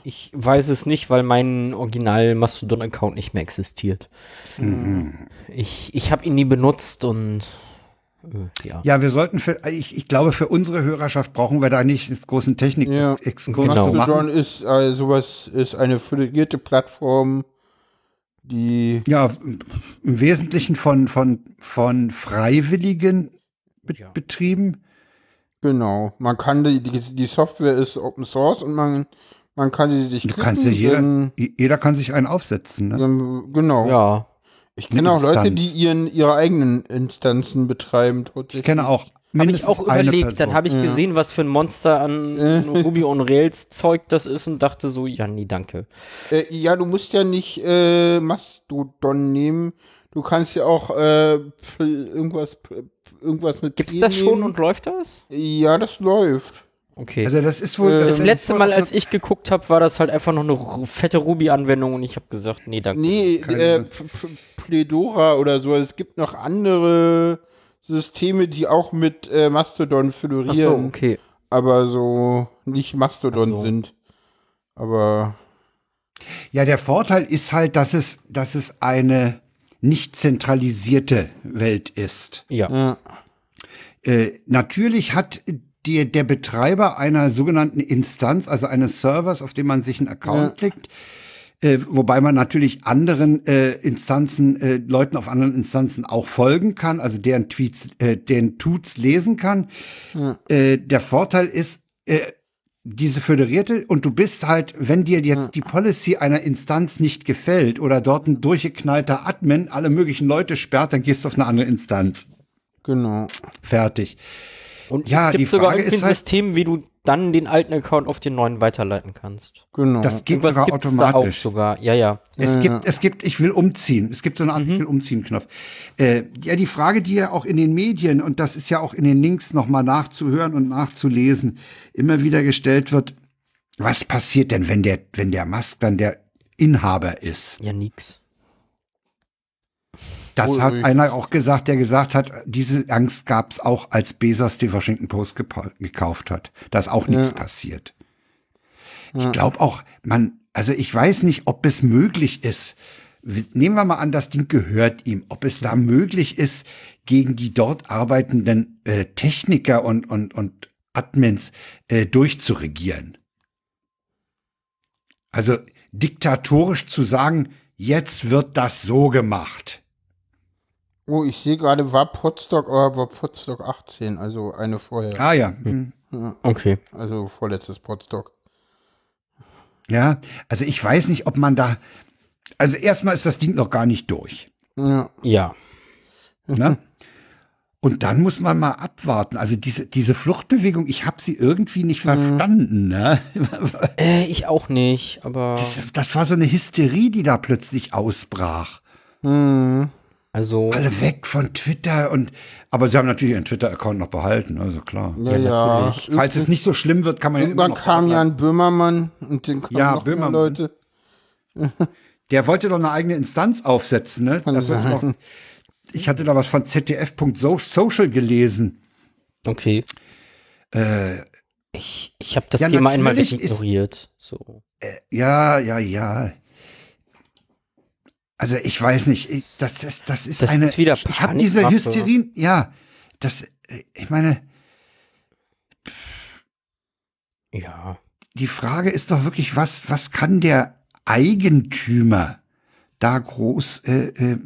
Speaker 1: Ich weiß es nicht, weil mein original Mastodon-Account nicht mehr existiert.
Speaker 3: Mhm.
Speaker 1: Ich, ich habe ihn nie benutzt und äh, ja.
Speaker 3: Ja, wir sollten für, ich, ich glaube, für unsere Hörerschaft brauchen wir da nicht einen großen
Speaker 2: Ja.
Speaker 3: Technik-Exkurs
Speaker 1: Genau.
Speaker 3: zu
Speaker 2: Mastodon
Speaker 3: machen.
Speaker 2: ist äh, sowas ist eine föderierte Plattform, die
Speaker 3: Ja, im Wesentlichen von, von, von Freiwilligen be
Speaker 1: Ja.
Speaker 3: betrieben.
Speaker 2: genau, man kann die, die, die Software ist Open Source und man man kann sie sich
Speaker 3: Du
Speaker 2: klicken,
Speaker 3: kannst ja jeder,
Speaker 2: dann-
Speaker 3: jeder kann sich einen aufsetzen. Ne?
Speaker 2: dann, genau.
Speaker 1: Ja.
Speaker 2: ich kenne auch
Speaker 3: Eine
Speaker 2: Leute, die
Speaker 3: Instanz.
Speaker 2: ihren ihre eigenen Instanzen betreiben.
Speaker 3: Ich
Speaker 2: Tatsächlich.
Speaker 3: kenne auch
Speaker 1: Habe ich
Speaker 3: mindestens
Speaker 1: auch
Speaker 3: eine
Speaker 1: überlegt,
Speaker 3: Person. Äh.
Speaker 1: dann habe ich gesehen, was für ein Monster an Ruby on Rails Zeug das ist und dachte so, ja, nee, danke.
Speaker 2: Äh, ja, du musst ja nicht äh, Mastodon nehmen. Du kannst ja auch äh, Pl- irgendwas, Pl- irgendwas mit.
Speaker 1: Gibt's
Speaker 2: P
Speaker 1: das schon
Speaker 2: nehmen.
Speaker 1: und läuft das?
Speaker 2: Ja, das läuft.
Speaker 1: Okay.
Speaker 3: Also das ist wohl
Speaker 2: Äh,
Speaker 1: das
Speaker 3: ist
Speaker 1: letzte
Speaker 3: wohl
Speaker 1: Mal,
Speaker 3: auf
Speaker 1: als ich geguckt habe, war das halt einfach noch eine ru- fette Ruby-Anwendung und ich habe gesagt, nee, danke.
Speaker 2: Nee,
Speaker 3: Keine
Speaker 2: äh, P- P- Pledora oder so. Es gibt noch andere Systeme, die auch mit äh, Mastodon
Speaker 1: Ach so,
Speaker 2: föderieren,
Speaker 1: okay.
Speaker 2: aber so nicht Mastodon
Speaker 1: Ach so.
Speaker 2: sind. Aber
Speaker 3: Ja, der Vorteil ist halt, dass es, dass es eine nicht zentralisierte Welt ist.
Speaker 1: Ja.
Speaker 2: ja,
Speaker 3: Äh, natürlich hat dir der Betreiber einer sogenannten Instanz, also eines Servers, auf dem man sich einen Account klickt, äh, wobei man natürlich anderen äh, Instanzen, äh, Leuten auf anderen Instanzen auch folgen kann, also deren Tweets, äh, deren Tuts lesen kann. Äh, der Vorteil ist, äh, diese föderierte und du bist halt, wenn dir jetzt die Policy einer Instanz nicht gefällt oder dort ein durchgeknallter Admin alle möglichen Leute sperrt, dann gehst du auf eine andere Instanz.
Speaker 2: genau.
Speaker 3: Fertig.
Speaker 1: Und
Speaker 3: Ja,
Speaker 1: es gibt
Speaker 3: die
Speaker 1: sogar
Speaker 3: Frage
Speaker 1: irgendwie ein
Speaker 3: ist halt-
Speaker 1: System, wie du dann den alten Account auf den neuen weiterleiten kannst.
Speaker 2: Genau.
Speaker 3: Das geht
Speaker 1: Irgendwas
Speaker 3: sogar
Speaker 1: gibt's da auch
Speaker 3: automatisch.
Speaker 1: sogar. Ja, ja. Mhm.
Speaker 3: Es gibt, es gibt, ich will umziehen. Es gibt so eine Art, ich will umziehen Knopf. Äh, ja, die Frage, die ja auch in den Medien und das ist ja auch in den Links nochmal nachzuhören und nachzulesen, immer wieder gestellt wird. Was passiert denn, wenn der, wenn der Musk dann der Inhaber ist?
Speaker 1: Ja, nix.
Speaker 3: Das
Speaker 2: Ui.
Speaker 3: hat einer auch gesagt, der gesagt hat, diese Angst gab es auch, als Bezos die Washington Post gepa- gekauft hat. Da ist auch nichts passiert. Ich glaube auch, man, also ich weiß nicht, ob es möglich ist. W- Nehmen wir mal an, das Ding gehört ihm, ob es da möglich ist, gegen die dort arbeitenden äh, Techniker und, und, und Admins äh, durchzuregieren. Also diktatorisch zu sagen, jetzt wird das so gemacht.
Speaker 2: Oh, ich sehe gerade, war Podstock, aber war Podstock 18, also eine vorher.
Speaker 3: Ah ja. Hm.
Speaker 1: Okay.
Speaker 2: Also vorletztes Podstock.
Speaker 3: Ja, also ich weiß nicht, ob man da. Also erstmal ist das Ding noch gar nicht durch.
Speaker 2: Ja.
Speaker 1: Ja.
Speaker 2: Mhm.
Speaker 3: Ne? Und dann muss man mal abwarten. Also diese, diese Fluchtbewegung, ich habe sie irgendwie
Speaker 2: Mhm.
Speaker 3: nicht verstanden. Ne?
Speaker 1: Äh, ich auch nicht, aber
Speaker 3: Das, das war so eine Hysterie, die da plötzlich ausbrach.
Speaker 2: Hm.
Speaker 1: Also,
Speaker 3: Alle weg von Twitter und aber sie haben natürlich ihren Twitter-Account noch behalten, also klar.
Speaker 2: Naja,
Speaker 3: Falls es nicht so schlimm wird, kann man ja immer
Speaker 2: irgendwann
Speaker 3: noch
Speaker 2: kam ja ein Böhmermann und den kamen
Speaker 3: Ja,
Speaker 2: noch mehr
Speaker 3: Böhmermann.
Speaker 2: Leute.
Speaker 3: Der wollte doch eine eigene Instanz aufsetzen, ne? Das wird noch, ich hatte da was von ZDF.social gelesen.
Speaker 1: okay.
Speaker 3: Äh,
Speaker 1: Ich, ich habe das
Speaker 3: Ja,
Speaker 1: Thema einmal
Speaker 3: natürlich ist-
Speaker 1: ignoriert. So.
Speaker 3: ja, ja, ja. Also ich weiß nicht, ich, das ist, das ist
Speaker 1: Das
Speaker 3: eine.
Speaker 1: ist wieder
Speaker 3: ich habe diese
Speaker 1: Panikmache.
Speaker 3: Hysterien, ja. Das, äh, ich meine,
Speaker 1: Ja.
Speaker 3: die Frage ist doch wirklich, was, was kann der Eigentümer da groß äh, äh,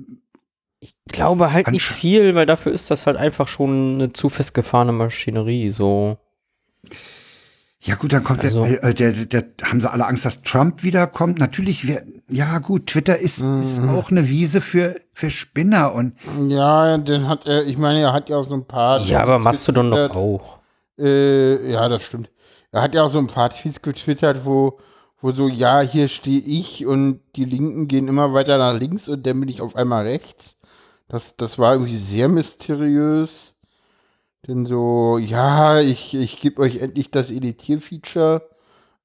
Speaker 1: Ich glaube halt nicht
Speaker 3: Ansch-
Speaker 1: viel, weil dafür ist das halt einfach schon eine zu festgefahrene Maschinerie. So.
Speaker 3: Ja gut, dann kommt
Speaker 1: Also-
Speaker 3: der, äh, der, der, der, haben sie alle Angst, dass Trump wiederkommt. Natürlich, wir, ja gut, Twitter ist, ist
Speaker 1: Mhm.
Speaker 3: auch eine Wiese für, für Spinner und
Speaker 2: Ja, den hat er, ich meine, er hat ja auch so ein paar.
Speaker 1: Ja, aber Mastodon
Speaker 2: getwittert,
Speaker 1: doch auch.
Speaker 2: Äh, ja, das stimmt. Er hat ja auch so ein paar Tweets getwittert, wo, wo so, ja, hier stehe ich und die Linken gehen immer weiter nach links und dann bin ich auf einmal rechts. Das, das war irgendwie sehr mysteriös. Denn so, ja, ich, ich gebe euch endlich das Editier-Feature,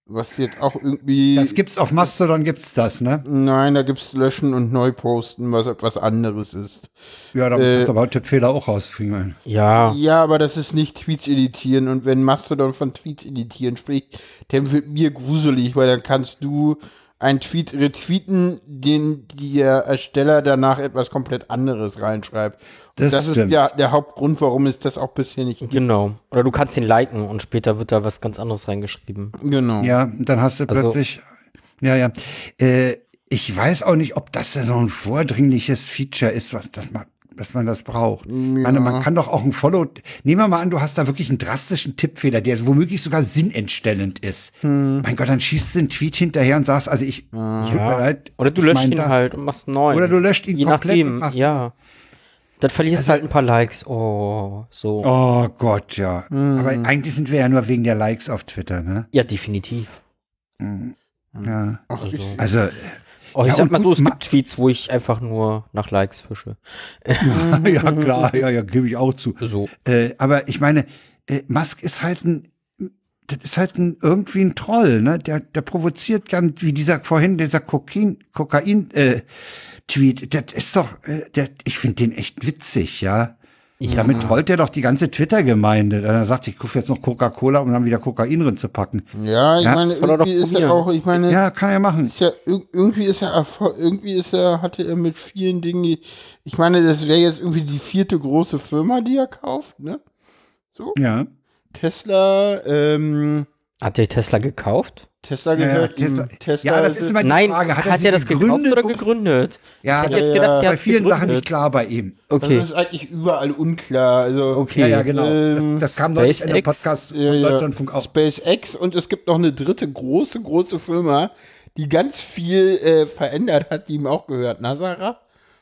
Speaker 2: was jetzt auch irgendwie.
Speaker 3: das gibt's auf Mastodon gibt's das, ne?
Speaker 2: Nein, da gibt's Löschen und Neuposten, was etwas anderes ist.
Speaker 3: Ja, da
Speaker 2: Äh,
Speaker 3: kannst du aber Tippfehler auch rausfingeln.
Speaker 1: Ja.
Speaker 2: Ja, aber das ist nicht Tweets editieren. Und wenn Mastodon von Tweets editieren spricht, dann wird mir gruselig, weil dann kannst du einen Tweet retweeten, den der Ersteller danach etwas komplett anderes reinschreibt. Und
Speaker 3: Das
Speaker 2: das ist
Speaker 3: stimmt.
Speaker 2: ja der Hauptgrund, warum es das auch bisher nicht gibt.
Speaker 1: Genau. Oder du kannst ihn liken und später wird da was ganz anderes reingeschrieben.
Speaker 2: Genau.
Speaker 3: Ja, dann hast du
Speaker 1: Also-
Speaker 3: plötzlich, ja, ja. Äh, ich weiß auch nicht, ob das so ein vordringliches Feature ist, was das man, dass man das braucht. Ich meine, man kann doch auch ein Follow. Nehmen wir mal an, du hast da wirklich einen drastischen Tippfehler, der womöglich sogar sinnentstellend ist.
Speaker 1: Hm.
Speaker 3: Mein Gott, dann schießt du einen Tweet hinterher und sagst, also ich, ich tut mir leid,
Speaker 1: Oder du
Speaker 3: ich
Speaker 1: löscht
Speaker 3: mein
Speaker 1: ihn
Speaker 3: das.
Speaker 1: halt und machst einen neuen.
Speaker 3: Oder du löscht ihn
Speaker 1: Je
Speaker 3: komplett
Speaker 1: nachdem,
Speaker 3: und machst- Also
Speaker 1: ja. Dann verlierst du halt ein paar Likes. Oh, so.
Speaker 3: Oh Gott, ja.
Speaker 1: Hm.
Speaker 3: Aber eigentlich sind wir ja nur wegen der Likes auf Twitter, ne?
Speaker 1: Ja, definitiv. Hm.
Speaker 3: Ja.
Speaker 2: Also,
Speaker 3: Also,
Speaker 1: Oh, ich
Speaker 3: Ja,
Speaker 1: sag
Speaker 3: und
Speaker 1: mal so,
Speaker 3: gut,
Speaker 1: es
Speaker 3: ma-
Speaker 1: gibt Tweets, wo ich einfach nur nach Likes fische.
Speaker 3: ja klar, ja, ja, gebe ich auch zu.
Speaker 1: So.
Speaker 3: Äh, aber ich meine, äh, Musk ist halt ein, das ist halt ein, irgendwie ein Troll, ne? Der, der provoziert ganz, wie dieser vorhin, dieser Kokain, Kokain, äh, Tweet, das ist doch, äh, der, ich finde den echt witzig, ja. Damit trollt er doch die ganze Twitter-Gemeinde. Dann sagt, ich kaufe jetzt noch Coca-Cola, um dann wieder Kokain drin zu packen.
Speaker 1: Hm.
Speaker 2: ja, ich
Speaker 3: Ja,
Speaker 2: meine,
Speaker 1: soll er doch
Speaker 2: irgendwie ist ja
Speaker 1: probieren.
Speaker 2: auch, ich meine,
Speaker 3: Ja, kann er machen.
Speaker 2: ist ja ir- irgendwie ist er Erfolg, irgendwie ist er hatte er mit vielen Dingen, die, ich meine, das wäre jetzt irgendwie die vierte große Firma, die er kauft, ne?
Speaker 3: Ja.
Speaker 2: Tesla, ähm,
Speaker 1: Hat der Tesla gekauft?
Speaker 2: Tesla
Speaker 3: Ja, ja,
Speaker 2: gehört ihm.
Speaker 3: Tesla.
Speaker 2: Tesla,
Speaker 3: ja, das ist immer die
Speaker 1: Nein,
Speaker 3: Frage.
Speaker 1: hat,
Speaker 3: er, sie
Speaker 1: er das gekauft
Speaker 3: gegründet
Speaker 1: oder gegründet?
Speaker 3: Ja,
Speaker 1: ich
Speaker 3: das
Speaker 1: hätte jetzt
Speaker 3: ist
Speaker 1: gedacht, er
Speaker 3: bei
Speaker 1: hat's
Speaker 3: vielen
Speaker 1: gegründet.
Speaker 3: Sachen nicht klar bei ihm.
Speaker 1: Okay.
Speaker 2: Also Das ist eigentlich überall unklar. Also
Speaker 1: Okay.
Speaker 3: Ja, ja, genau.
Speaker 2: Ähm,
Speaker 3: das, das kam neulich in einem
Speaker 1: SpaceX.
Speaker 3: Podcast
Speaker 2: Ja,
Speaker 3: von
Speaker 2: ja.
Speaker 3: Deutschlandfunk auch.
Speaker 2: SpaceX und es gibt noch eine dritte große, große Firma, die ganz viel äh, verändert hat, die ihm auch gehört. Na, Sarah?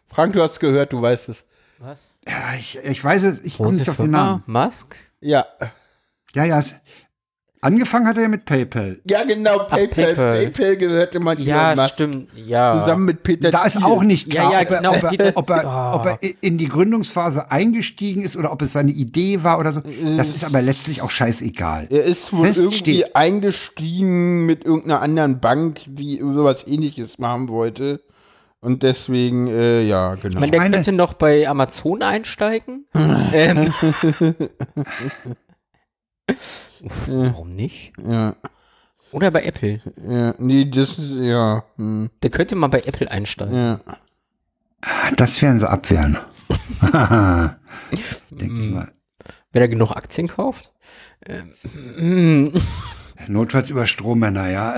Speaker 2: Frank, du hast gehört, du weißt es.
Speaker 1: Was?
Speaker 3: Ja, ich, ich weiß es, ich komme
Speaker 1: Große
Speaker 3: nicht auf den
Speaker 1: Firma?
Speaker 3: Namen.
Speaker 1: Musk?
Speaker 2: Ja.
Speaker 3: Ja, ja. Es, angefangen hat er mit PayPal.
Speaker 2: Ja, genau, PayPal.
Speaker 1: PayPal.
Speaker 2: PayPal. gehört immer
Speaker 1: Ja,
Speaker 2: Elon Musk.
Speaker 1: stimmt. Ja.
Speaker 2: Zusammen mit Peter
Speaker 3: Da ist
Speaker 2: Thiel.
Speaker 3: auch nicht
Speaker 1: Ja,
Speaker 3: klar,
Speaker 1: ja,
Speaker 3: ob, er,
Speaker 1: genau,
Speaker 3: ob,
Speaker 1: Peter-
Speaker 3: er, ob, er,
Speaker 1: Ah.
Speaker 3: ob er in die Gründungsphase eingestiegen ist oder ob es seine Idee war oder so. Das ist aber letztlich auch scheißegal.
Speaker 2: Er ist wohl
Speaker 3: Fest
Speaker 2: irgendwie
Speaker 3: steht-
Speaker 2: eingestiegen mit irgendeiner anderen Bank, die sowas ähnliches machen wollte. Und deswegen, äh, ja, genau.
Speaker 1: Ich meine, der
Speaker 3: meine-
Speaker 1: könnte noch bei Amazon einsteigen. ähm. Uff, warum nicht?
Speaker 2: ja,
Speaker 1: Oder bei Apple.
Speaker 2: ja, nee, das ist, ja, hm,
Speaker 1: Der könnte mal bei Apple einsteigen.
Speaker 2: ja.
Speaker 3: Das werden sie abwehren. Denke ich mal.
Speaker 1: Wenn er genug Aktien kauft. Ähm.
Speaker 3: Notfalls über Strommänner, ja.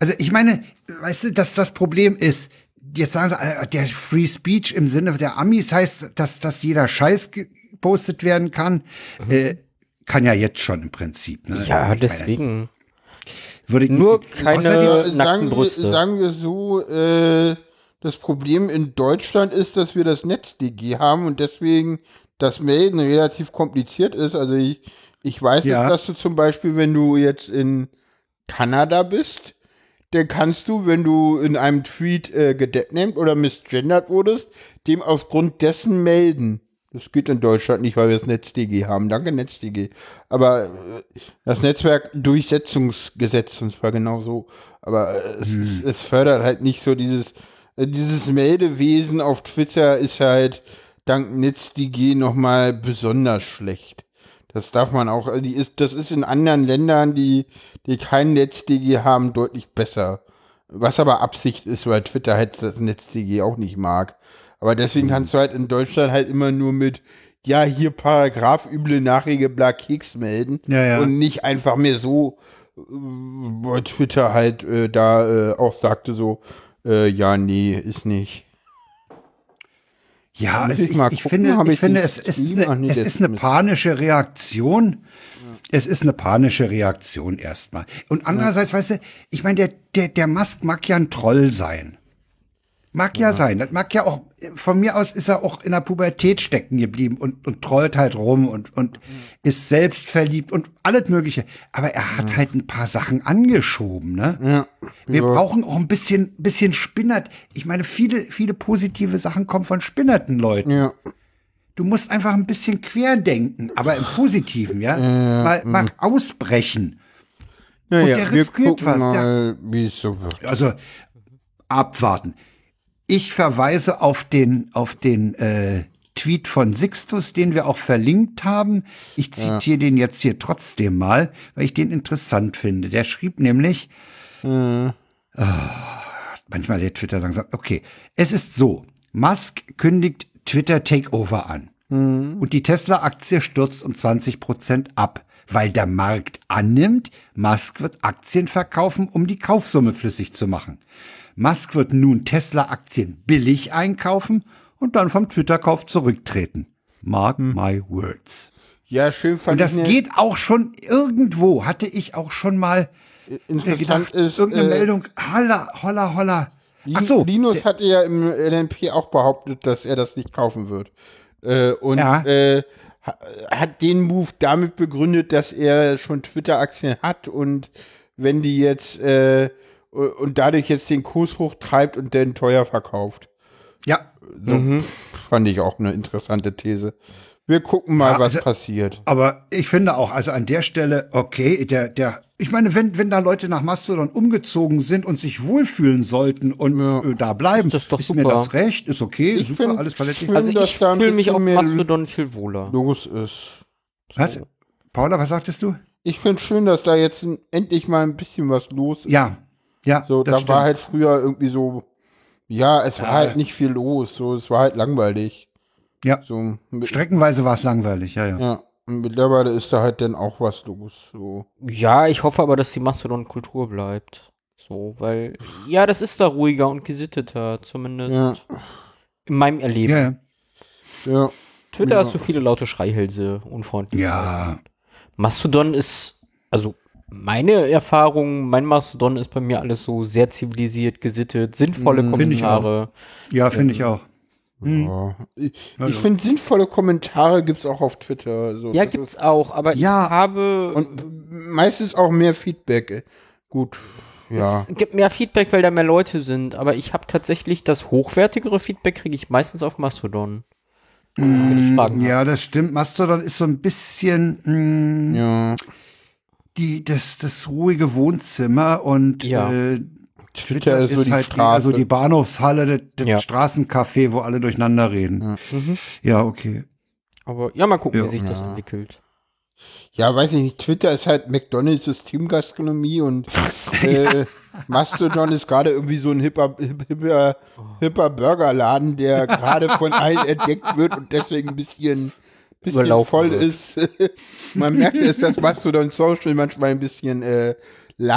Speaker 3: Also ich meine, weißt du, dass das Problem ist, jetzt sagen sie, äh, der Free Speech im Sinne der Amis heißt, dass, dass jeder Scheiß gepostet werden kann. Äh, kann ja jetzt schon im Prinzip. Ne?
Speaker 1: Mhm. Ja,
Speaker 3: Ich meine,
Speaker 1: deswegen.
Speaker 3: würde ich
Speaker 1: Nur
Speaker 3: nicht-
Speaker 1: keine-
Speaker 3: Außerdem,
Speaker 1: Äh, nackten
Speaker 2: sagen, wir,
Speaker 1: Brüste.
Speaker 2: sagen wir so, äh, das Problem in Deutschland ist, dass wir das NetzDG haben und deswegen das Melden relativ kompliziert ist. Also ich, ich weiß
Speaker 3: Ja.
Speaker 2: jetzt, dass du zum Beispiel, wenn du jetzt in Kanada bist, dann kannst du, wenn du in einem Tweet äh, gedetnamed oder misgendert wurdest, dem aufgrund dessen melden. Das geht in Deutschland nicht, weil wir das NetzDG haben. Danke, NetzDG. Aber äh, das Netzwerkdurchsetzungsgesetz, und zwar genau so. Aber äh,
Speaker 3: Hm.
Speaker 2: es, ist- es fördert halt nicht so dieses, äh, dieses Meldewesen auf Twitter ist halt dank NetzDG nochmal besonders schlecht. Das darf man auch, also die ist, das ist in anderen Ländern, die, die kein NetzDG haben, deutlich besser. Was aber Absicht ist, weil Twitter halt das NetzDG auch nicht mag. Aber
Speaker 3: Hm.
Speaker 2: deswegen kannst du halt in Deutschland halt immer nur mit, ja, hier Paragraph üble Nachricht, bla Keks melden
Speaker 3: Ja, ja.
Speaker 2: und nicht einfach mehr so, äh, weil Twitter halt äh, da äh, auch sagte so, äh, ja, nee, ist nicht.
Speaker 3: Ja,
Speaker 2: Muss
Speaker 3: also
Speaker 2: ich
Speaker 3: ich,
Speaker 2: mal
Speaker 3: ich
Speaker 2: gucken,
Speaker 3: finde,
Speaker 2: hab
Speaker 3: ich
Speaker 2: ich
Speaker 3: finde
Speaker 2: den
Speaker 3: es, es,
Speaker 2: Stream?
Speaker 3: ist eine,
Speaker 2: Ach nee,
Speaker 3: es
Speaker 2: der
Speaker 3: ist
Speaker 2: ist
Speaker 3: eine
Speaker 2: mit.
Speaker 3: panische Reaktion. Es ist eine panische Reaktion erstmal. Und andererseits, weißt du, ich meine, der, der, der Musk mag ja ein Troll sein. Mag ja, sein. Das mag ja auch, von mir aus ist er auch in der Pubertät stecken geblieben und, und trollt halt rum und, und ist selbstverliebt und alles Mögliche. Aber er hat halt ein paar Sachen angeschoben, ne?
Speaker 2: Ja.
Speaker 3: Wir
Speaker 2: Ja.
Speaker 3: brauchen auch ein bisschen, bisschen Spinnert. Ich meine, viele, viele positive Sachen kommen von spinnerten Leuten.
Speaker 2: Ja.
Speaker 3: Du musst einfach ein bisschen querdenken, aber im Positiven, ja? Mal, mal ausbrechen.
Speaker 2: Naja,
Speaker 3: der
Speaker 2: wir
Speaker 3: riskiert
Speaker 2: gucken
Speaker 3: was, der-
Speaker 2: mal, wie es so wird.
Speaker 3: Also abwarten. Ich verweise auf den, auf den äh, Tweet von Sixtus, den wir auch verlinkt haben. Ich zitiere den jetzt hier trotzdem mal, weil ich den interessant finde. Der schrieb nämlich, Ah, manchmal der Twitter langsam, okay, es ist so, Musk kündigt Twitter Takeover an
Speaker 2: Mhm.
Speaker 3: und die Tesla-Aktie stürzt um 20 Prozent ab. Weil der Markt annimmt, Musk wird Aktien verkaufen, um die Kaufsumme flüssig zu machen. Musk wird nun Tesla-Aktien billig einkaufen und dann vom Twitter-Kauf zurücktreten. Mark
Speaker 2: Hm.
Speaker 3: my words.
Speaker 2: Ja, schön fand
Speaker 3: Und das
Speaker 2: ich eine-
Speaker 3: geht auch schon irgendwo, hatte ich auch schon mal mir
Speaker 2: interessant
Speaker 3: gedacht,
Speaker 2: ist.
Speaker 3: irgendeine
Speaker 2: äh,
Speaker 3: Meldung, holla, holla, holla.
Speaker 2: Lin-
Speaker 3: Ach so,
Speaker 2: Linus hatte ja im LNP auch behauptet, dass er das nicht kaufen wird. Äh, und
Speaker 3: Ja.
Speaker 2: äh, ha- hat den Move damit begründet, dass er schon Twitter-Aktien hat und wenn die jetzt äh, u- und dadurch jetzt den Kurs hochtreibt und den teuer verkauft.
Speaker 3: ja,
Speaker 2: So. Mhm. Fand ich auch eine interessante These. Wir gucken mal,
Speaker 3: Ja,
Speaker 2: was
Speaker 3: also-
Speaker 2: passiert.
Speaker 3: Aber ich finde auch, also an der Stelle, okay, der, der, ich meine, wenn, wenn da Leute nach Mastodon umgezogen sind und sich wohlfühlen sollten und
Speaker 2: Ja.
Speaker 3: äh, da bleiben,
Speaker 1: Ist das doch
Speaker 3: mir
Speaker 1: super.
Speaker 3: das recht, ist okay,
Speaker 2: Ich
Speaker 3: super,
Speaker 2: find
Speaker 3: alles paletti.
Speaker 2: schön-
Speaker 1: Also
Speaker 2: dass
Speaker 1: ich
Speaker 2: da ein
Speaker 1: fühle mich
Speaker 2: bisschen
Speaker 1: auf
Speaker 2: mehr
Speaker 1: Mastodon viel wohler.
Speaker 2: Los ist.
Speaker 3: Was? Paula, was sagtest du?
Speaker 2: Ich finde schön, dass da jetzt n- endlich mal ein bisschen was los ist.
Speaker 3: Ja, ja,
Speaker 2: So, da
Speaker 3: das stimmt.
Speaker 2: war halt früher irgendwie so, ja, es war
Speaker 3: Ja.
Speaker 2: halt nicht viel los, so, es war halt langweilig.
Speaker 3: ja.
Speaker 2: So, mit,
Speaker 3: Streckenweise war es langweilig, ja, ja.
Speaker 2: ja, und mittlerweile ist da halt dann auch was los, so.
Speaker 1: Ja, ich hoffe aber, dass die Mastodon-Kultur bleibt. So, weil, ja, das ist da ruhiger und gesitteter, zumindest
Speaker 2: Ja,
Speaker 1: in meinem Erleben.
Speaker 3: Ja, ja.
Speaker 2: ja,
Speaker 1: Twitter
Speaker 2: Ja.
Speaker 1: hast du viele laute Schreihälse, unfreundlich.
Speaker 3: ja.
Speaker 1: Mastodon ist, also meine Erfahrung, mein Mastodon ist bei mir alles so sehr zivilisiert, gesittet, sinnvolle
Speaker 3: find Mhm. ich auch.
Speaker 1: Kommentare.
Speaker 3: ja finde ich
Speaker 2: ja.
Speaker 3: auch.
Speaker 2: Ich,
Speaker 3: Hm. Also.
Speaker 2: ich finde, sinnvolle Kommentare gibt's auch auf Twitter, so.
Speaker 1: Ja,
Speaker 2: Das
Speaker 1: gibt's auch, aber
Speaker 3: Ja,
Speaker 1: ich habe.
Speaker 2: ist- Und meistens auch mehr Feedback, äh. gut, ja.
Speaker 1: Es gibt mehr Feedback, weil da mehr Leute sind, aber ich habe tatsächlich das hochwertigere Feedback, kriege ich meistens auf Mastodon. Wenn ich fragen darf.
Speaker 3: Mhm. Ja, das stimmt. Mastodon ist so ein bisschen mh,
Speaker 2: ja.
Speaker 3: die, das, das ruhige Wohnzimmer und
Speaker 1: Ja.
Speaker 3: äh,
Speaker 2: Twitter ist so die
Speaker 3: halt
Speaker 2: Straße.
Speaker 3: also die Bahnhofshalle, das, das
Speaker 1: Ja.
Speaker 3: Straßencafé, wo alle durcheinander reden. Ja, okay.
Speaker 1: Aber ja, mal gucken,
Speaker 3: Ja.
Speaker 1: wie sich das entwickelt.
Speaker 2: Ja, weiß ich nicht. Twitter ist halt McDonalds Systemgastronomie und äh, Mastodon ist gerade irgendwie so ein hipper, hip- hipper, hipper Burgerladen, der gerade von allen entdeckt wird und deswegen ein bisschen, bisschen
Speaker 1: Überlaufen
Speaker 2: voll
Speaker 1: wird.
Speaker 2: ist. Man merkt es, dass Mastodon Social manchmal ein bisschen äh,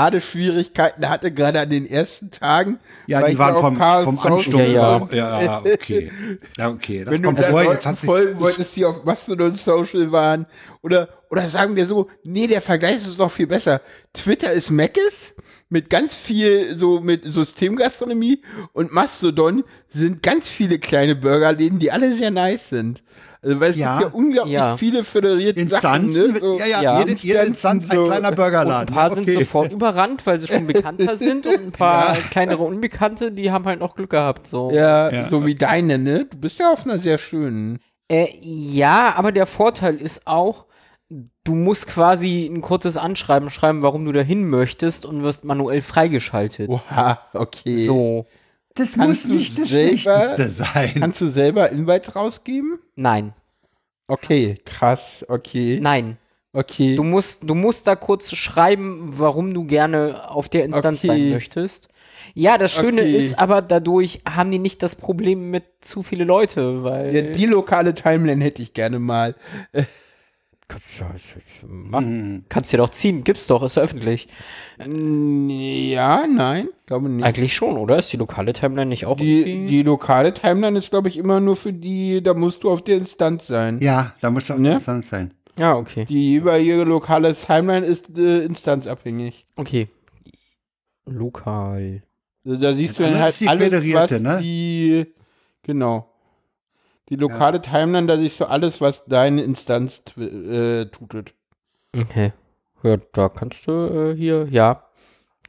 Speaker 2: Ladeschwierigkeiten hatte, gerade an den ersten Tagen.
Speaker 3: Ja,
Speaker 2: weil
Speaker 3: die
Speaker 2: ich
Speaker 3: waren
Speaker 2: auf
Speaker 3: vom,
Speaker 2: Chaos
Speaker 3: vom
Speaker 2: Social
Speaker 3: Ansturm.
Speaker 1: Ja,
Speaker 3: ja. ja, okay. Ja, okay. Das
Speaker 2: wenn du
Speaker 3: kommt
Speaker 2: da
Speaker 3: vor.
Speaker 2: Leuten
Speaker 3: Jetzt hat sich,
Speaker 2: folgen wolltest, die auf Mastodon Social waren, oder, oder sagen wir so, nee, der Vergleich ist noch viel besser. Twitter ist Meckes mit ganz viel so mit Systemgastronomie und Mastodon sind ganz viele kleine Burgerläden, die alle sehr nice sind. Also, weil es
Speaker 3: Ja.
Speaker 2: gibt ja unglaublich
Speaker 1: Ja.
Speaker 2: viele föderierte Sachen.
Speaker 3: Instanzen,
Speaker 2: Ne? So,
Speaker 3: ja, ja,
Speaker 1: Ja.
Speaker 3: Jede, jede Instanz ein
Speaker 2: so-
Speaker 3: kleiner
Speaker 1: Und
Speaker 3: Burgerladen.
Speaker 1: ein paar sind
Speaker 3: Ah, Okay.
Speaker 1: sofort überrannt, weil sie schon bekannter sind und ein paar kleinere Unbekannte, die haben halt noch Glück gehabt. So.
Speaker 2: Ja,
Speaker 3: Ja.
Speaker 2: so wie deine, ne? Du bist ja auf einer sehr schönen.
Speaker 1: Äh, ja, aber der Vorteil ist auch, du musst quasi ein kurzes Anschreiben schreiben, warum du dahin möchtest und wirst manuell freigeschaltet.
Speaker 2: Oha, okay.
Speaker 1: So.
Speaker 3: Das
Speaker 2: Kannst
Speaker 3: muss
Speaker 2: du
Speaker 3: nicht das
Speaker 2: selber-
Speaker 3: Schlechteste sein.
Speaker 2: Kannst du selber Invites rausgeben?
Speaker 1: Nein,
Speaker 2: Okay, krass, okay.
Speaker 1: nein.
Speaker 2: Okay.
Speaker 1: Du musst, du musst da kurz schreiben, warum du gerne auf der Instanz
Speaker 2: Okay.
Speaker 1: sein möchtest. Ja, das Schöne
Speaker 2: Okay.
Speaker 1: ist aber, dadurch haben die nicht das Problem mit zu viele Leute, weil.
Speaker 2: ja, die lokale Timeline hätte ich gerne mal.
Speaker 1: kannst, ja, mach,
Speaker 2: Mhm.
Speaker 1: kannst dir doch ziehen, gibt's doch, ist ja öffentlich.
Speaker 2: Mm, Ja, nein, glaube nicht.
Speaker 1: Eigentlich schon, oder? Ist die lokale Timeline nicht auch
Speaker 2: Die,
Speaker 1: irgendwie-
Speaker 2: die lokale Timeline ist, glaube ich, immer nur für die, da musst du auf der Instanz sein.
Speaker 3: Ja, da muss doch
Speaker 2: Ne?
Speaker 3: interessant sein.
Speaker 1: Ja, okay.
Speaker 2: Die jeweilige lokale Timeline ist äh, instanzabhängig.
Speaker 1: Okay. Lokal.
Speaker 2: Also da siehst
Speaker 3: Ja,
Speaker 2: du dann
Speaker 3: dann
Speaker 2: halt
Speaker 3: ist die
Speaker 2: alles, was
Speaker 3: föderierte, ne?
Speaker 2: die, genau. Die lokale Timeline, da siehst du alles, was deine Instanz tw- äh, tutet.
Speaker 1: Okay. Ja, da kannst du äh, hier, ja.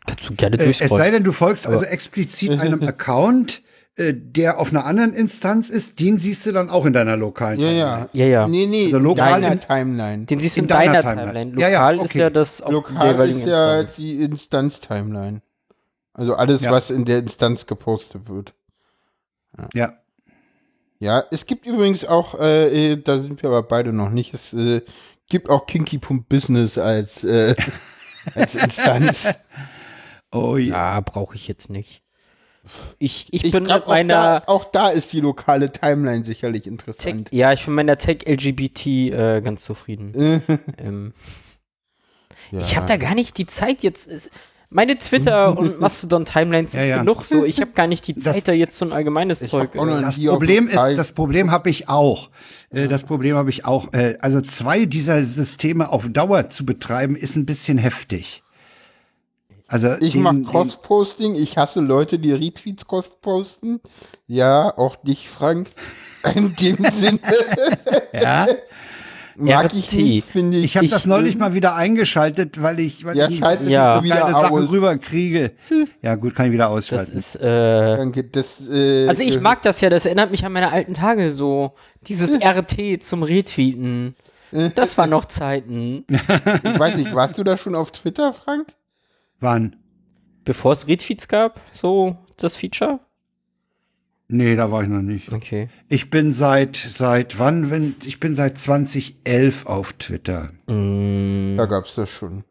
Speaker 1: Kannst du gerne
Speaker 3: Äh, es sei
Speaker 1: durchscrollen.
Speaker 3: denn, du folgst also explizit einem Account, äh, der auf einer anderen Instanz ist, den siehst du dann auch in deiner lokalen.
Speaker 2: Ja,
Speaker 3: Timeline.
Speaker 2: ja.
Speaker 1: Ja, ja.
Speaker 2: Nee, nee,
Speaker 3: Also lokal
Speaker 2: deiner
Speaker 3: in-
Speaker 2: Timeline.
Speaker 1: Den siehst du in,
Speaker 3: in
Speaker 1: deiner,
Speaker 3: deiner
Speaker 1: Timeline.
Speaker 3: Timeline. Ja,
Speaker 1: Lokal
Speaker 3: ja,
Speaker 1: ist
Speaker 3: okay.
Speaker 1: ja das auf der
Speaker 2: Lokal
Speaker 1: jeweiligen
Speaker 2: ist ja
Speaker 1: Instanz.
Speaker 2: die Instanz-Timeline. Also alles,
Speaker 3: Ja.
Speaker 2: was in der Instanz gepostet wird.
Speaker 3: Ja.
Speaker 2: Ja, es gibt übrigens auch, äh, äh, da sind wir aber beide noch nicht, es äh, gibt auch Kinky.Business als, äh, als Instanz.
Speaker 3: Oh ja.
Speaker 1: Ja, brauche ich jetzt nicht. Ich, ich,
Speaker 2: Ich
Speaker 1: bin
Speaker 2: glaub,
Speaker 1: mit
Speaker 2: auch, da,
Speaker 1: meiner
Speaker 2: auch da ist die lokale Timeline sicherlich
Speaker 1: Tech,
Speaker 2: interessant.
Speaker 1: ja, ich bin mit meiner Tech LGBT äh, ganz zufrieden. ähm, Ich habe da gar nicht die Zeit jetzt. Es- Meine Twitter und Mastodon Timelines sind
Speaker 3: Ja, ja.
Speaker 1: genug so. Ich habe gar nicht die
Speaker 3: Das-
Speaker 1: Zeit da jetzt so ein allgemeines Zeug.
Speaker 2: auch noch
Speaker 1: äh,
Speaker 2: ein-
Speaker 3: Das
Speaker 2: die auf
Speaker 3: Problem
Speaker 2: dem
Speaker 3: ist,
Speaker 2: Teil-
Speaker 3: das Problem habe ich auch. Äh, Das Problem habe ich auch. Äh, Also zwei dieser Systeme auf Dauer zu betreiben, ist ein bisschen heftig. Also
Speaker 2: ich
Speaker 3: den-
Speaker 2: mache
Speaker 3: den-
Speaker 2: Cross-Posting, ich hasse Leute, die Retweets cross-posten. Ja, auch dich, Frank. In dem Sinne
Speaker 3: Ja,
Speaker 2: mag ich
Speaker 1: RT.
Speaker 2: nicht, finde ich.
Speaker 3: ich habe
Speaker 1: Ich-
Speaker 3: das neulich mal wieder eingeschaltet, weil ich, weil
Speaker 2: ja,
Speaker 3: ich
Speaker 2: scheiße,
Speaker 1: Ja.
Speaker 2: ja. wieder
Speaker 3: geile Sachen
Speaker 2: aus. Hm.
Speaker 3: rüberkriege. Ja, gut, kann ich wieder
Speaker 1: Das
Speaker 3: ausschalten.
Speaker 1: ist äh,
Speaker 2: Danke, das, äh,
Speaker 1: Also ich
Speaker 2: äh,
Speaker 1: mag das ja, das erinnert mich an meine alten Tage so. Dieses RT zum Retweeten.
Speaker 2: Äh.
Speaker 1: Das waren noch Zeiten.
Speaker 2: Ich weiß nicht, warst du da schon auf Twitter, Frank?
Speaker 3: Wann?
Speaker 1: Bevor es Retweets gab, so das Feature.
Speaker 3: Nee, da war ich noch nicht.
Speaker 1: Okay.
Speaker 3: Ich bin seit seit wann? Wenn ich bin seit 2011 auf Twitter.
Speaker 2: Da gab's das schon.
Speaker 1: Mm,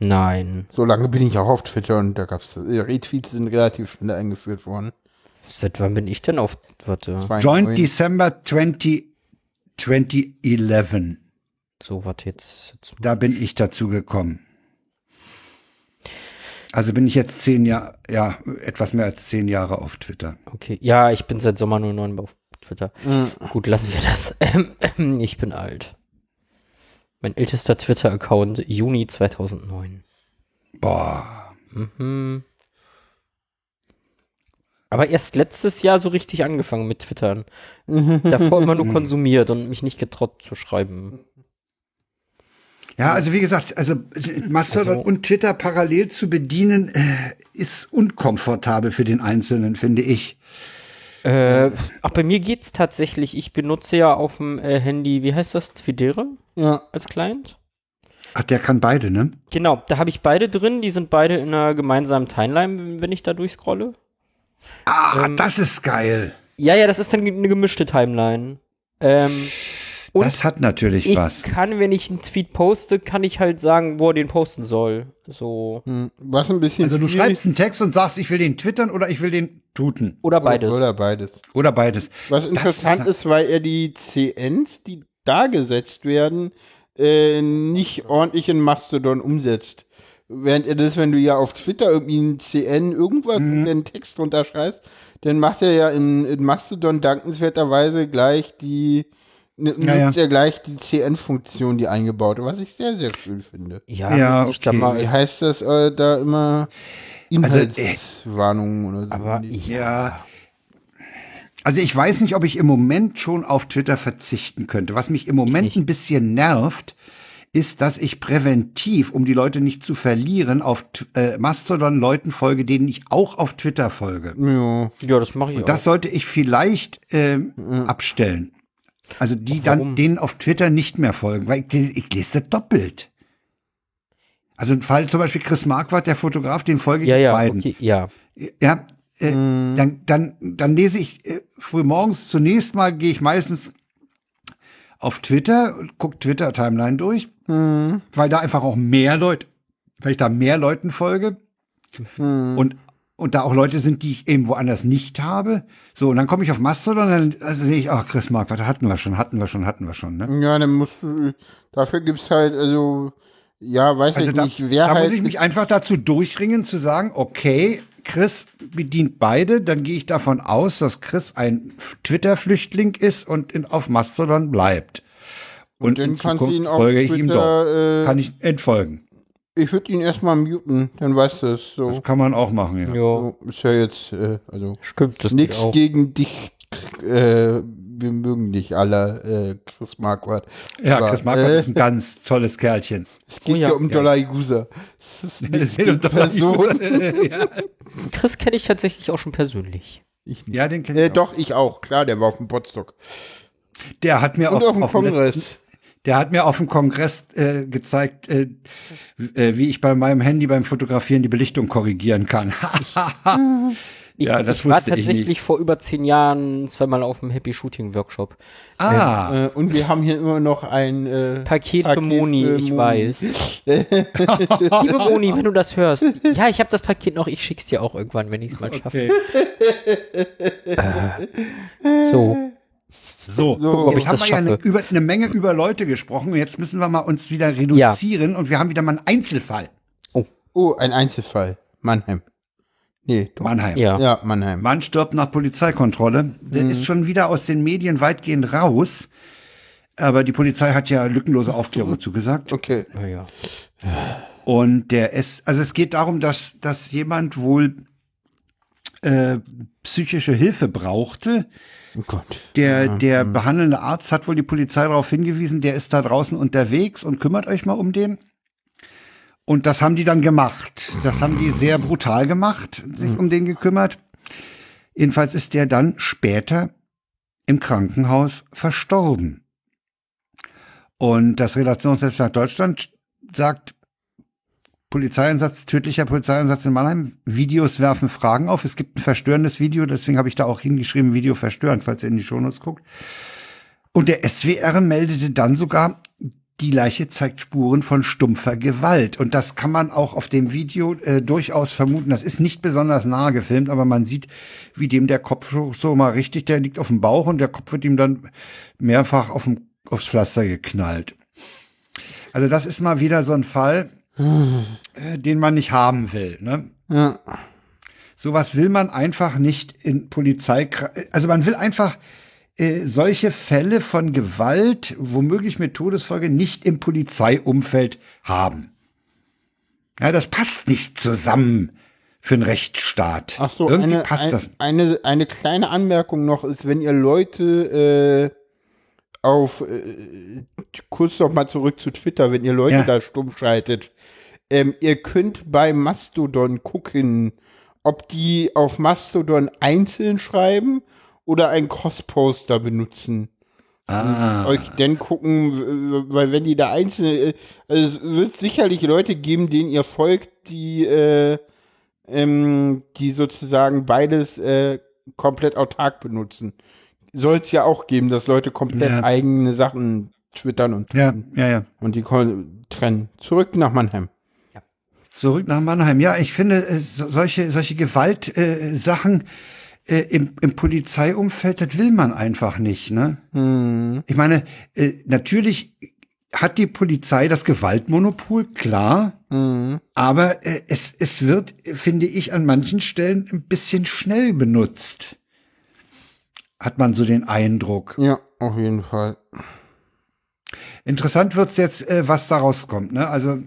Speaker 1: Nein.
Speaker 2: So lange bin ich auch auf Twitter und da gab's das. Äh, Retweets sind relativ schnell eingeführt worden.
Speaker 1: Seit wann bin ich denn auf. Warte.
Speaker 3: Joint
Speaker 2: 92.
Speaker 3: December 20, 2011.
Speaker 1: So, warte jetzt. jetzt
Speaker 3: Da bin ich dazu gekommen. Also bin ich jetzt zehn Jahre, ja, etwas mehr als zehn Jahre auf Twitter.
Speaker 1: okay. Ja, ich bin seit Sommer 09 auf Twitter.
Speaker 2: Äh.
Speaker 1: Gut, lassen wir das. Ähm, ähm, ich bin alt. Mein ältester Twitter-Account, Juni 2009.
Speaker 3: Boah.
Speaker 1: Mhm. Aber erst letztes Jahr so richtig angefangen mit Twittern. Davor immer nur konsumiert und mich nicht getraut zu schreiben.
Speaker 3: Ja, also wie gesagt, also Mastodon
Speaker 1: Also-
Speaker 3: und Twitter parallel zu bedienen, äh, ist unkomfortabel für den Einzelnen, finde ich.
Speaker 1: Äh, ach, bei mir geht's tatsächlich. Ich benutze ja auf dem äh, Handy, wie heißt das, Twidere
Speaker 2: Ja.
Speaker 1: als Client?
Speaker 3: Ach, der kann beide, ne?
Speaker 1: Genau, da habe ich beide drin. Die sind beide in einer gemeinsamen Timeline, wenn ich da durchscrolle.
Speaker 3: Ah,
Speaker 1: Ähm,
Speaker 3: das ist geil.
Speaker 1: Ja, ja, das ist dann ge- eine gemischte Timeline. Ähm, und
Speaker 3: Das hat natürlich
Speaker 1: ich
Speaker 3: was.
Speaker 1: kann, wenn ich einen Tweet poste, kann ich halt sagen, wo er den posten soll. So.
Speaker 2: Hm, Was ein bisschen.
Speaker 3: Also du
Speaker 2: schwierig-
Speaker 3: schreibst einen Text und sagst, ich will den twittern oder ich will den tuten.
Speaker 1: Oder beides.
Speaker 2: Oder beides.
Speaker 3: Oder beides.
Speaker 2: Was interessant ist, weil er die CNs, die da gesetzt werden, äh, nicht ordentlich in Mastodon umsetzt. Während er das, wenn du ja auf Twitter irgendwie ein CN irgendwas
Speaker 3: Mhm.
Speaker 2: und einen Text drunter schreibst, dann macht er ja in, in Mastodon dankenswerterweise gleich die n- nutzt
Speaker 3: Ja, ja.
Speaker 2: er gleich die CN-Funktion, die eingebaute, was ich sehr, sehr schön finde.
Speaker 1: Ja,
Speaker 3: Ja,
Speaker 1: ich sag
Speaker 3: okay.
Speaker 2: Wie
Speaker 1: mal,
Speaker 2: heißt das äh, da immer?
Speaker 3: Also, äh,
Speaker 2: Inhaltswarnungen oder so.
Speaker 1: aber
Speaker 2: Nee.
Speaker 1: ich,
Speaker 3: Ja. Also ich weiß nicht, ob ich im Moment schon auf Twitter verzichten könnte. Was mich im Moment ein bisschen nervt, ist, dass ich präventiv, um die Leute nicht zu verlieren, auf Tw- äh, Mastodon Leuten folge, denen ich auch auf Twitter folge.
Speaker 2: Ja.
Speaker 1: Ja, das mache ich auch.
Speaker 3: Das sollte ich vielleicht ähm, abstellen. Also die dann denen auf Twitter nicht mehr folgen, weil ich, ich lese das doppelt. Also ein Fall zum Beispiel Chris Marquardt, der Fotograf, den folge ich
Speaker 1: ja, ja,
Speaker 3: beiden.
Speaker 1: okay, ja.
Speaker 3: Ja, äh, dann, dann, dann lese ich äh, früh morgens zunächst mal, gehe ich meistens auf Twitter und gucke Twitter-Timeline durch, weil da einfach auch mehr Leute, weil ich da mehr Leuten folge und, und da auch Leute sind, die ich eben woanders nicht habe. So, und dann komme ich auf Mastodon und dann also sehe ich, ach, Chris Mark, was hatten wir schon, hatten wir schon, hatten wir schon, ne?
Speaker 2: Ja, dann musst du, dafür gibt's halt, also, ja, weiß
Speaker 3: Also
Speaker 2: ich
Speaker 3: da,
Speaker 2: nicht, wer
Speaker 3: da
Speaker 2: halt.
Speaker 3: muss ich mich einfach dazu durchringen zu sagen, okay, Chris bedient beide, dann gehe ich davon aus, dass Chris ein F- Twitter-Flüchtling ist und in, auf Mastodon bleibt. Und,
Speaker 2: dann
Speaker 3: in
Speaker 2: kannst du
Speaker 3: Zukunft
Speaker 2: ihn auf
Speaker 3: folge ich ihm doch.
Speaker 2: Twitter, äh,
Speaker 3: Kann ich entfolgen.
Speaker 2: ich würde ihn erstmal muten, dann weißt du es. So.
Speaker 3: Das kann man auch machen, ja.
Speaker 1: Ja,
Speaker 2: so. Ist ja jetzt, äh, also,
Speaker 1: stimmt, das geht
Speaker 2: nichts
Speaker 1: auch.
Speaker 2: gegen dich. Äh, wir mögen dich alle, äh, Chris Marquardt.
Speaker 3: Ja,
Speaker 2: Aber,
Speaker 3: Chris Marquardt
Speaker 2: äh,
Speaker 3: ist ein ganz tolles Kerlchen.
Speaker 2: Es geht
Speaker 1: Oh ja.
Speaker 2: ja um Dollar User. Es ist nicht die Person.
Speaker 3: ja,
Speaker 1: Chris kenne ich tatsächlich auch schon persönlich.
Speaker 3: ja, den kenn ich
Speaker 2: Äh,
Speaker 3: auch.
Speaker 2: doch, ich auch. Klar, der war auf dem Potsdok.
Speaker 3: Der hat mir
Speaker 2: Und auf dem
Speaker 3: auf dem
Speaker 2: Kongress.
Speaker 3: letzten- Der hat mir auf dem Kongress äh, gezeigt, äh, w- äh, wie ich bei meinem Handy beim Fotografieren die Belichtung korrigieren kann. ja, das
Speaker 1: ich war
Speaker 3: wusste ich
Speaker 1: tatsächlich
Speaker 3: nicht.
Speaker 1: vor über zehn Jahren zweimal auf dem Happy Shooting Workshop.
Speaker 3: Ah,
Speaker 2: Äh, und wir haben hier immer noch ein äh,
Speaker 1: Paket, für Moni, ich weiß. Liebe Moni, wenn du das hörst. Ja, ich habe das Paket noch, ich schick's dir auch irgendwann, wenn ich es mal schaffe.
Speaker 3: okay.
Speaker 1: So.
Speaker 3: So,
Speaker 2: Guck mal, ob
Speaker 3: jetzt
Speaker 1: ich
Speaker 3: haben
Speaker 1: das
Speaker 3: wir ja eine,
Speaker 1: schaffe.
Speaker 3: über, eine Menge über Leute gesprochen. Jetzt müssen wir mal uns wieder reduzieren und wir haben wieder mal einen Einzelfall.
Speaker 2: Oh, ein Einzelfall. Mannheim. Nee, doch.
Speaker 3: Mannheim.
Speaker 1: Ja. Mhm.
Speaker 2: Ja, Mannheim.
Speaker 3: Mann stirbt nach Polizeikontrolle. Der ist schon wieder aus den Medien weitgehend raus. Aber die Polizei hat ja lückenlose Aufklärung
Speaker 1: Mhm.
Speaker 3: zugesagt.
Speaker 2: Okay.
Speaker 1: Ja, ja.
Speaker 3: Und der ist, also es geht darum, dass, dass jemand wohl äh, psychische Hilfe brauchte.
Speaker 2: Oh Gott.
Speaker 3: Der, der behandelnde Arzt hat wohl die Polizei darauf hingewiesen, der ist da draußen unterwegs und kümmert euch mal um den. Und das haben die dann gemacht. Das haben die sehr brutal gemacht, sich um den gekümmert. Jedenfalls ist der dann später im Krankenhaus verstorben. Und das Relationsnetz nach Deutschland sagt, Polizeieinsatz, tödlicher Polizeieinsatz in Mannheim. Videos werfen Fragen auf. Es gibt ein verstörendes Video, deswegen habe ich da auch hingeschrieben, Video verstörend, falls ihr in die Shownotes guckt. Und der SWR meldete dann sogar, die Leiche zeigt Spuren von stumpfer Gewalt. Und das kann man auch auf dem Video äh, durchaus vermuten. Das ist nicht besonders nah gefilmt, aber man sieht, wie dem der Kopf so, so mal richtig, der liegt auf dem Bauch und der Kopf wird ihm dann mehrfach auf dem, aufs Pflaster geknallt. Also das ist mal wieder so ein Fall, äh, den man nicht haben will. Ne?
Speaker 2: Hm. Ja.
Speaker 3: Sowas will man einfach nicht in Polizei. Also man will einfach äh, solche Fälle von Gewalt, womöglich mit Todesfolge, nicht im Polizeiumfeld haben. Ja, das passt nicht zusammen für einen Rechtsstaat.
Speaker 2: Ach so,
Speaker 3: Irgendwie
Speaker 2: eine,
Speaker 3: passt
Speaker 2: ein,
Speaker 3: das.
Speaker 2: Eine, eine kleine Anmerkung noch ist, wenn ihr Leute äh, auf, äh, kurz noch mal zurück zu Twitter, wenn ihr Leute
Speaker 3: Ja.
Speaker 2: da stumm schaltet, ähm, ihr könnt bei Mastodon gucken, ob die auf Mastodon einzeln schreiben oder ein Cross-Poster benutzen.
Speaker 3: Ah.
Speaker 2: euch denn gucken, w- w- weil wenn die da einzelne, äh, also es wird sicherlich Leute geben, denen ihr folgt, die, äh, ähm, die sozusagen beides äh, komplett autark benutzen. Soll es ja auch geben, dass Leute komplett
Speaker 3: Ja.
Speaker 2: eigene Sachen twittern und,
Speaker 3: Ja, ja, ja.
Speaker 2: und die kon- trennen. Zurück nach Mannheim.
Speaker 3: Zurück nach Mannheim. Ja, ich finde, äh, so- solche, solche Gewaltsachen äh, Sachen, äh, im, im Polizeiumfeld, das will man einfach nicht. Ne? Ich meine, äh, natürlich hat die Polizei das Gewaltmonopol, klar. Aber äh, es, es wird, äh, finde ich, an manchen Stellen ein bisschen schnell benutzt. Hat man so den Eindruck.
Speaker 2: Ja, auf jeden Fall.
Speaker 3: Interessant wird's jetzt, äh, was daraus kommt. Ne? Also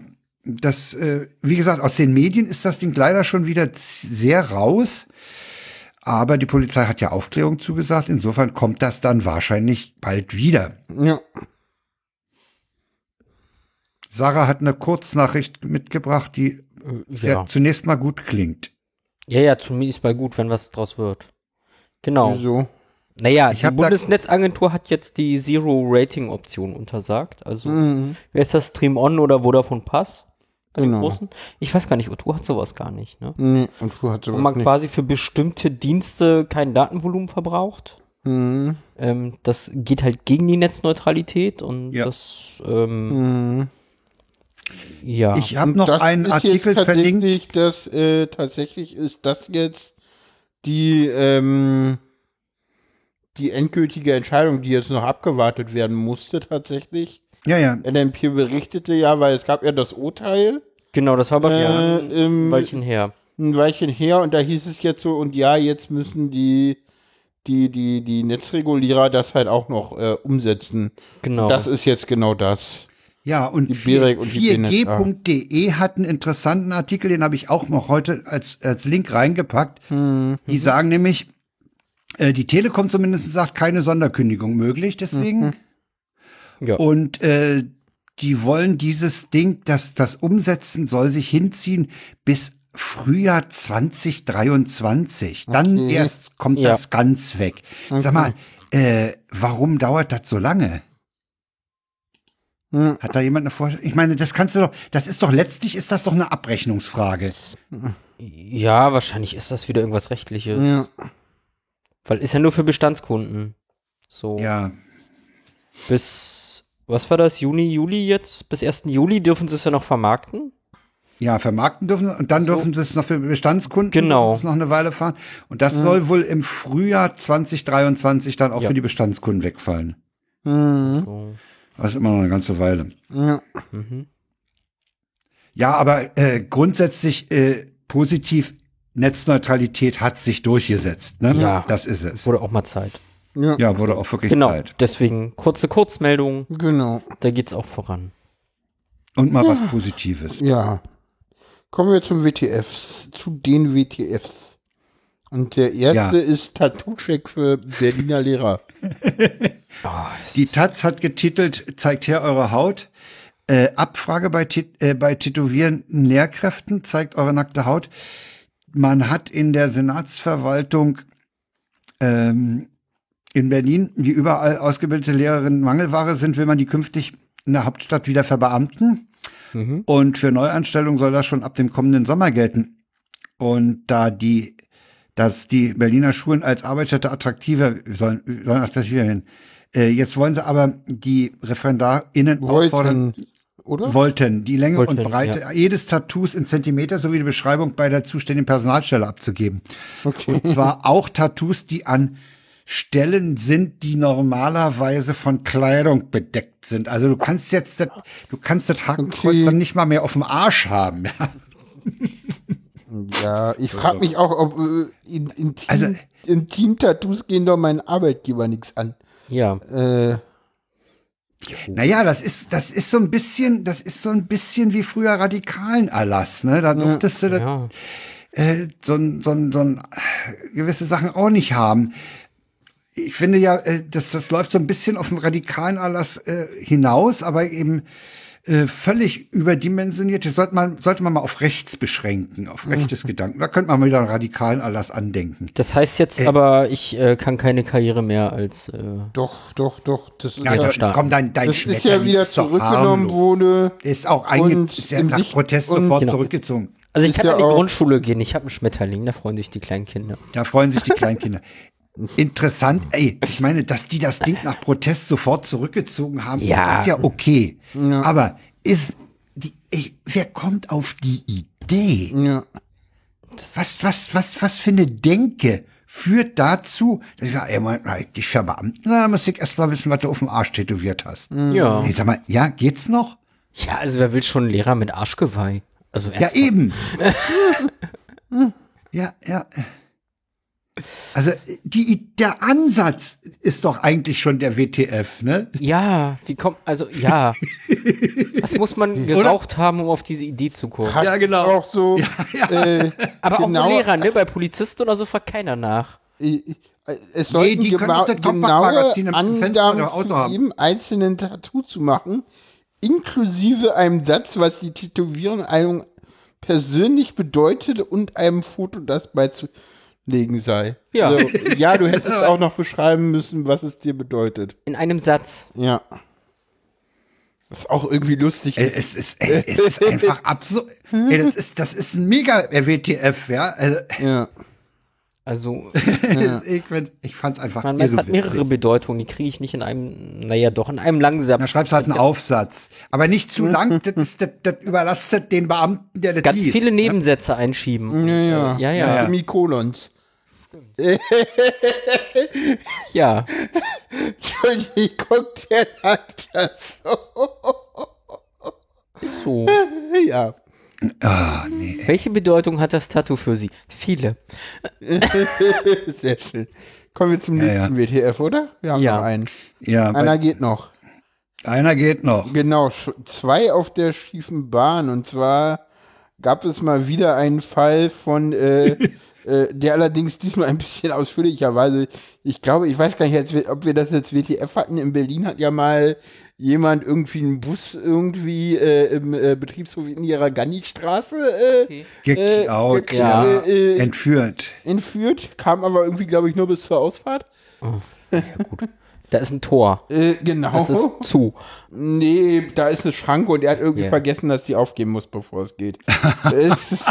Speaker 3: das, äh, wie gesagt, aus den Medien ist das Ding leider schon wieder z- sehr raus. Aber die Polizei hat ja Aufklärung zugesagt. Insofern kommt das dann wahrscheinlich bald wieder.
Speaker 2: Ja.
Speaker 3: Sarah hat eine Kurznachricht mitgebracht, die ja.
Speaker 1: Ja.
Speaker 3: zunächst mal gut klingt.
Speaker 1: ja, ja, zumindest mal gut, wenn was draus wird. Genau.
Speaker 2: Wieso?
Speaker 1: Naja,
Speaker 3: Ich
Speaker 1: die
Speaker 3: hab da-
Speaker 1: Bundesnetzagentur hat jetzt die Zero-Rating-Option untersagt. Also,
Speaker 2: Mhm.
Speaker 1: wer ist das? Stream On oder Vodafone Pass? Bei den
Speaker 2: Genau.
Speaker 1: großen? Ich weiß gar nicht, O2 hat sowas gar nicht, ne?
Speaker 2: Nee, und du hast
Speaker 1: Wo man
Speaker 2: sowas nicht.
Speaker 1: quasi für bestimmte Dienste kein Datenvolumen verbraucht.
Speaker 2: Mhm.
Speaker 1: Ähm, das geht halt gegen die Netzneutralität und
Speaker 3: Ja.
Speaker 1: das, ähm,
Speaker 2: Mhm.
Speaker 1: ja.
Speaker 3: Ich habe
Speaker 2: Und
Speaker 3: noch
Speaker 2: das
Speaker 3: einen
Speaker 2: ist jetzt
Speaker 3: Artikel verlinkt.
Speaker 2: tatsächlich Das, äh, tatsächlich ist das jetzt die, ähm, die endgültige Entscheidung, die jetzt noch abgewartet werden musste, tatsächlich.
Speaker 3: Ja, ja.
Speaker 2: NMP berichtete ja, weil es gab ja das Urteil
Speaker 1: genau, das war aber
Speaker 2: äh,
Speaker 1: schon
Speaker 2: im,
Speaker 1: ein Weilchen her.
Speaker 2: ein Weilchen her und da hieß es jetzt so, und ja, jetzt müssen die, die, die, die Netzregulierer das halt auch noch äh, umsetzen.
Speaker 1: Genau.
Speaker 2: Das ist jetzt genau das.
Speaker 3: Ja, und
Speaker 2: Die Birek und die
Speaker 3: 4G.de E hat einen interessanten Artikel, den habe ich auch noch heute als, als Link reingepackt. Die sagen nämlich, äh, die Telekom zumindest sagt, keine Sonderkündigung möglich, deswegen.
Speaker 1: ja.
Speaker 3: Und äh, die wollen dieses Ding, das das umsetzen soll, sich hinziehen bis Frühjahr 2023. Dann
Speaker 2: Okay.
Speaker 3: erst kommt
Speaker 1: Ja.
Speaker 3: das ganz weg. Sag mal, äh, warum dauert das so lange?
Speaker 2: Hm.
Speaker 3: Hat da jemand eine Vorstellung? Ich meine, das kannst du doch, das ist doch letztlich ist das doch eine Abrechnungsfrage.
Speaker 1: ja, wahrscheinlich ist das wieder irgendwas Rechtliches.
Speaker 2: Ja.
Speaker 1: Weil ist ja nur für Bestandskunden. So.
Speaker 3: Ja,
Speaker 1: Bis, was war das? Juni, Juli jetzt? Bis 1. Juli dürfen sie es ja noch vermarkten?
Speaker 3: ja, vermarkten dürfen und dann dürfen sie es noch für Bestandskunden
Speaker 1: Genau.
Speaker 3: dürfen sie es noch eine Weile fahren. Und das soll wohl im Frühjahr 2023 dann auch
Speaker 1: Ja.
Speaker 3: für die Bestandskunden wegfallen.
Speaker 2: Mhm.
Speaker 1: So.
Speaker 3: Das ist immer noch eine ganze Weile.
Speaker 2: Ja.
Speaker 1: Mhm.
Speaker 3: Ja, aber äh, grundsätzlich äh, positiv, Netzneutralität hat sich durchgesetzt. Ne?
Speaker 1: Ja.
Speaker 3: Das ist es.
Speaker 1: Wurde auch mal Zeit.
Speaker 2: Ja.
Speaker 3: Ja, wurde auch wirklich
Speaker 1: Genau.
Speaker 3: Zeit.
Speaker 1: Deswegen kurze Kurzmeldung,
Speaker 2: Genau.
Speaker 1: da geht's auch voran.
Speaker 3: Und mal was Positives.
Speaker 2: Ja. Kommen wir zum WTFs, zu den WTFs. Und der erste
Speaker 3: Ja.
Speaker 2: ist Tattoo-Check für Berliner Lehrer. Ah,
Speaker 3: Die Taz hat getitelt, zeigt her eure Haut. Äh, Abfrage bei, Tit äh, bei tätowierenden Lehrkräften, zeigt eure nackte Haut. Man hat in der Senatsverwaltung ähm, in Berlin, die überall ausgebildete Lehrerinnen Mangelware sind, will man die künftig in der Hauptstadt wieder verbeamten. Und für Neuanstellungen soll das schon ab dem kommenden Sommer gelten. Und da die, dass die Berliner Schulen als Arbeitsstätte attraktiver sollen, sollen attraktiver werden. Äh, jetzt wollen sie aber die ReferendarInnen auffordern,
Speaker 2: Wollten, oder?
Speaker 3: wollten, die Länge
Speaker 1: Wollten,
Speaker 3: und Breite jedes Tattoos in Zentimeter sowie die Beschreibung bei der zuständigen Personalstelle abzugeben.
Speaker 2: Okay.
Speaker 3: Und zwar auch Tattoos, die an Stellen sind, die normalerweise von Kleidung bedeckt sind. Also du kannst jetzt das, du kannst das Hakenkreuz
Speaker 2: Okay.
Speaker 3: dann nicht mal mehr auf dem Arsch haben. Ja.
Speaker 2: Ja, ich frage mich auch, ob äh, in, in Team,
Speaker 3: Also-
Speaker 2: in Team-Tattoos gehen doch meinen Arbeitgeber nichts an.
Speaker 1: Ja.
Speaker 2: Äh,
Speaker 3: Naja, das ist, das ist so ein bisschen, das ist so ein bisschen wie früher radikalen Erlass, ne? Da durftest du das
Speaker 1: Ja.
Speaker 3: äh, so, ein- so, ein- so ein, äh, gewisse Sachen auch nicht haben. Ich finde ja, äh, das, das läuft so ein bisschen auf den radikalen Erlass äh, hinaus, aber eben äh, völlig überdimensioniert. Das sollte man, sollte man mal auf rechts beschränken, auf
Speaker 2: Mhm.
Speaker 3: rechtes Gedanken. Da könnte man mal wieder einen radikalen Erlass andenken.
Speaker 1: Das heißt jetzt aber, ich äh, kann keine Karriere mehr als äh,
Speaker 2: doch, doch, doch. Das ist
Speaker 3: Ja,
Speaker 2: ja,
Speaker 3: da-
Speaker 1: stark.
Speaker 3: komm, dein, dein
Speaker 2: das ist ja
Speaker 3: Schmetterling
Speaker 2: wieder
Speaker 3: ist doch
Speaker 2: zurückgenommen
Speaker 3: harmlos.
Speaker 2: wurde.
Speaker 3: Ist auch einge
Speaker 2: und
Speaker 3: ist ja
Speaker 2: im
Speaker 3: nach
Speaker 2: Licht-
Speaker 3: Protest
Speaker 2: und-
Speaker 3: sofort
Speaker 1: Genau.
Speaker 3: zurückgezogen.
Speaker 1: Also ich
Speaker 2: Ist
Speaker 1: kann
Speaker 2: ja
Speaker 1: in die
Speaker 2: auch-
Speaker 1: Grundschule gehen, ich habe einen Schmetterling, da freuen sich die kleinen Kinder.
Speaker 3: Da freuen sich die Kleinkinder. Interessant, ey, ich meine, dass die das Ding nach Protest sofort zurückgezogen haben,
Speaker 1: Ja.
Speaker 3: ist ja okay. Aber ist die, ey, wer kommt auf die Idee?
Speaker 2: Ja.
Speaker 3: Was, was, was, was für eine Denke führt dazu, dass ich sage, ey, Moment mal, dich verbeamten, dann musst du erst mal wissen, was du auf dem Arsch tätowiert hast.
Speaker 2: Hm.
Speaker 1: Ja.
Speaker 3: Ey, sag mal, ja, geht's noch?
Speaker 1: Ja, also wer will schon einen Lehrer mit Arschgeweih? Also
Speaker 3: Ja,
Speaker 1: ernsthaft?
Speaker 3: eben. ja, ja. Also die, der Ansatz ist doch eigentlich schon der WTF, ne?
Speaker 1: Ja, wie kommt, also ja. Was muss man geraucht haben, um auf diese Idee zu kommen?
Speaker 2: Hat
Speaker 3: Ja, genau.
Speaker 2: Auch so, Äh,
Speaker 1: Aber auch
Speaker 2: genau-
Speaker 1: bei Lehrern, ne? Bei Polizisten oder so fragt keiner nach.
Speaker 2: äh, äh, es sollten
Speaker 3: die können
Speaker 2: gema-
Speaker 3: auch das
Speaker 2: genaue
Speaker 3: Kompaktmagazin im Fenster
Speaker 2: Angaben
Speaker 3: oder Auto
Speaker 2: zu
Speaker 3: haben.
Speaker 2: jedem einzelnen Tattoo zu machen, inklusive einem Satz, was die Tätowierung einem persönlich bedeutet und einem Foto, das beizulegen sei.
Speaker 1: Ja.
Speaker 2: Also, ja, du hättest auch noch beschreiben müssen, was es dir bedeutet.
Speaker 1: In einem Satz.
Speaker 2: Ja. Das ist auch irgendwie lustig.
Speaker 3: Ey, Äh, Es ist, ey, es ist einfach absurd. Ey, das ist, das ist ein mega äh, WTF, ja. Also,
Speaker 2: Ja.
Speaker 1: Also,
Speaker 3: ich, find- ich fand's einfach
Speaker 1: man meint, es hat
Speaker 3: irrewitzig.
Speaker 1: mehrere Bedeutungen. Die kriege ich nicht in einem, naja, doch, in einem langen Satz.
Speaker 3: Da schreibst du halt einen Aufsatz. Aber nicht zu lang, das, ist, das, das überlastet den Beamten, der das
Speaker 1: Ganz
Speaker 3: liest.
Speaker 1: viele Nebensätze einschieben.
Speaker 2: Ja, ja.
Speaker 1: Ja, ja.
Speaker 2: Semikolons.
Speaker 1: Ja.
Speaker 2: Entschuldigung, der sagt das.
Speaker 1: Ist so.
Speaker 2: Ja.
Speaker 1: Welche Bedeutung hat das Tattoo für sie? Viele.
Speaker 2: Sehr schön. Kommen wir zum
Speaker 3: Ja,
Speaker 2: nächsten WTF, oder? Wir haben
Speaker 1: Ja.
Speaker 2: noch einen.
Speaker 3: Ja,
Speaker 2: Einer
Speaker 3: einer,
Speaker 2: geht noch.
Speaker 3: einer geht noch.
Speaker 2: Genau, sch- zwei auf der schiefen Bahn. Und zwar gab es mal wieder einen Fall von, äh, äh, der allerdings diesmal ein bisschen ausführlicherweise, ich glaube, ich weiß gar nicht, jetzt, ob wir das jetzt WTF hatten. In Berlin hat ja mal jemand irgendwie einen Bus irgendwie äh, im äh, Betriebshof in ihrer Gannistraße äh,
Speaker 3: Geklaut,
Speaker 2: gekl-
Speaker 3: ja.
Speaker 2: äh, äh,
Speaker 3: Entführt.
Speaker 2: entführt, kam aber irgendwie, glaube ich, nur bis zur Ausfahrt.
Speaker 1: Da ist ein Tor.
Speaker 2: Äh, genau.
Speaker 1: Das ist zu.
Speaker 2: Nee, da ist eine Schranke und er hat irgendwie
Speaker 1: Ja.
Speaker 2: vergessen, dass die aufgeben muss, bevor es geht. Es-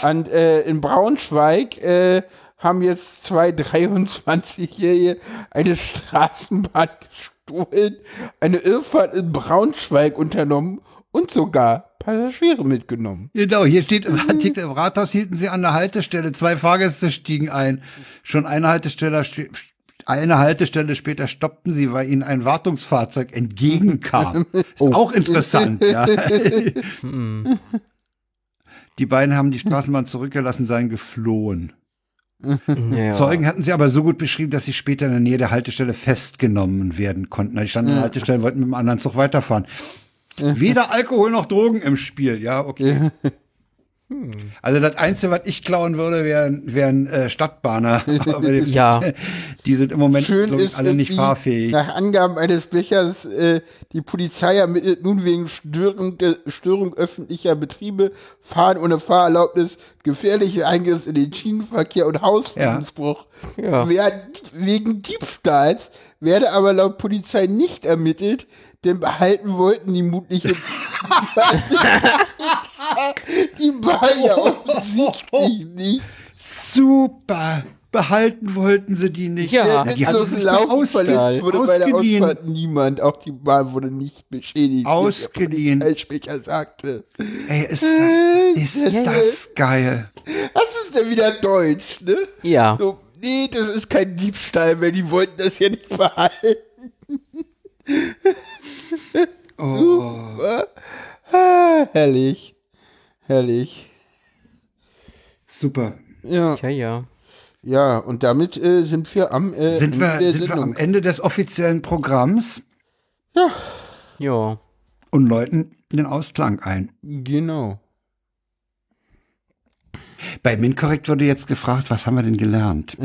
Speaker 2: und äh, in Braunschweig äh, haben jetzt zwei 23-Jährige eine Straßenbahn gestohlen, eine Irrfahrt in Braunschweig unternommen und sogar Passagiere mitgenommen.
Speaker 3: Genau, hier steht im Artikel, im Rathaus hielten sie an der Haltestelle, zwei Fahrgäste stiegen ein. Schon eine Haltestelle, st- eine Haltestelle später stoppten sie, weil ihnen ein Wartungsfahrzeug entgegenkam. Ist auch interessant, ja. Die beiden haben die Straßenbahn zurückgelassen, seien geflohen.
Speaker 1: Ja.
Speaker 3: Zeugen hatten sie aber so gut beschrieben, dass sie später in der Nähe der Haltestelle festgenommen werden konnten. Die standen an der Haltestelle, wollten mit dem anderen Zug weiterfahren. Weder Alkohol noch Drogen im Spiel, ja, okay. Also das Einzige, was ich klauen würde, wären wären äh, Stadtbahner. Aber die,
Speaker 1: Ja.
Speaker 3: die sind im Moment
Speaker 2: Schön
Speaker 3: glaub ich,
Speaker 2: ist,
Speaker 3: alle
Speaker 2: dass
Speaker 3: nicht
Speaker 2: die,
Speaker 3: fahrfähig.
Speaker 2: Nach Angaben eines Blechers, äh, die Polizei ermittelt nun wegen Störung, der- Störung öffentlicher Betriebe, Fahren ohne Fahrerlaubnis, gefährliche Eingriffs in den Schienenverkehr und Hausfriedensbruch.
Speaker 1: Ja.
Speaker 2: Während- Wegen Diebstahls werde aber laut Polizei nicht ermittelt, denn behalten wollten die mutliche die Bahn ja offensichtlich nicht.
Speaker 3: Super. Behalten wollten sie die nicht.
Speaker 1: Ja.
Speaker 3: Na,
Speaker 1: Also
Speaker 3: die haben
Speaker 2: Also
Speaker 1: es
Speaker 3: sie
Speaker 1: ist
Speaker 3: mal
Speaker 2: Laufen verletzt
Speaker 3: ausgeliehen.
Speaker 2: wurde bei der
Speaker 3: ausgeliehen.
Speaker 2: Ausfahrt niemand. Auch die Bahn wurde nicht beschädigt.
Speaker 3: Ausgeliehen.
Speaker 2: Wie der Polizeisprecher sagte.
Speaker 3: Ey, ist das, ist das geil.
Speaker 2: Das ist ja wieder deutsch, ne?
Speaker 1: Ja.
Speaker 2: So, nee, das ist kein Diebstahl, weil die wollten das ja nicht behalten. Oh. Ah, herrlich. Herrlich.
Speaker 3: Super.
Speaker 2: Ja,
Speaker 1: Ja, ja.
Speaker 2: ja, und damit äh, sind wir am äh,
Speaker 3: Sind
Speaker 2: Ende
Speaker 3: wir, sind wir am Ende des offiziellen Programms
Speaker 1: Ja.
Speaker 3: und läuten den Ausklang ein.
Speaker 2: Genau.
Speaker 3: Bei MinCorrect wurde jetzt gefragt, was haben wir denn gelernt?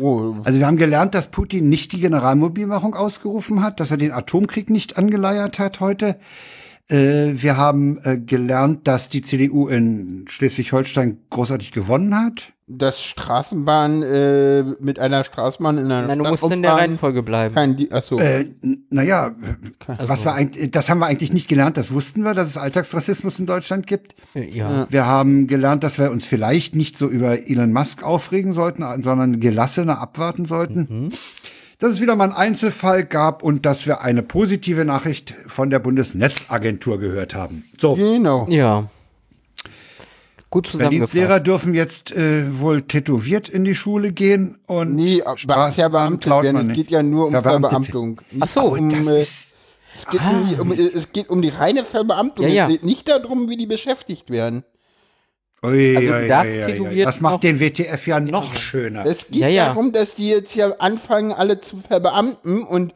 Speaker 2: Oh,
Speaker 3: Also wir haben gelernt, dass Putin nicht die Generalmobilmachung ausgerufen hat, dass er den Atomkrieg nicht angeleiert hat heute. Äh, wir haben äh, gelernt, dass die CDU in Schleswig-Holstein großartig gewonnen hat.
Speaker 2: dass Straßenbahn äh, mit einer Straßenbahn in einer
Speaker 1: Nein, du
Speaker 2: Stadt
Speaker 1: musst in der
Speaker 2: rumfahren,
Speaker 1: Reihenfolge bleiben.
Speaker 2: Kein, Di- achso,
Speaker 3: Äh, n- naja,
Speaker 1: Also
Speaker 3: was wir eigentlich, das haben wir eigentlich nicht gelernt, das wussten wir, dass es Alltagsrassismus in Deutschland gibt.
Speaker 1: Ja.
Speaker 3: Wir haben gelernt, dass wir uns vielleicht nicht so über Elon Musk aufregen sollten, sondern gelassener abwarten sollten.
Speaker 1: Mhm.
Speaker 3: Dass es wieder mal einen Einzelfall gab und dass wir eine positive Nachricht von der Bundesnetzagentur gehört haben. So,
Speaker 2: genau.
Speaker 1: Ja. Gut
Speaker 3: Berlins
Speaker 1: zusammengefasst.
Speaker 3: Lehrer dürfen jetzt äh, wohl tätowiert in die Schule gehen und
Speaker 2: Nee, Spaß, ja Beamte
Speaker 3: klaut
Speaker 2: werden.
Speaker 3: man
Speaker 2: Es
Speaker 3: nicht.
Speaker 2: geht ja nur um
Speaker 3: Verbeamtete.
Speaker 2: Verbeamtung.
Speaker 1: Ach so.
Speaker 3: Oh,
Speaker 2: um,
Speaker 3: das
Speaker 2: äh,
Speaker 3: ist, Ah.
Speaker 2: Es geht, um, die, um, es geht um die reine Verbeamtung.
Speaker 1: Ja, ja.
Speaker 2: Es geht nicht darum, wie die beschäftigt werden.
Speaker 3: Ui,
Speaker 1: Also, du
Speaker 3: ui,
Speaker 1: darfst
Speaker 3: ui, ui, ui.
Speaker 1: tätowiert
Speaker 3: Das
Speaker 1: noch-
Speaker 3: macht den WTF ja noch schöner.
Speaker 2: Es geht
Speaker 1: Ja, ja.
Speaker 2: darum, dass die jetzt ja anfangen, alle zu verbeamten und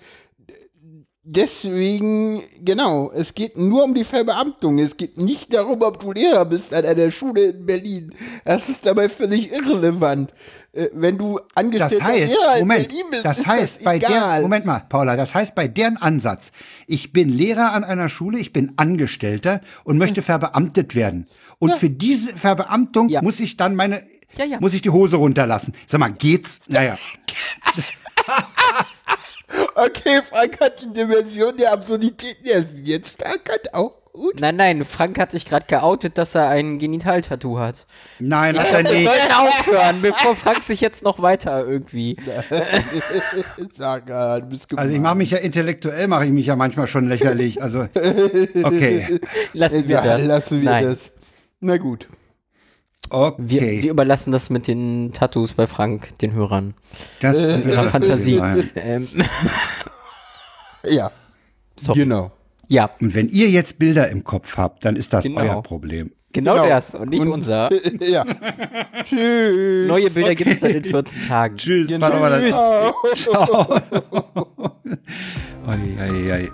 Speaker 2: deswegen, genau, es geht nur um die Verbeamtung. Es geht nicht darum, ob du Lehrer bist an einer Schule in Berlin. Das ist dabei völlig irrelevant. Äh, Wenn du
Speaker 3: Das
Speaker 2: angestellter
Speaker 3: heißt,
Speaker 2: Lehrer in
Speaker 3: Moment,
Speaker 2: Berlin bist,
Speaker 3: das
Speaker 2: ist
Speaker 3: heißt, bei
Speaker 2: egal.
Speaker 3: der, Moment mal, Paula, das heißt, bei deren Ansatz, ich bin Lehrer an einer Schule, ich bin Angestellter und möchte verbeamtet werden. Und für diese Verbeamtung
Speaker 1: Hm. Ja.
Speaker 3: muss ich dann meine,
Speaker 1: Ja, ja.
Speaker 3: muss ich die Hose runterlassen. Sag mal, geht's? Naja.
Speaker 2: Okay, Frank hat die Dimension der Absurditäten erst jetzt stark hat auch gut.
Speaker 1: Nein, nein, Frank hat sich gerade geoutet, dass er ein Genitaltattoo hat.
Speaker 3: Nein, hat er
Speaker 1: Wir
Speaker 3: nicht.
Speaker 1: sollten aufhören, bevor Frank sich jetzt noch weiter irgendwie.
Speaker 2: Sag, äh, du bist
Speaker 3: Also ich
Speaker 2: gemein.
Speaker 3: mache mich ja intellektuell, mache ich mich ja manchmal schon lächerlich. Also, okay.
Speaker 1: Lassen wir
Speaker 2: Egal,
Speaker 1: das.
Speaker 2: lassen wir
Speaker 1: nein.
Speaker 2: das. Na gut.
Speaker 3: Okay.
Speaker 1: Wir, wir überlassen das mit den Tattoos bei Frank, den Hörern.
Speaker 3: das
Speaker 1: Ihrer Fantasie. Ähm,
Speaker 2: Ja,
Speaker 1: so.
Speaker 2: genau.
Speaker 1: Ja,
Speaker 3: Und wenn ihr jetzt Bilder im Kopf habt, dann ist das
Speaker 1: Genau.
Speaker 3: euer Problem.
Speaker 1: genau,
Speaker 2: Genau.
Speaker 1: das und nicht
Speaker 2: Und-
Speaker 1: unser.
Speaker 2: ja. Tschüss.
Speaker 1: Neue Bilder gibt's dann in 14 Tagen.
Speaker 3: Tschüss. Paula.
Speaker 1: Tschüss.
Speaker 3: Oi, oi, oi.